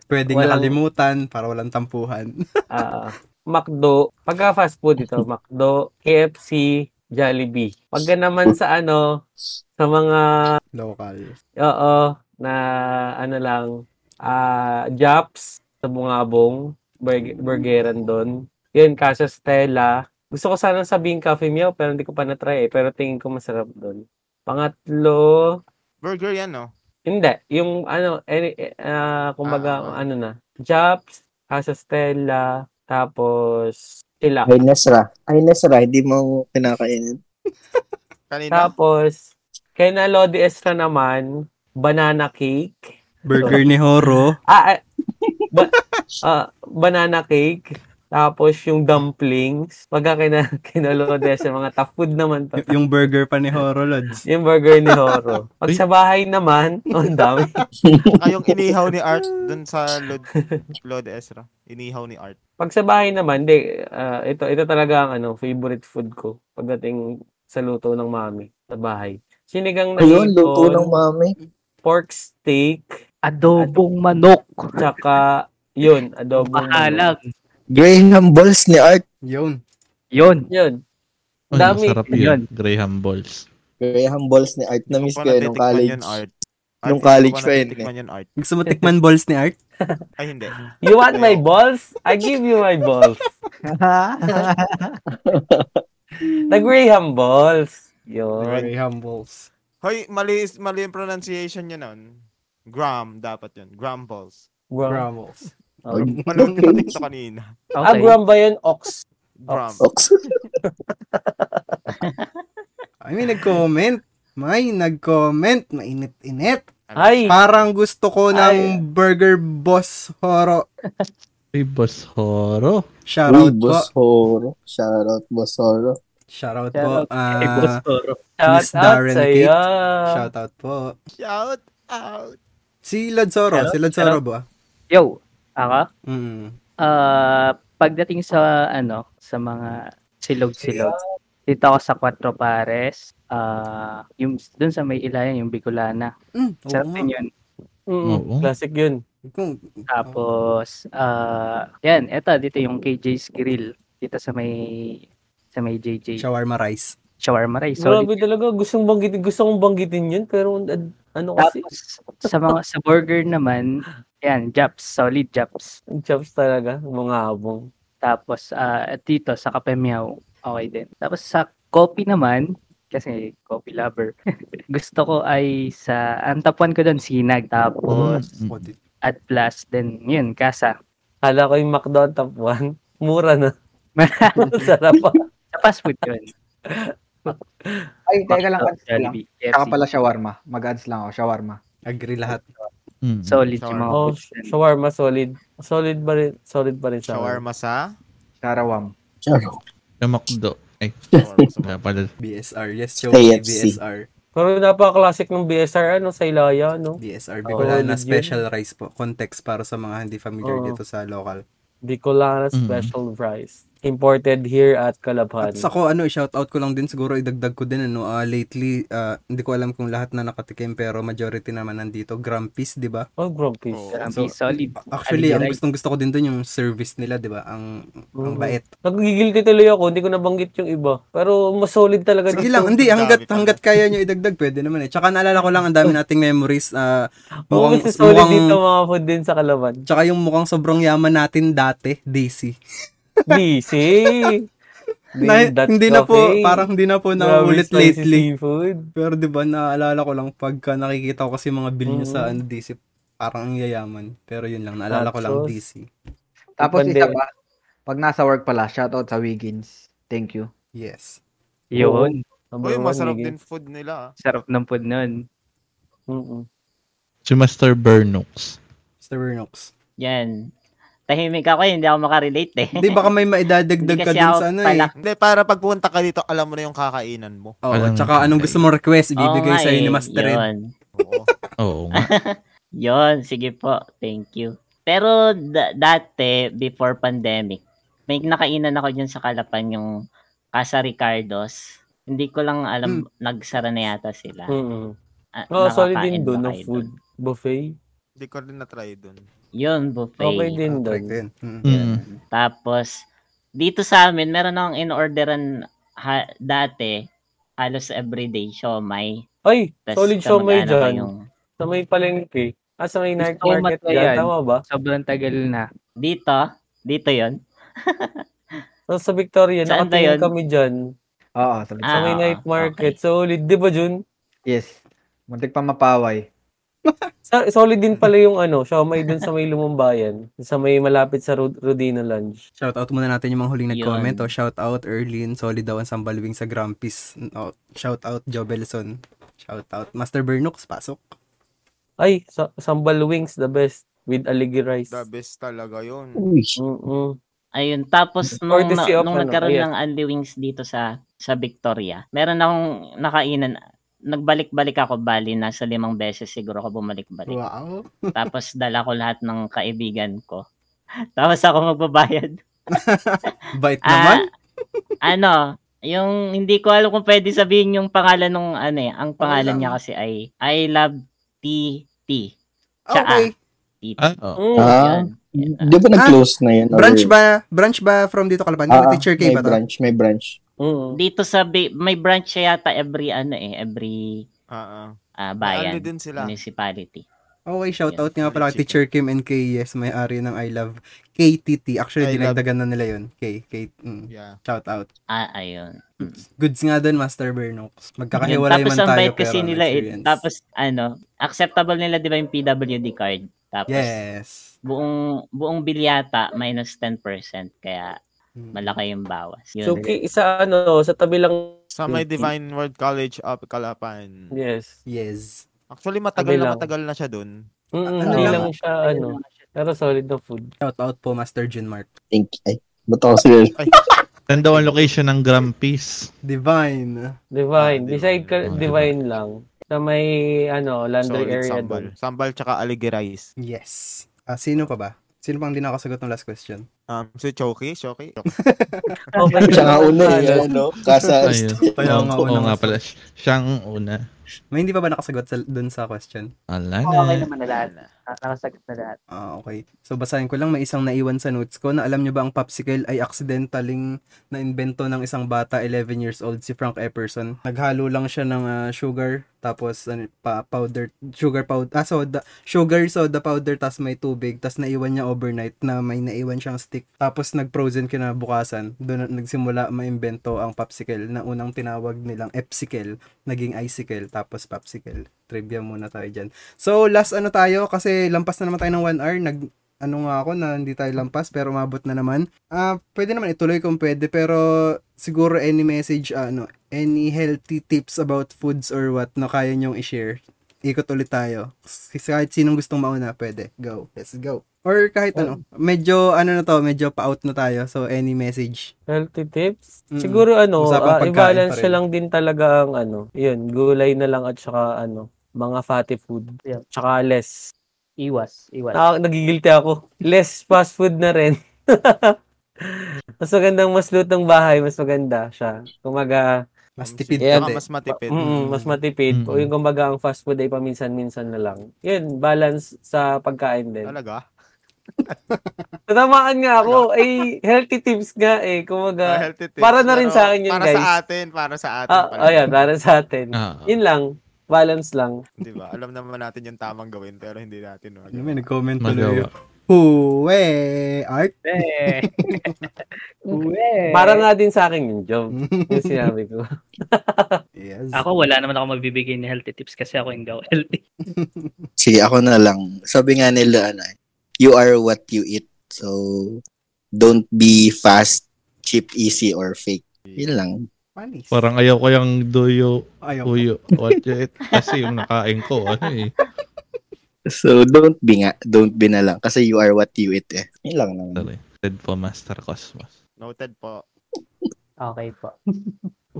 Speaker 1: Pwedeng
Speaker 6: walang-
Speaker 1: nakalimutan para walang tampuhan. (laughs)
Speaker 6: ah, McDo. Pagka fast food ito, McDo, KFC, Jollibee. Pagka naman sa ano, sa mga,
Speaker 1: Local.
Speaker 6: oo, na ano lang, ah, Japs, sa Bungabong, Burg- Burgeran doon. Yun, Casa Stella. Gusto ko sana sabihin Cafe Meow, pero hindi ko pa na-try eh. Pero tingin ko masarap doon. Pangatlo,
Speaker 3: Burger yan, no?
Speaker 6: hindi. Yung ano, any, ah, kumbaga,
Speaker 3: Ah.
Speaker 6: ano na. Japs, Casa Stella, tapos sila.
Speaker 9: Ay, Nesra. Ay, Nesra. Hindi mo kinakainin.
Speaker 3: Kanina.
Speaker 6: Tapos, Kay na Lodi Estra naman, banana cake.
Speaker 1: (laughs) Burger ni Horo.
Speaker 6: Ah, ah, ba- (laughs) ah, banana cake. Tapos yung dumplings. Pagka kina, (laughs) kina Lodi Estra, mga tough food naman to.
Speaker 1: Yung burger pa ni Horo, Lods.
Speaker 6: Yung burger ni Horo. Pag sa bahay naman, (laughs) oh, ang dami.
Speaker 3: Kayong inihaw ni Art dun sa Lord, Lord Ezra. Inihaw ni Art.
Speaker 6: Pag sa bahay naman, di, ah, ito, ito talaga ang ano, favorite food ko pagdating sa luto ng mami sa bahay. Sinigang na
Speaker 9: Ayun, luto
Speaker 6: hipon,
Speaker 9: ng mami.
Speaker 6: pork steak,
Speaker 4: Adobong manok.
Speaker 6: tsaka yun, adobo.
Speaker 4: Mahalag.
Speaker 9: Graham balls ni Art.
Speaker 1: Yun.
Speaker 4: Yun.
Speaker 6: Yun.
Speaker 2: Ay,
Speaker 6: Dami.
Speaker 2: Masarap yun. Graham balls.
Speaker 9: Graham balls ni Art. Na-miss
Speaker 3: Kung
Speaker 9: ko yun nung
Speaker 3: natikman
Speaker 9: college.
Speaker 3: yun, Art.
Speaker 9: Nung
Speaker 3: hindi ko
Speaker 9: college
Speaker 3: pa
Speaker 9: pa yun, eh.
Speaker 3: natikman yun, Art.
Speaker 1: Gusto mo tikman balls ni Art?
Speaker 3: Ay, hindi.
Speaker 6: You want my balls? I give you my balls. The Graham balls. Yun.
Speaker 1: Graham balls.
Speaker 3: Hoy, mali, mali yung pronunciation niya nun. Gram dapat yun. Gram balls.
Speaker 6: Graham.
Speaker 1: Graham balls.
Speaker 9: Oh,
Speaker 3: Manood ko na TikTok kanina.
Speaker 6: Ah,
Speaker 4: Okay.
Speaker 6: Graham ba yun? Ox.
Speaker 3: Gram.
Speaker 9: Ox.
Speaker 1: I mean, nag-comment. May nag-comment. Mainit-init.
Speaker 6: Ay,
Speaker 1: Parang gusto ko ng
Speaker 6: Ay.
Speaker 1: Burger Boss Horo.
Speaker 2: Ay, boss horo.
Speaker 9: Uy,
Speaker 1: Shoutout ko.
Speaker 9: boss Horo. Shoutout, boss Horo.
Speaker 1: Shoutout po.
Speaker 4: Shoutout
Speaker 1: Ah,
Speaker 4: kay Boss Toro.
Speaker 6: shout
Speaker 1: Miss
Speaker 6: out
Speaker 1: Darren
Speaker 6: sa'yo.
Speaker 1: Kate. shoutout po.
Speaker 3: Shout out.
Speaker 1: Si Lodsoro.
Speaker 4: Shoutout,
Speaker 1: Si Lodsoro ba?
Speaker 4: Yo, ako?
Speaker 1: Mm.
Speaker 4: Ah, pagdating sa ano, sa mga silog-silog, dito ako sa Cuatro Pares, ah, yung dun sa may ilayan, yung Bicolana.
Speaker 1: Mm, oo
Speaker 4: Sarap
Speaker 1: nga.
Speaker 4: din yun.
Speaker 6: Mm,
Speaker 2: Oo.
Speaker 6: Classic yun.
Speaker 1: Kung-
Speaker 4: Tapos, ah, yan, eto, dito yung KJ's Grill, dito sa may, sa may JJ
Speaker 1: Shawarma rice.
Speaker 4: Shawarma Rice. Solid.
Speaker 6: Grabe talaga. Gusto kong banggitin, gusto kong banggitin yun. Pero ad- ano
Speaker 1: Ah.
Speaker 6: kasi,
Speaker 4: Tapos, sa mga, sa burger naman, yan, Japs, solid Japs.
Speaker 6: ang chops talaga. Mga habong.
Speaker 4: Tapos ah, at dito sa Kape Miao, okay din. Tapos sa coffee naman, kasi coffee lover, (laughs) gusto ko ay sa, ang top one ko doon, Sinag. Tapos
Speaker 2: Mm.
Speaker 1: What it-
Speaker 4: at plus din, yun, Kasa.
Speaker 6: Kala ko yung McDo top 1. (laughs) Mura
Speaker 1: (laughs)
Speaker 6: na. Sarap pa.
Speaker 4: Sa fast food yun.
Speaker 8: Ay, teka lang. ads lang.
Speaker 4: Jollibee, KFC.
Speaker 8: Saka pala shawarma. Mag-ads lang ako, shawarma.
Speaker 1: Agree lahat.
Speaker 2: Mm.
Speaker 4: Solid yung mga
Speaker 6: Oh,
Speaker 4: foods
Speaker 6: sh-
Speaker 4: dun.
Speaker 6: shawarma solid. Solid pa rin, solid pa rin sa akin.
Speaker 3: Shawarma sa?
Speaker 8: Sharawam.
Speaker 9: Shoutout.
Speaker 2: Yung McDo. Ay,
Speaker 3: Shawarma
Speaker 9: (laughs)
Speaker 3: sa
Speaker 2: wala pala.
Speaker 1: BSR. Yes, show
Speaker 9: KFC.
Speaker 1: BSR.
Speaker 6: Pero napaka-classic ng BSR, ano, sa Ilaya, no?
Speaker 1: BSR.
Speaker 6: Oo,
Speaker 1: Bicolana
Speaker 6: legit.
Speaker 1: special rice po. Context para sa mga hindi familiar
Speaker 6: Oo.
Speaker 1: dito sa local.
Speaker 6: Bicolana
Speaker 2: Mm.
Speaker 6: Special Rice. Imported here at Calabhan.
Speaker 1: At ako, ano, shoutout ko lang din. Siguro idagdag ko din, ano, ah, lately, ah, hindi ko alam kung lahat na nakatikim, pero majority naman nandito. Grampis, di ba?
Speaker 6: Oh, grumpy.
Speaker 3: Oo.
Speaker 4: Grabe, solid.
Speaker 6: Ano
Speaker 1: Actually, ang
Speaker 4: Aligiray.
Speaker 1: gustong gusto ko din doon yung service nila, di ba? Ang, ang
Speaker 6: Oo.
Speaker 1: bait.
Speaker 6: Nagigilty tuloy ako, hindi ko nabanggit yung iba. Pero mas solid talaga.
Speaker 1: Sige
Speaker 6: dito. (laughs)
Speaker 1: lang, hindi,
Speaker 3: Ang
Speaker 1: hanggat,
Speaker 3: dami pa.
Speaker 1: hanggat kaya nyo idagdag, pwede naman eh. Tsaka naalala ko lang, ang dami nating memories. ah,
Speaker 6: Oo, (laughs)
Speaker 1: mukhang,
Speaker 6: kasi solid dito
Speaker 1: mukhang,
Speaker 6: mga food din sa Calabhan.
Speaker 1: tsaka yung mukhang sobrang yaman natin dati, Daisy.
Speaker 6: (laughs) DC!
Speaker 1: Na, hindi na po, parang hindi na po naulit lately.
Speaker 6: Seafood.
Speaker 1: Pero 'di ba naalala ko lang pagka nakikita ko kasi mga bill niya sa ano
Speaker 7: Mm.
Speaker 6: Mhm.
Speaker 1: DC, parang ang yayaman. Pero yun lang, naalala ko lang
Speaker 6: Tapos,
Speaker 1: DC.
Speaker 8: Tapos
Speaker 6: Pande-
Speaker 8: isa pa, pag nasa work pala, shoutout sa Wiggins. Thank you.
Speaker 1: Yes.
Speaker 4: Yun,
Speaker 3: Uy, masarap din food nila. ah.
Speaker 4: sarap ng food nun.
Speaker 6: mm
Speaker 2: Si Master Bernux.
Speaker 1: Mr. Vernox.
Speaker 7: Yan. Tahimik ako, eh, hindi ako makarelate eh.
Speaker 1: Hindi baka may maidadagdag
Speaker 7: Hindi
Speaker 1: ka
Speaker 7: kasi
Speaker 1: dun
Speaker 7: ako
Speaker 1: sa ano eh.
Speaker 7: pala-
Speaker 3: Hindi, para pagpunta ka dito, alam mo na yung kakainan mo.
Speaker 1: Oo,
Speaker 2: Alam
Speaker 1: tsaka
Speaker 2: natin
Speaker 1: anong
Speaker 2: tayo.
Speaker 1: gusto mong request, ibibigay
Speaker 7: Oo nga
Speaker 1: sa ni
Speaker 7: eh,
Speaker 1: Master Ed.
Speaker 7: yun.
Speaker 9: (laughs)
Speaker 3: Oo.
Speaker 2: Oo nga.
Speaker 7: Yun, sige po. Thank you. Pero da- dati, before pandemic, may nakainan ako dyan sa Kalapan yung Casa Ricardo's. Hindi ko lang
Speaker 1: Hmm.
Speaker 7: alam, nagsara na yata sila. Ah,
Speaker 6: Oo, Oh, solid Hmm. din
Speaker 7: nakakain
Speaker 6: dun
Speaker 7: ba
Speaker 6: ng
Speaker 7: kayo
Speaker 6: food.
Speaker 7: dun?
Speaker 6: Buffet.
Speaker 3: Hindi ko rin na-try dun.
Speaker 7: Yun, buffet.
Speaker 6: Okay
Speaker 1: Ah,
Speaker 6: din dun.
Speaker 1: correct yun. Mm.
Speaker 2: (laughs) Mm.
Speaker 7: Yun. Tapos, dito sa amin, meron akong in-orderan ha- dati, halos everyday siomay.
Speaker 6: Ay,
Speaker 7: Tas
Speaker 6: solid show
Speaker 7: kamag-anak
Speaker 6: may dyan.
Speaker 7: kayong-
Speaker 6: Sa may palengke. Ah, sa may night
Speaker 4: Gusto ko
Speaker 6: market
Speaker 4: matlayan.
Speaker 6: dyan. Tama ba?
Speaker 4: Sobrang tagal na.
Speaker 7: Dito, dito yon
Speaker 6: So, sa Victoria,
Speaker 7: Saan ba
Speaker 6: nakatingin
Speaker 7: yun?
Speaker 6: kami dyan.
Speaker 8: Oo, sabi
Speaker 6: Sa
Speaker 7: Ah,
Speaker 6: may
Speaker 7: oo,
Speaker 6: night market.
Speaker 7: okay.
Speaker 6: Solid. Di ba, Jun?
Speaker 8: Yes. Muntik pa mapaway.
Speaker 6: Sa- solid din pala yung ano, siomay dun sa may lumumbayan. Sa may malapit sa Rod- Rodino Lunch.
Speaker 1: Shout out muna natin yung mga huling
Speaker 7: Yun.
Speaker 1: nag-comment. Oh, O, shout out Erlin, solid daw ang sambalwing sa Grampis. O, shout out Oh, Jobelson. Shout out. Master Bernux, pasok.
Speaker 6: Ay, sa- sambal wings, the best. With aligi rice.
Speaker 3: The best talaga yun.
Speaker 9: Uy.
Speaker 6: Mm-mm.
Speaker 7: Ayun, tapos nung,
Speaker 6: Courtesy
Speaker 7: na,
Speaker 6: of
Speaker 7: nung
Speaker 6: ano,
Speaker 7: nagkaroon
Speaker 6: yes.
Speaker 7: ng Andy Wings dito sa sa Victoria, meron akong nakainan, nagbalik-balik ako, bali, nasa limang beses siguro ako bumalik-balik.
Speaker 1: Wow.
Speaker 6: Hmm.
Speaker 7: Tapos dala ko lahat ng kaibigan ko. (laughs) Tapos ako magbabayad.
Speaker 1: Bite
Speaker 7: Ah,
Speaker 1: naman.
Speaker 7: ano, yung hindi ko alam kung pwede sabihin yung pangalan nung ano eh. Ang pangalan niya kasi ay I love TT. Tsaa.
Speaker 1: okay.
Speaker 7: TT.
Speaker 2: Ah, oo.
Speaker 6: Mm.
Speaker 9: Ah, di ba nag-close na yun? Or-
Speaker 1: Branch ba? Branch ba from dito Kalapan? Di ba
Speaker 9: Ah,
Speaker 1: teacher K
Speaker 9: may
Speaker 1: ba to?
Speaker 9: branch, may branch.
Speaker 6: Mm.
Speaker 7: Dito sa Bi- may branch siya yata every ano eh, every
Speaker 3: Ah, ah.
Speaker 7: ah,
Speaker 3: May ano
Speaker 7: bayan,
Speaker 3: din sila.
Speaker 7: municipality.
Speaker 1: Okay, shout out
Speaker 3: Yeah,
Speaker 1: nga pala
Speaker 3: Richie.
Speaker 1: kay Teacher Kim and kay Yes, may-ari ng I Love KTT. Actually,
Speaker 3: I love-
Speaker 1: dinagdagan na nila yun. K, K, mm,
Speaker 3: Yeah.
Speaker 1: shout out.
Speaker 7: Ah, ayun.
Speaker 1: Goods nga doon, Master Bernox.
Speaker 7: Yun,
Speaker 1: Magkakahiwalay
Speaker 7: tapos
Speaker 1: man
Speaker 7: ang
Speaker 1: tayo
Speaker 7: bait
Speaker 1: pero
Speaker 7: kasi
Speaker 1: ano,
Speaker 7: nila eh.
Speaker 1: experience.
Speaker 7: Tapos ano, acceptable nila 'di ba yung PWD card? Tapos
Speaker 1: Yes.
Speaker 7: buong buong bilyata minus 10% kaya
Speaker 1: Mm.
Speaker 7: malaki yung bawas. Yun.
Speaker 6: So, ki- sa ano, sa tabi lang,
Speaker 3: Sa may
Speaker 9: Mm-hmm.
Speaker 3: Divine Word College of Calapan.
Speaker 6: yes.
Speaker 1: Yes.
Speaker 3: Actually, matagal na
Speaker 6: Kabilang.
Speaker 3: matagal na siya dun.
Speaker 6: Mm-mm,
Speaker 1: Ano
Speaker 6: hindi
Speaker 1: lang?
Speaker 6: lang siya, ano, pero solid na food.
Speaker 1: Shout out po, Master Junmark.
Speaker 9: Thank you. Ay, ba't ako sila?
Speaker 6: (laughs)
Speaker 2: Saan daw ang location ng Grand Peace?
Speaker 1: Divine.
Speaker 3: Ah,
Speaker 6: Divine. Beside ka,
Speaker 2: divine.
Speaker 6: divine lang. Sa may, ano, laundry
Speaker 3: Solid
Speaker 6: area
Speaker 3: sambal.
Speaker 6: doon.
Speaker 3: Sambal tsaka aligi rice.
Speaker 1: Yes. Ah, sino pa ba? Sino pang hindi nakasagot ng last question?
Speaker 3: Um, si Choki, Choki.
Speaker 6: (laughs) Okay.
Speaker 9: Siya nga
Speaker 1: (laughs)
Speaker 9: una eh, ano? Kasa,
Speaker 2: Ayun.
Speaker 1: Kaya
Speaker 2: Oo
Speaker 1: nga
Speaker 2: oo
Speaker 1: unang-
Speaker 2: nga pala. Siya ang una.
Speaker 1: May hindi pa ba nakasagot sa, dun sa question?
Speaker 2: Ala
Speaker 4: Oo, okay
Speaker 2: na.
Speaker 4: naman na lahat. Ah, Nakasagot na lahat.
Speaker 1: Ah, okay. So, basahin ko lang. May isang naiwan sa notes ko na alam nyo ba ang popsicle ay accidentaling na-invento ng isang bata, 11 years old, si Frank Epperson. Naghalo lang siya ng ah, sugar, tapos ano, pa, powder, sugar powder, ah, soda, sugar, soda powder, tas may tubig, tas naiwan niya overnight na may naiwan siyang stick. Tapos nag-frozen kinabukasan. Doon na- nagsimula maimbento ang popsicle na unang tinawag nilang epsicle, naging icicle, tapos popsicle. Trivia muna tayo dyan. So, last ano tayo, kasi lampas na naman tayo ng 1 hour, nag, ano nga ako na hindi tayo lampas, pero umabot na naman. Ah, pwede naman ituloy kung pwede, pero siguro any message, ah, ano, any healthy tips about foods or what na kaya nyong i-share. Ikot ulit tayo. S- Kahit sinong gustong mauna, pwede. Go. Let's go. Or kahit ano. Medyo, ano na to, medyo pa-out na tayo. So, any message.
Speaker 6: Healthy tips?
Speaker 1: Mm-mm.
Speaker 6: Siguro ano,
Speaker 1: Usapang
Speaker 6: ah,
Speaker 1: pagkain pa
Speaker 6: i-balance
Speaker 1: rin.
Speaker 6: na lang din talaga ang ano, yun, gulay na lang at saka ano, mga fatty food.
Speaker 4: Yeah.
Speaker 6: Tsaka less.
Speaker 4: Iwas, iwas.
Speaker 6: Ah, nagigilty ako. Less fast food na rin. (laughs) mas magandang mas lutong bahay, mas maganda siya. Kumaga,
Speaker 1: Mas tipid
Speaker 6: Yeah.
Speaker 1: yeah,
Speaker 3: Um, Tsaka mas matipid.
Speaker 6: mm, mas matipid. O
Speaker 2: Mm-mm.
Speaker 6: yung kumbaga ang fast food ay paminsan-minsan na lang. Yun, balance sa pagkain din.
Speaker 3: Talaga?
Speaker 6: Tatamaan nga ako. Ay, healthy tips nga eh.
Speaker 3: Ah,
Speaker 6: Kumaga,
Speaker 3: healthy tips.
Speaker 6: para na rin
Speaker 3: Pero
Speaker 6: sa akin yun,
Speaker 3: para
Speaker 6: guys.
Speaker 3: Para sa atin, para sa atin
Speaker 6: ah,
Speaker 3: pala.
Speaker 6: ayan, para sa atin.
Speaker 2: Ah.
Speaker 6: Yun lang. Balance lang.
Speaker 3: Di ba? Alam naman natin yung tamang gawin, pero hindi natin. No?
Speaker 1: Ano may nag-comment tuloy.
Speaker 2: Magawa.
Speaker 1: Huwe! Art?
Speaker 4: Eh. Uwe.
Speaker 6: Para nga din sa akin yung
Speaker 3: (laughs)
Speaker 6: job. Yung sinabi ko.
Speaker 1: yes.
Speaker 4: Ako wala naman ako magbibigay ng healthy tips kasi ako hindi ako healthy.
Speaker 9: Sige, ako na lang. Sabi nga nila, ano, eh, you are what you eat. So, don't be fast, cheap, easy, or fake. Yun lang.
Speaker 1: Panis.
Speaker 2: Parang ayaw ko yung doyo,
Speaker 1: Ayaw. ko.
Speaker 2: uyo, what you eat. (laughs) Kasi yung nakain ko, ano eh.
Speaker 9: So, don't be nga. Don't be na lang. Kasi you are what you eat eh. Yun lang naman.
Speaker 2: Sorry. Dead po, Master Cosmos.
Speaker 3: Noted po.
Speaker 4: Okay po.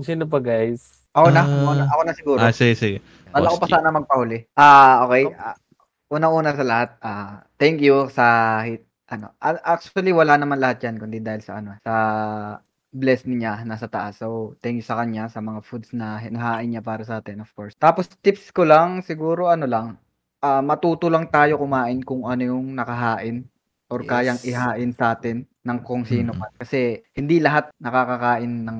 Speaker 6: Sino pa guys?
Speaker 8: Ako na,
Speaker 2: Ah.
Speaker 8: ako na, ako na siguro.
Speaker 2: Ah, sige, sige.
Speaker 8: Kala ko pa
Speaker 2: Boss G.
Speaker 8: sana magpahuli. Ah, okay. Ah, unang-una sa lahat, ah, thank you sa hit, ano. a- Actually, wala naman lahat 'yan kundi dahil sa ano, sa bless niya nasa taas. So, thank you sa kanya sa mga foods na hinahain niya para sa atin, of course. Tapos tips ko lang siguro ano lang, ah, matuto lang tayo kumain kung ano yung nakahain or
Speaker 1: Yes.
Speaker 8: kayang ihain sa atin ng kung sino
Speaker 2: Mm.
Speaker 8: man. Kasi hindi lahat nakakakain ng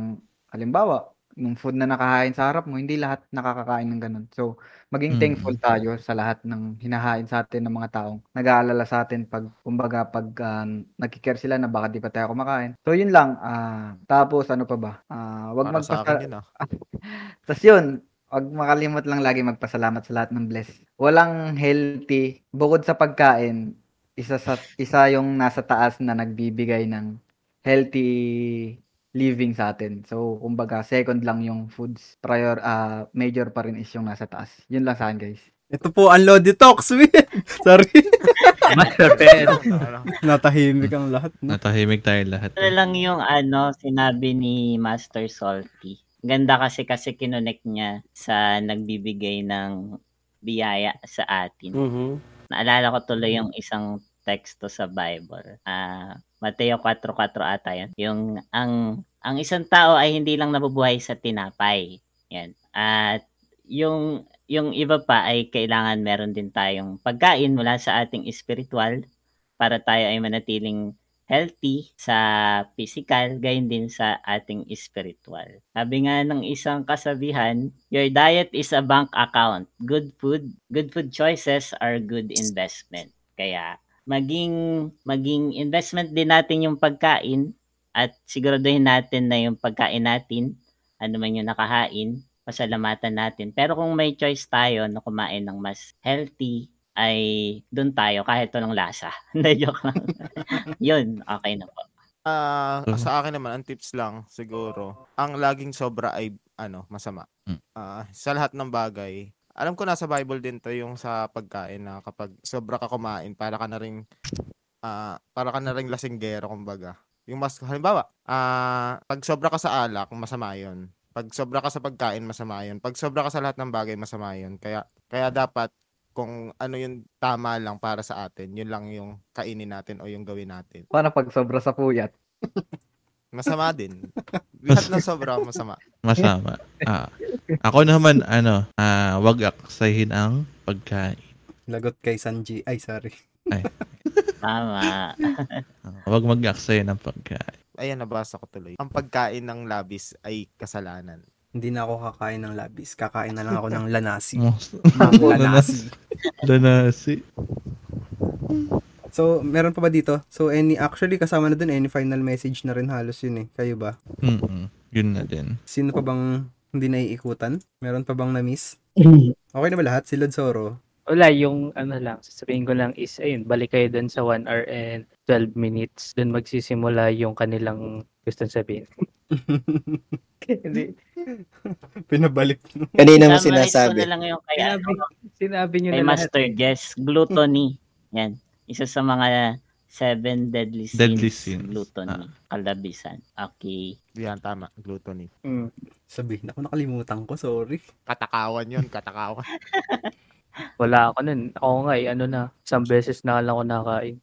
Speaker 8: halimbawa, ng food na nakahain sa harap mo, hindi lahat nakakakain ng ganun. So, maging
Speaker 2: Mm.
Speaker 8: thankful tayo sa lahat ng hinahain sa atin ng mga taong nag-aalala sa atin pag, kumbaga, pag ah, nagkikare sila na baka di pa tayo kumakain. So, yun lang. Ah, tapos, ano pa ba? Ah, wag
Speaker 3: Para sa
Speaker 8: magpasa...
Speaker 3: akin yun, ah.
Speaker 8: Tapos yun, wag makalimot lang lagi magpasalamat sa lahat ng bless. Walang healthy, bukod sa pagkain, isa, sa, isa yung nasa taas na nagbibigay ng healthy living sa atin. So, kumbaga, second lang yung foods. Prior, ah, major pa rin is yung nasa taas. Yun lang sa akin, guys.
Speaker 1: Ito po ang Lodi Talks, man. (laughs) Sorry. Natahimik ang lahat. No?
Speaker 2: Natahimik tayo lahat.
Speaker 7: Ano lang yung ano, sinabi ni Master Salty. Ganda kasi kasi kinonek niya sa nagbibigay ng biyaya sa atin.
Speaker 6: Mm-hmm.
Speaker 7: Naalala ko tuloy yung isang teksto sa Bible. Ah, Mateo 4:4 ata 'yan. Yung ang ang isang tao ay hindi lang nabubuhay sa tinapay. Yan. At yung yung iba pa ay kailangan meron din tayong pagkain mula sa ating spiritual para tayo ay manatiling healthy sa physical, gayon din sa ating spiritual. Sabi nga ng isang kasabihan, your diet is a bank account. Good food, good food choices are good investment. Kaya maging maging investment din natin yung pagkain at siguraduhin natin na yung pagkain natin, ano man yung nakahain, pasalamatan natin. Pero kung may choice tayo na kumain ng mas healthy, ay doon tayo kahit walang lasa. (laughs) Hindi, joke lang. Yun, okay na po.
Speaker 3: Ah,
Speaker 2: Mhm.
Speaker 3: sa akin naman ang tips lang siguro. Ang laging sobra ay ano, masama.
Speaker 2: Mm.
Speaker 3: Ah, sa lahat ng bagay. Alam ko nasa Bible din 'to yung sa pagkain na kapag sobra ka kumain para ka na rin ah, para ka na rin lasinggero kumbaga. Yung mas halimbawa, ah, pag sobra ka sa alak, masama 'yon. Pag sobra ka sa pagkain, masama 'yon. Pag sobra ka sa lahat ng bagay, masama 'yon. Kaya kaya dapat kung ano yung tama lang para sa atin, yun lang yung kainin natin o yung gawin natin.
Speaker 8: Para pag sobra sa puyat.
Speaker 3: Masama din. Lahat ng sobra masama.
Speaker 2: Masama. Ah. Ako naman, ano, ah, wag aksahin ang pagkain.
Speaker 1: Lagot kay Sanji. Ay, sorry.
Speaker 7: Tama.
Speaker 2: Ah, wag mag-aksahin ang pagkain.
Speaker 3: Ayan, nabasa ko tuloy. Ang pagkain ng labis ay kasalanan.
Speaker 1: Hindi na ako kakain ng labis. Kakain na lang ako ng lanasi.
Speaker 2: (laughs) Most-
Speaker 1: Ng lanasi.
Speaker 2: Lanasi. Lanasi.
Speaker 1: So, meron pa ba dito? So, any, actually, kasama na dun, any final message na rin halos yun eh. Kayo ba?
Speaker 2: Mm-mm. Yun na din.
Speaker 1: Sino pa bang hindi naiikutan? Meron pa bang na-miss? Okay na ba lahat? Si Lord Soro?
Speaker 4: Wala, yung ano lang, sasabihin ko lang is, ayun, balik kayo dun sa 1 hour and 12 minutes. Dun magsisimula yung kanilang gusto sabihin. Hindi.
Speaker 1: Pinabalik.
Speaker 9: Kanina mo
Speaker 7: Summarize ko
Speaker 9: sinasabi.
Speaker 7: na lang yung kay,
Speaker 4: Sinabi, sinabi nyo
Speaker 7: kay
Speaker 4: na lahat.
Speaker 7: Master Guess, gluttony. Yan. Isa sa mga seven deadly sins.
Speaker 2: Deadly sins. Ah.
Speaker 7: Gluttony. Kalabisan. Okay.
Speaker 3: Yan, tama. Gluttony.
Speaker 4: Mm.
Speaker 1: Sabi, naku, nakalimutan ko, sorry.
Speaker 3: Katakawan yun, katakawan.
Speaker 4: Wala ako nun. Ako nga, eh, ano na, isang beses na lang ako nakain.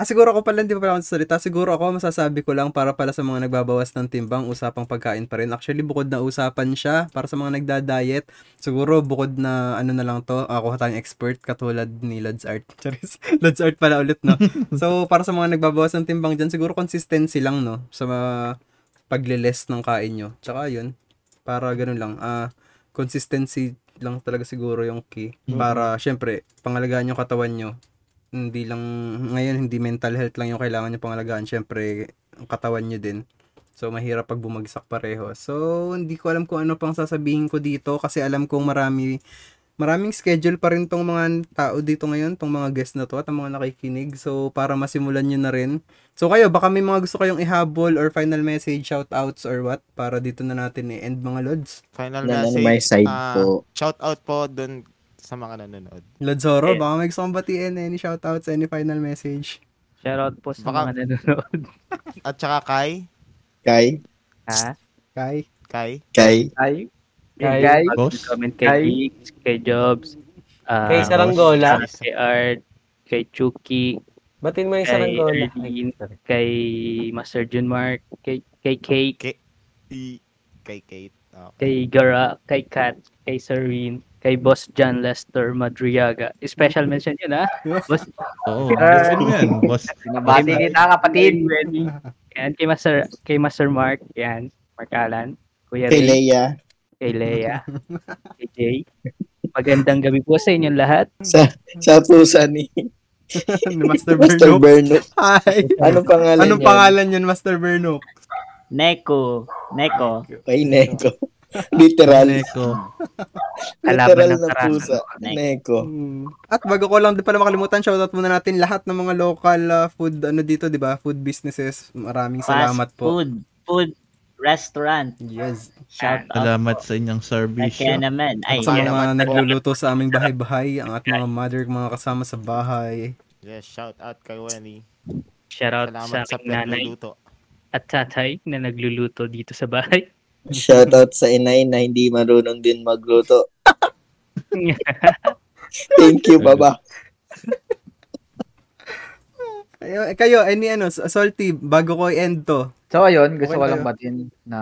Speaker 1: Ah, siguro ako pala, hindi pa pala ako salita. Siguro ako, masasabi ko lang para pala sa mga nagbabawas ng timbang, usapang pagkain pa rin. Actually, bukod na usapan siya, para sa mga nagda-diet, siguro bukod na ano na lang to, ako tayong expert katulad ni Lods Art. (laughs) Charis, Lods Art pala ulit, no? so, para sa mga nagbabawas ng timbang dyan, siguro consistency lang, no? Sa mga pagliles ng kain nyo. Tsaka yun, para ganun lang. Ah, consistency lang talaga siguro yung key. Para, syempre, pangalagaan yung katawan nyo hindi lang Mm, ngayon hindi mental health lang yung kailangan niyo pangalagaan syempre ang katawan niyo din so mahirap pag bumagsak pareho so hindi ko alam kung ano pang sasabihin ko dito kasi alam kong marami maraming schedule pa rin tong mga tao dito ngayon tong mga guest na to at ang mga nakikinig so para masimulan niyo na rin so kayo baka may mga gusto kayong ihabol or final message shoutouts or what para dito na natin i-end mga lods
Speaker 3: Final
Speaker 9: Wala na
Speaker 3: message.
Speaker 9: my side
Speaker 3: ah,
Speaker 9: po.
Speaker 3: Shout out po dun sa mga nanonood.
Speaker 1: Lodzoro
Speaker 4: Eh.
Speaker 1: baka may gusto kong batiin any shoutouts any final message
Speaker 4: Shoutout po sa
Speaker 3: Baka-
Speaker 4: mga nanonood.
Speaker 3: At saka kay,
Speaker 9: Kay,
Speaker 4: Ha?
Speaker 1: Kai
Speaker 3: kay,
Speaker 9: kay,
Speaker 8: Ay,
Speaker 6: Guys,
Speaker 8: guys,
Speaker 2: Boss?
Speaker 4: Comment kay
Speaker 8: Kay-
Speaker 4: Diggs, kay Jobs, ah,
Speaker 6: Kay Saranggola.
Speaker 4: kay Art, kay Chucky,
Speaker 6: Batin mo yung
Speaker 4: Kay
Speaker 6: Saranggola.
Speaker 4: Erlene. kay Master Junmark, kay, kay Kate,
Speaker 3: i, kay Kate. Oh,
Speaker 4: kay
Speaker 3: Okay.
Speaker 4: Gara, kay Kat, kay Serene, kay Boss John Lester Madriaga. Special mention yun, ah. ha? Boss
Speaker 2: Oo.
Speaker 8: Sir.
Speaker 2: Gusto yan. Boss.
Speaker 8: nabati kita kapatid.
Speaker 4: Yan, kay Master, kay Master Mark, yan, Mark Alan, Kuya
Speaker 9: kay
Speaker 4: Ray,
Speaker 9: Leia.
Speaker 4: kay Lea, kay Jay. Magandang gabi po sa inyong lahat.
Speaker 9: Sa, sa pusa ni
Speaker 1: ni Master
Speaker 9: Master
Speaker 1: Berno
Speaker 9: Berno.
Speaker 1: Hi
Speaker 9: Anong Ano pangalan
Speaker 1: Anong
Speaker 9: niyan?
Speaker 1: Ano pangalan yun, Master Berno?
Speaker 7: Neko. Neko.
Speaker 9: Kay Neko. (laughs) Literal.
Speaker 2: Neko.
Speaker 9: Literal
Speaker 4: Kalaban ng
Speaker 9: na
Speaker 4: karasan.
Speaker 9: pusa. Neko.
Speaker 1: Mm. At bago ko lang din pala makalimutan, shoutout muna natin uh, lahat ng mga local ah, food ano dito, 'di ba? Food businesses. Maraming
Speaker 7: Fast
Speaker 1: salamat po.
Speaker 7: food. food restaurant.
Speaker 1: Yes.
Speaker 7: Shout out.
Speaker 2: Salamat sa inyang service.
Speaker 7: Kaya naman. Ay,
Speaker 1: At sa
Speaker 7: yes.
Speaker 1: mga nagluluto sa aming bahay-bahay, ang ating mga mother, mga kasama sa bahay.
Speaker 3: Yes, shout out kay Wenny.
Speaker 4: Shoutout
Speaker 3: Salamat
Speaker 4: sa
Speaker 3: sa
Speaker 4: aking nanay
Speaker 3: pinagluluto.
Speaker 4: at tatay na nagluluto dito sa bahay.
Speaker 9: Shoutout sa inay na hindi marunong din (laughs) magluto. Thank you, baba.
Speaker 1: Kayo, kayo any ano, salty, bago ko i-end to.
Speaker 8: So ayun, gusto
Speaker 1: Okay
Speaker 8: ko
Speaker 1: na
Speaker 8: lang
Speaker 1: yun.
Speaker 8: batiin na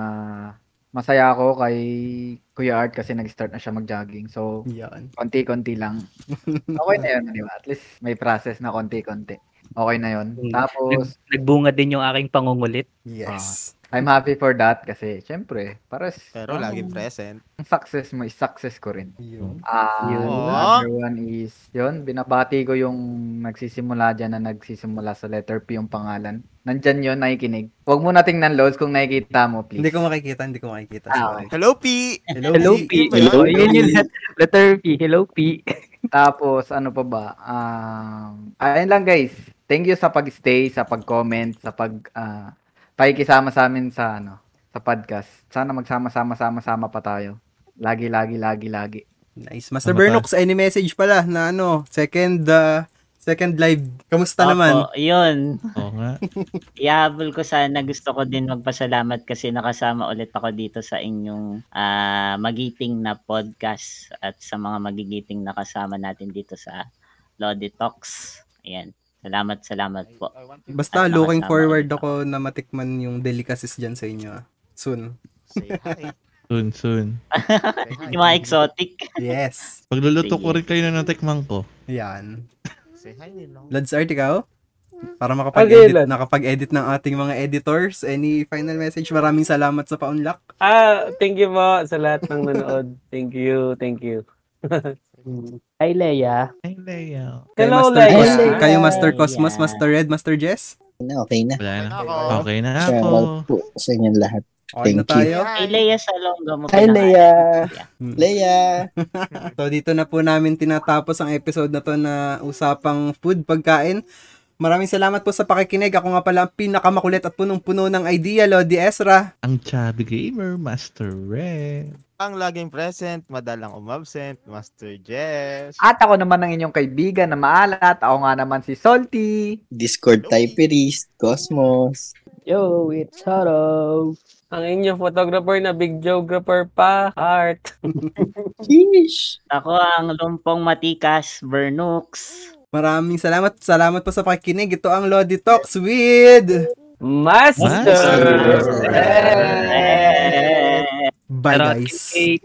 Speaker 8: masaya ako kay Kuya Art kasi nag-start na siya mag-jogging. So,
Speaker 1: Yan.
Speaker 8: konti-konti
Speaker 1: (laughs)
Speaker 8: lang. Okay na yun, di ba? At least may process na konti-konti. Okay na yun.
Speaker 1: Hmm.
Speaker 4: Mm.
Speaker 8: Tapos,
Speaker 4: Nag- nagbunga din yung aking pangungulit.
Speaker 1: Yes.
Speaker 8: I'm happy for that kasi, syempre, pares.
Speaker 3: Pero
Speaker 8: ang-
Speaker 4: Oh.
Speaker 3: laging present.
Speaker 8: Ang success mo is success ko rin.
Speaker 1: Yun.
Speaker 8: Ah,
Speaker 3: Yun.
Speaker 8: another one is, yun, binabati ko yung nagsisimula dyan na nagsisimula sa letter P yung pangalan. Nandyan yun, nakikinig. Huwag mo na tingnan, Lods, kung nakikita mo, please.
Speaker 1: Hindi ko makikita, hindi ko makikita. Sorry.
Speaker 3: Hello, P!
Speaker 1: Hello,
Speaker 4: Hello,
Speaker 1: P.
Speaker 4: P. Hello,
Speaker 3: Hello,
Speaker 4: yun yun. Letter P. Hello, P.
Speaker 8: (laughs) Tapos, ano pa ba? Um, ayun lang guys. Thank you sa pag-stay, sa pag-comment, sa pag ah, pakikisama sa amin sa ano, sa podcast. Sana magsama-sama-sama-sama pa tayo. Lagi, lagi, lagi, lagi.
Speaker 1: Nice. Master
Speaker 2: Ano
Speaker 1: Bernox, any message pala na ano, second uh, second live. Kamusta
Speaker 7: Opo,
Speaker 1: naman?
Speaker 7: Yun.
Speaker 2: Oo nga.
Speaker 7: Ihabol ko sana gusto ko din magpasalamat kasi nakasama ulit ako dito sa inyong ah, magiting na podcast at sa mga magigiting na kasama natin dito sa Lodi Talks. Ayan. Salamat, salamat po.
Speaker 1: Basta
Speaker 7: At
Speaker 1: looking
Speaker 7: nakasama
Speaker 1: forward
Speaker 7: ulit
Speaker 1: ako na matikman yung delicacies dyan sa inyo. ah. Soon.
Speaker 3: Say hi.
Speaker 2: Soon, soon.
Speaker 3: Say
Speaker 4: (laughs)
Speaker 3: hi.
Speaker 7: Yung mga exotic.
Speaker 1: Yes.
Speaker 2: Pagluluto ko
Speaker 7: Sige.
Speaker 2: rin kayo na natikman ko.
Speaker 1: Yan.
Speaker 3: Say hi, Ninong.
Speaker 1: Lads Art, ikaw? Para makapag-edit,
Speaker 6: Okay, Lad.
Speaker 1: nakapag-edit ng ating mga editors. Any final message? Maraming salamat sa paunlak.
Speaker 6: Ah, thank you po sa lahat ng nanood. (laughs) thank you, thank you.
Speaker 4: Hi, Leia.
Speaker 2: Ay, Leo.
Speaker 1: Kay
Speaker 6: Hello,
Speaker 1: Master
Speaker 6: Leia.
Speaker 1: Cos-
Speaker 9: Hello,
Speaker 1: kayo Master Cosmos,
Speaker 7: Leia.
Speaker 1: Master Red, Master Jess.
Speaker 9: Na, okay na.
Speaker 2: Wala na.
Speaker 3: Ako.
Speaker 2: Okay na ako.
Speaker 9: Shoutout po sa inyong lahat.
Speaker 1: Okay na
Speaker 9: Thank you.
Speaker 1: tayo.
Speaker 7: Kay Leia Salonga mo.
Speaker 9: Hi,
Speaker 7: pinaka-
Speaker 9: Leia.
Speaker 7: Yeah.
Speaker 9: Leia.
Speaker 1: So dito na po namin tinatapos ang episode na to na usapang food, pagkain. Maraming salamat po sa pakikinig. Ako nga pala ang pinakamakulit at punong-puno ng idea, Lodi Ezra.
Speaker 2: Ang chubby gamer, Master Red.
Speaker 3: Ang laging present, madalang umabsent, Master Jess.
Speaker 8: At ako naman ang inyong kaibigan na maalat. Ako nga naman si Salty.
Speaker 9: Discord typerist. Cosmos.
Speaker 4: Yo, it's Haro.
Speaker 6: Ang inyong photographer na big geographer pa, Art.
Speaker 9: Sheesh.
Speaker 7: Ako ang lumpong matikas, Bernux.
Speaker 1: Maraming salamat. Salamat po sa pakikinig. Ito ang Lodi Talks with...
Speaker 6: Master!
Speaker 2: Master!
Speaker 1: Bye,
Speaker 4: Pero,
Speaker 1: guys.
Speaker 4: Kate,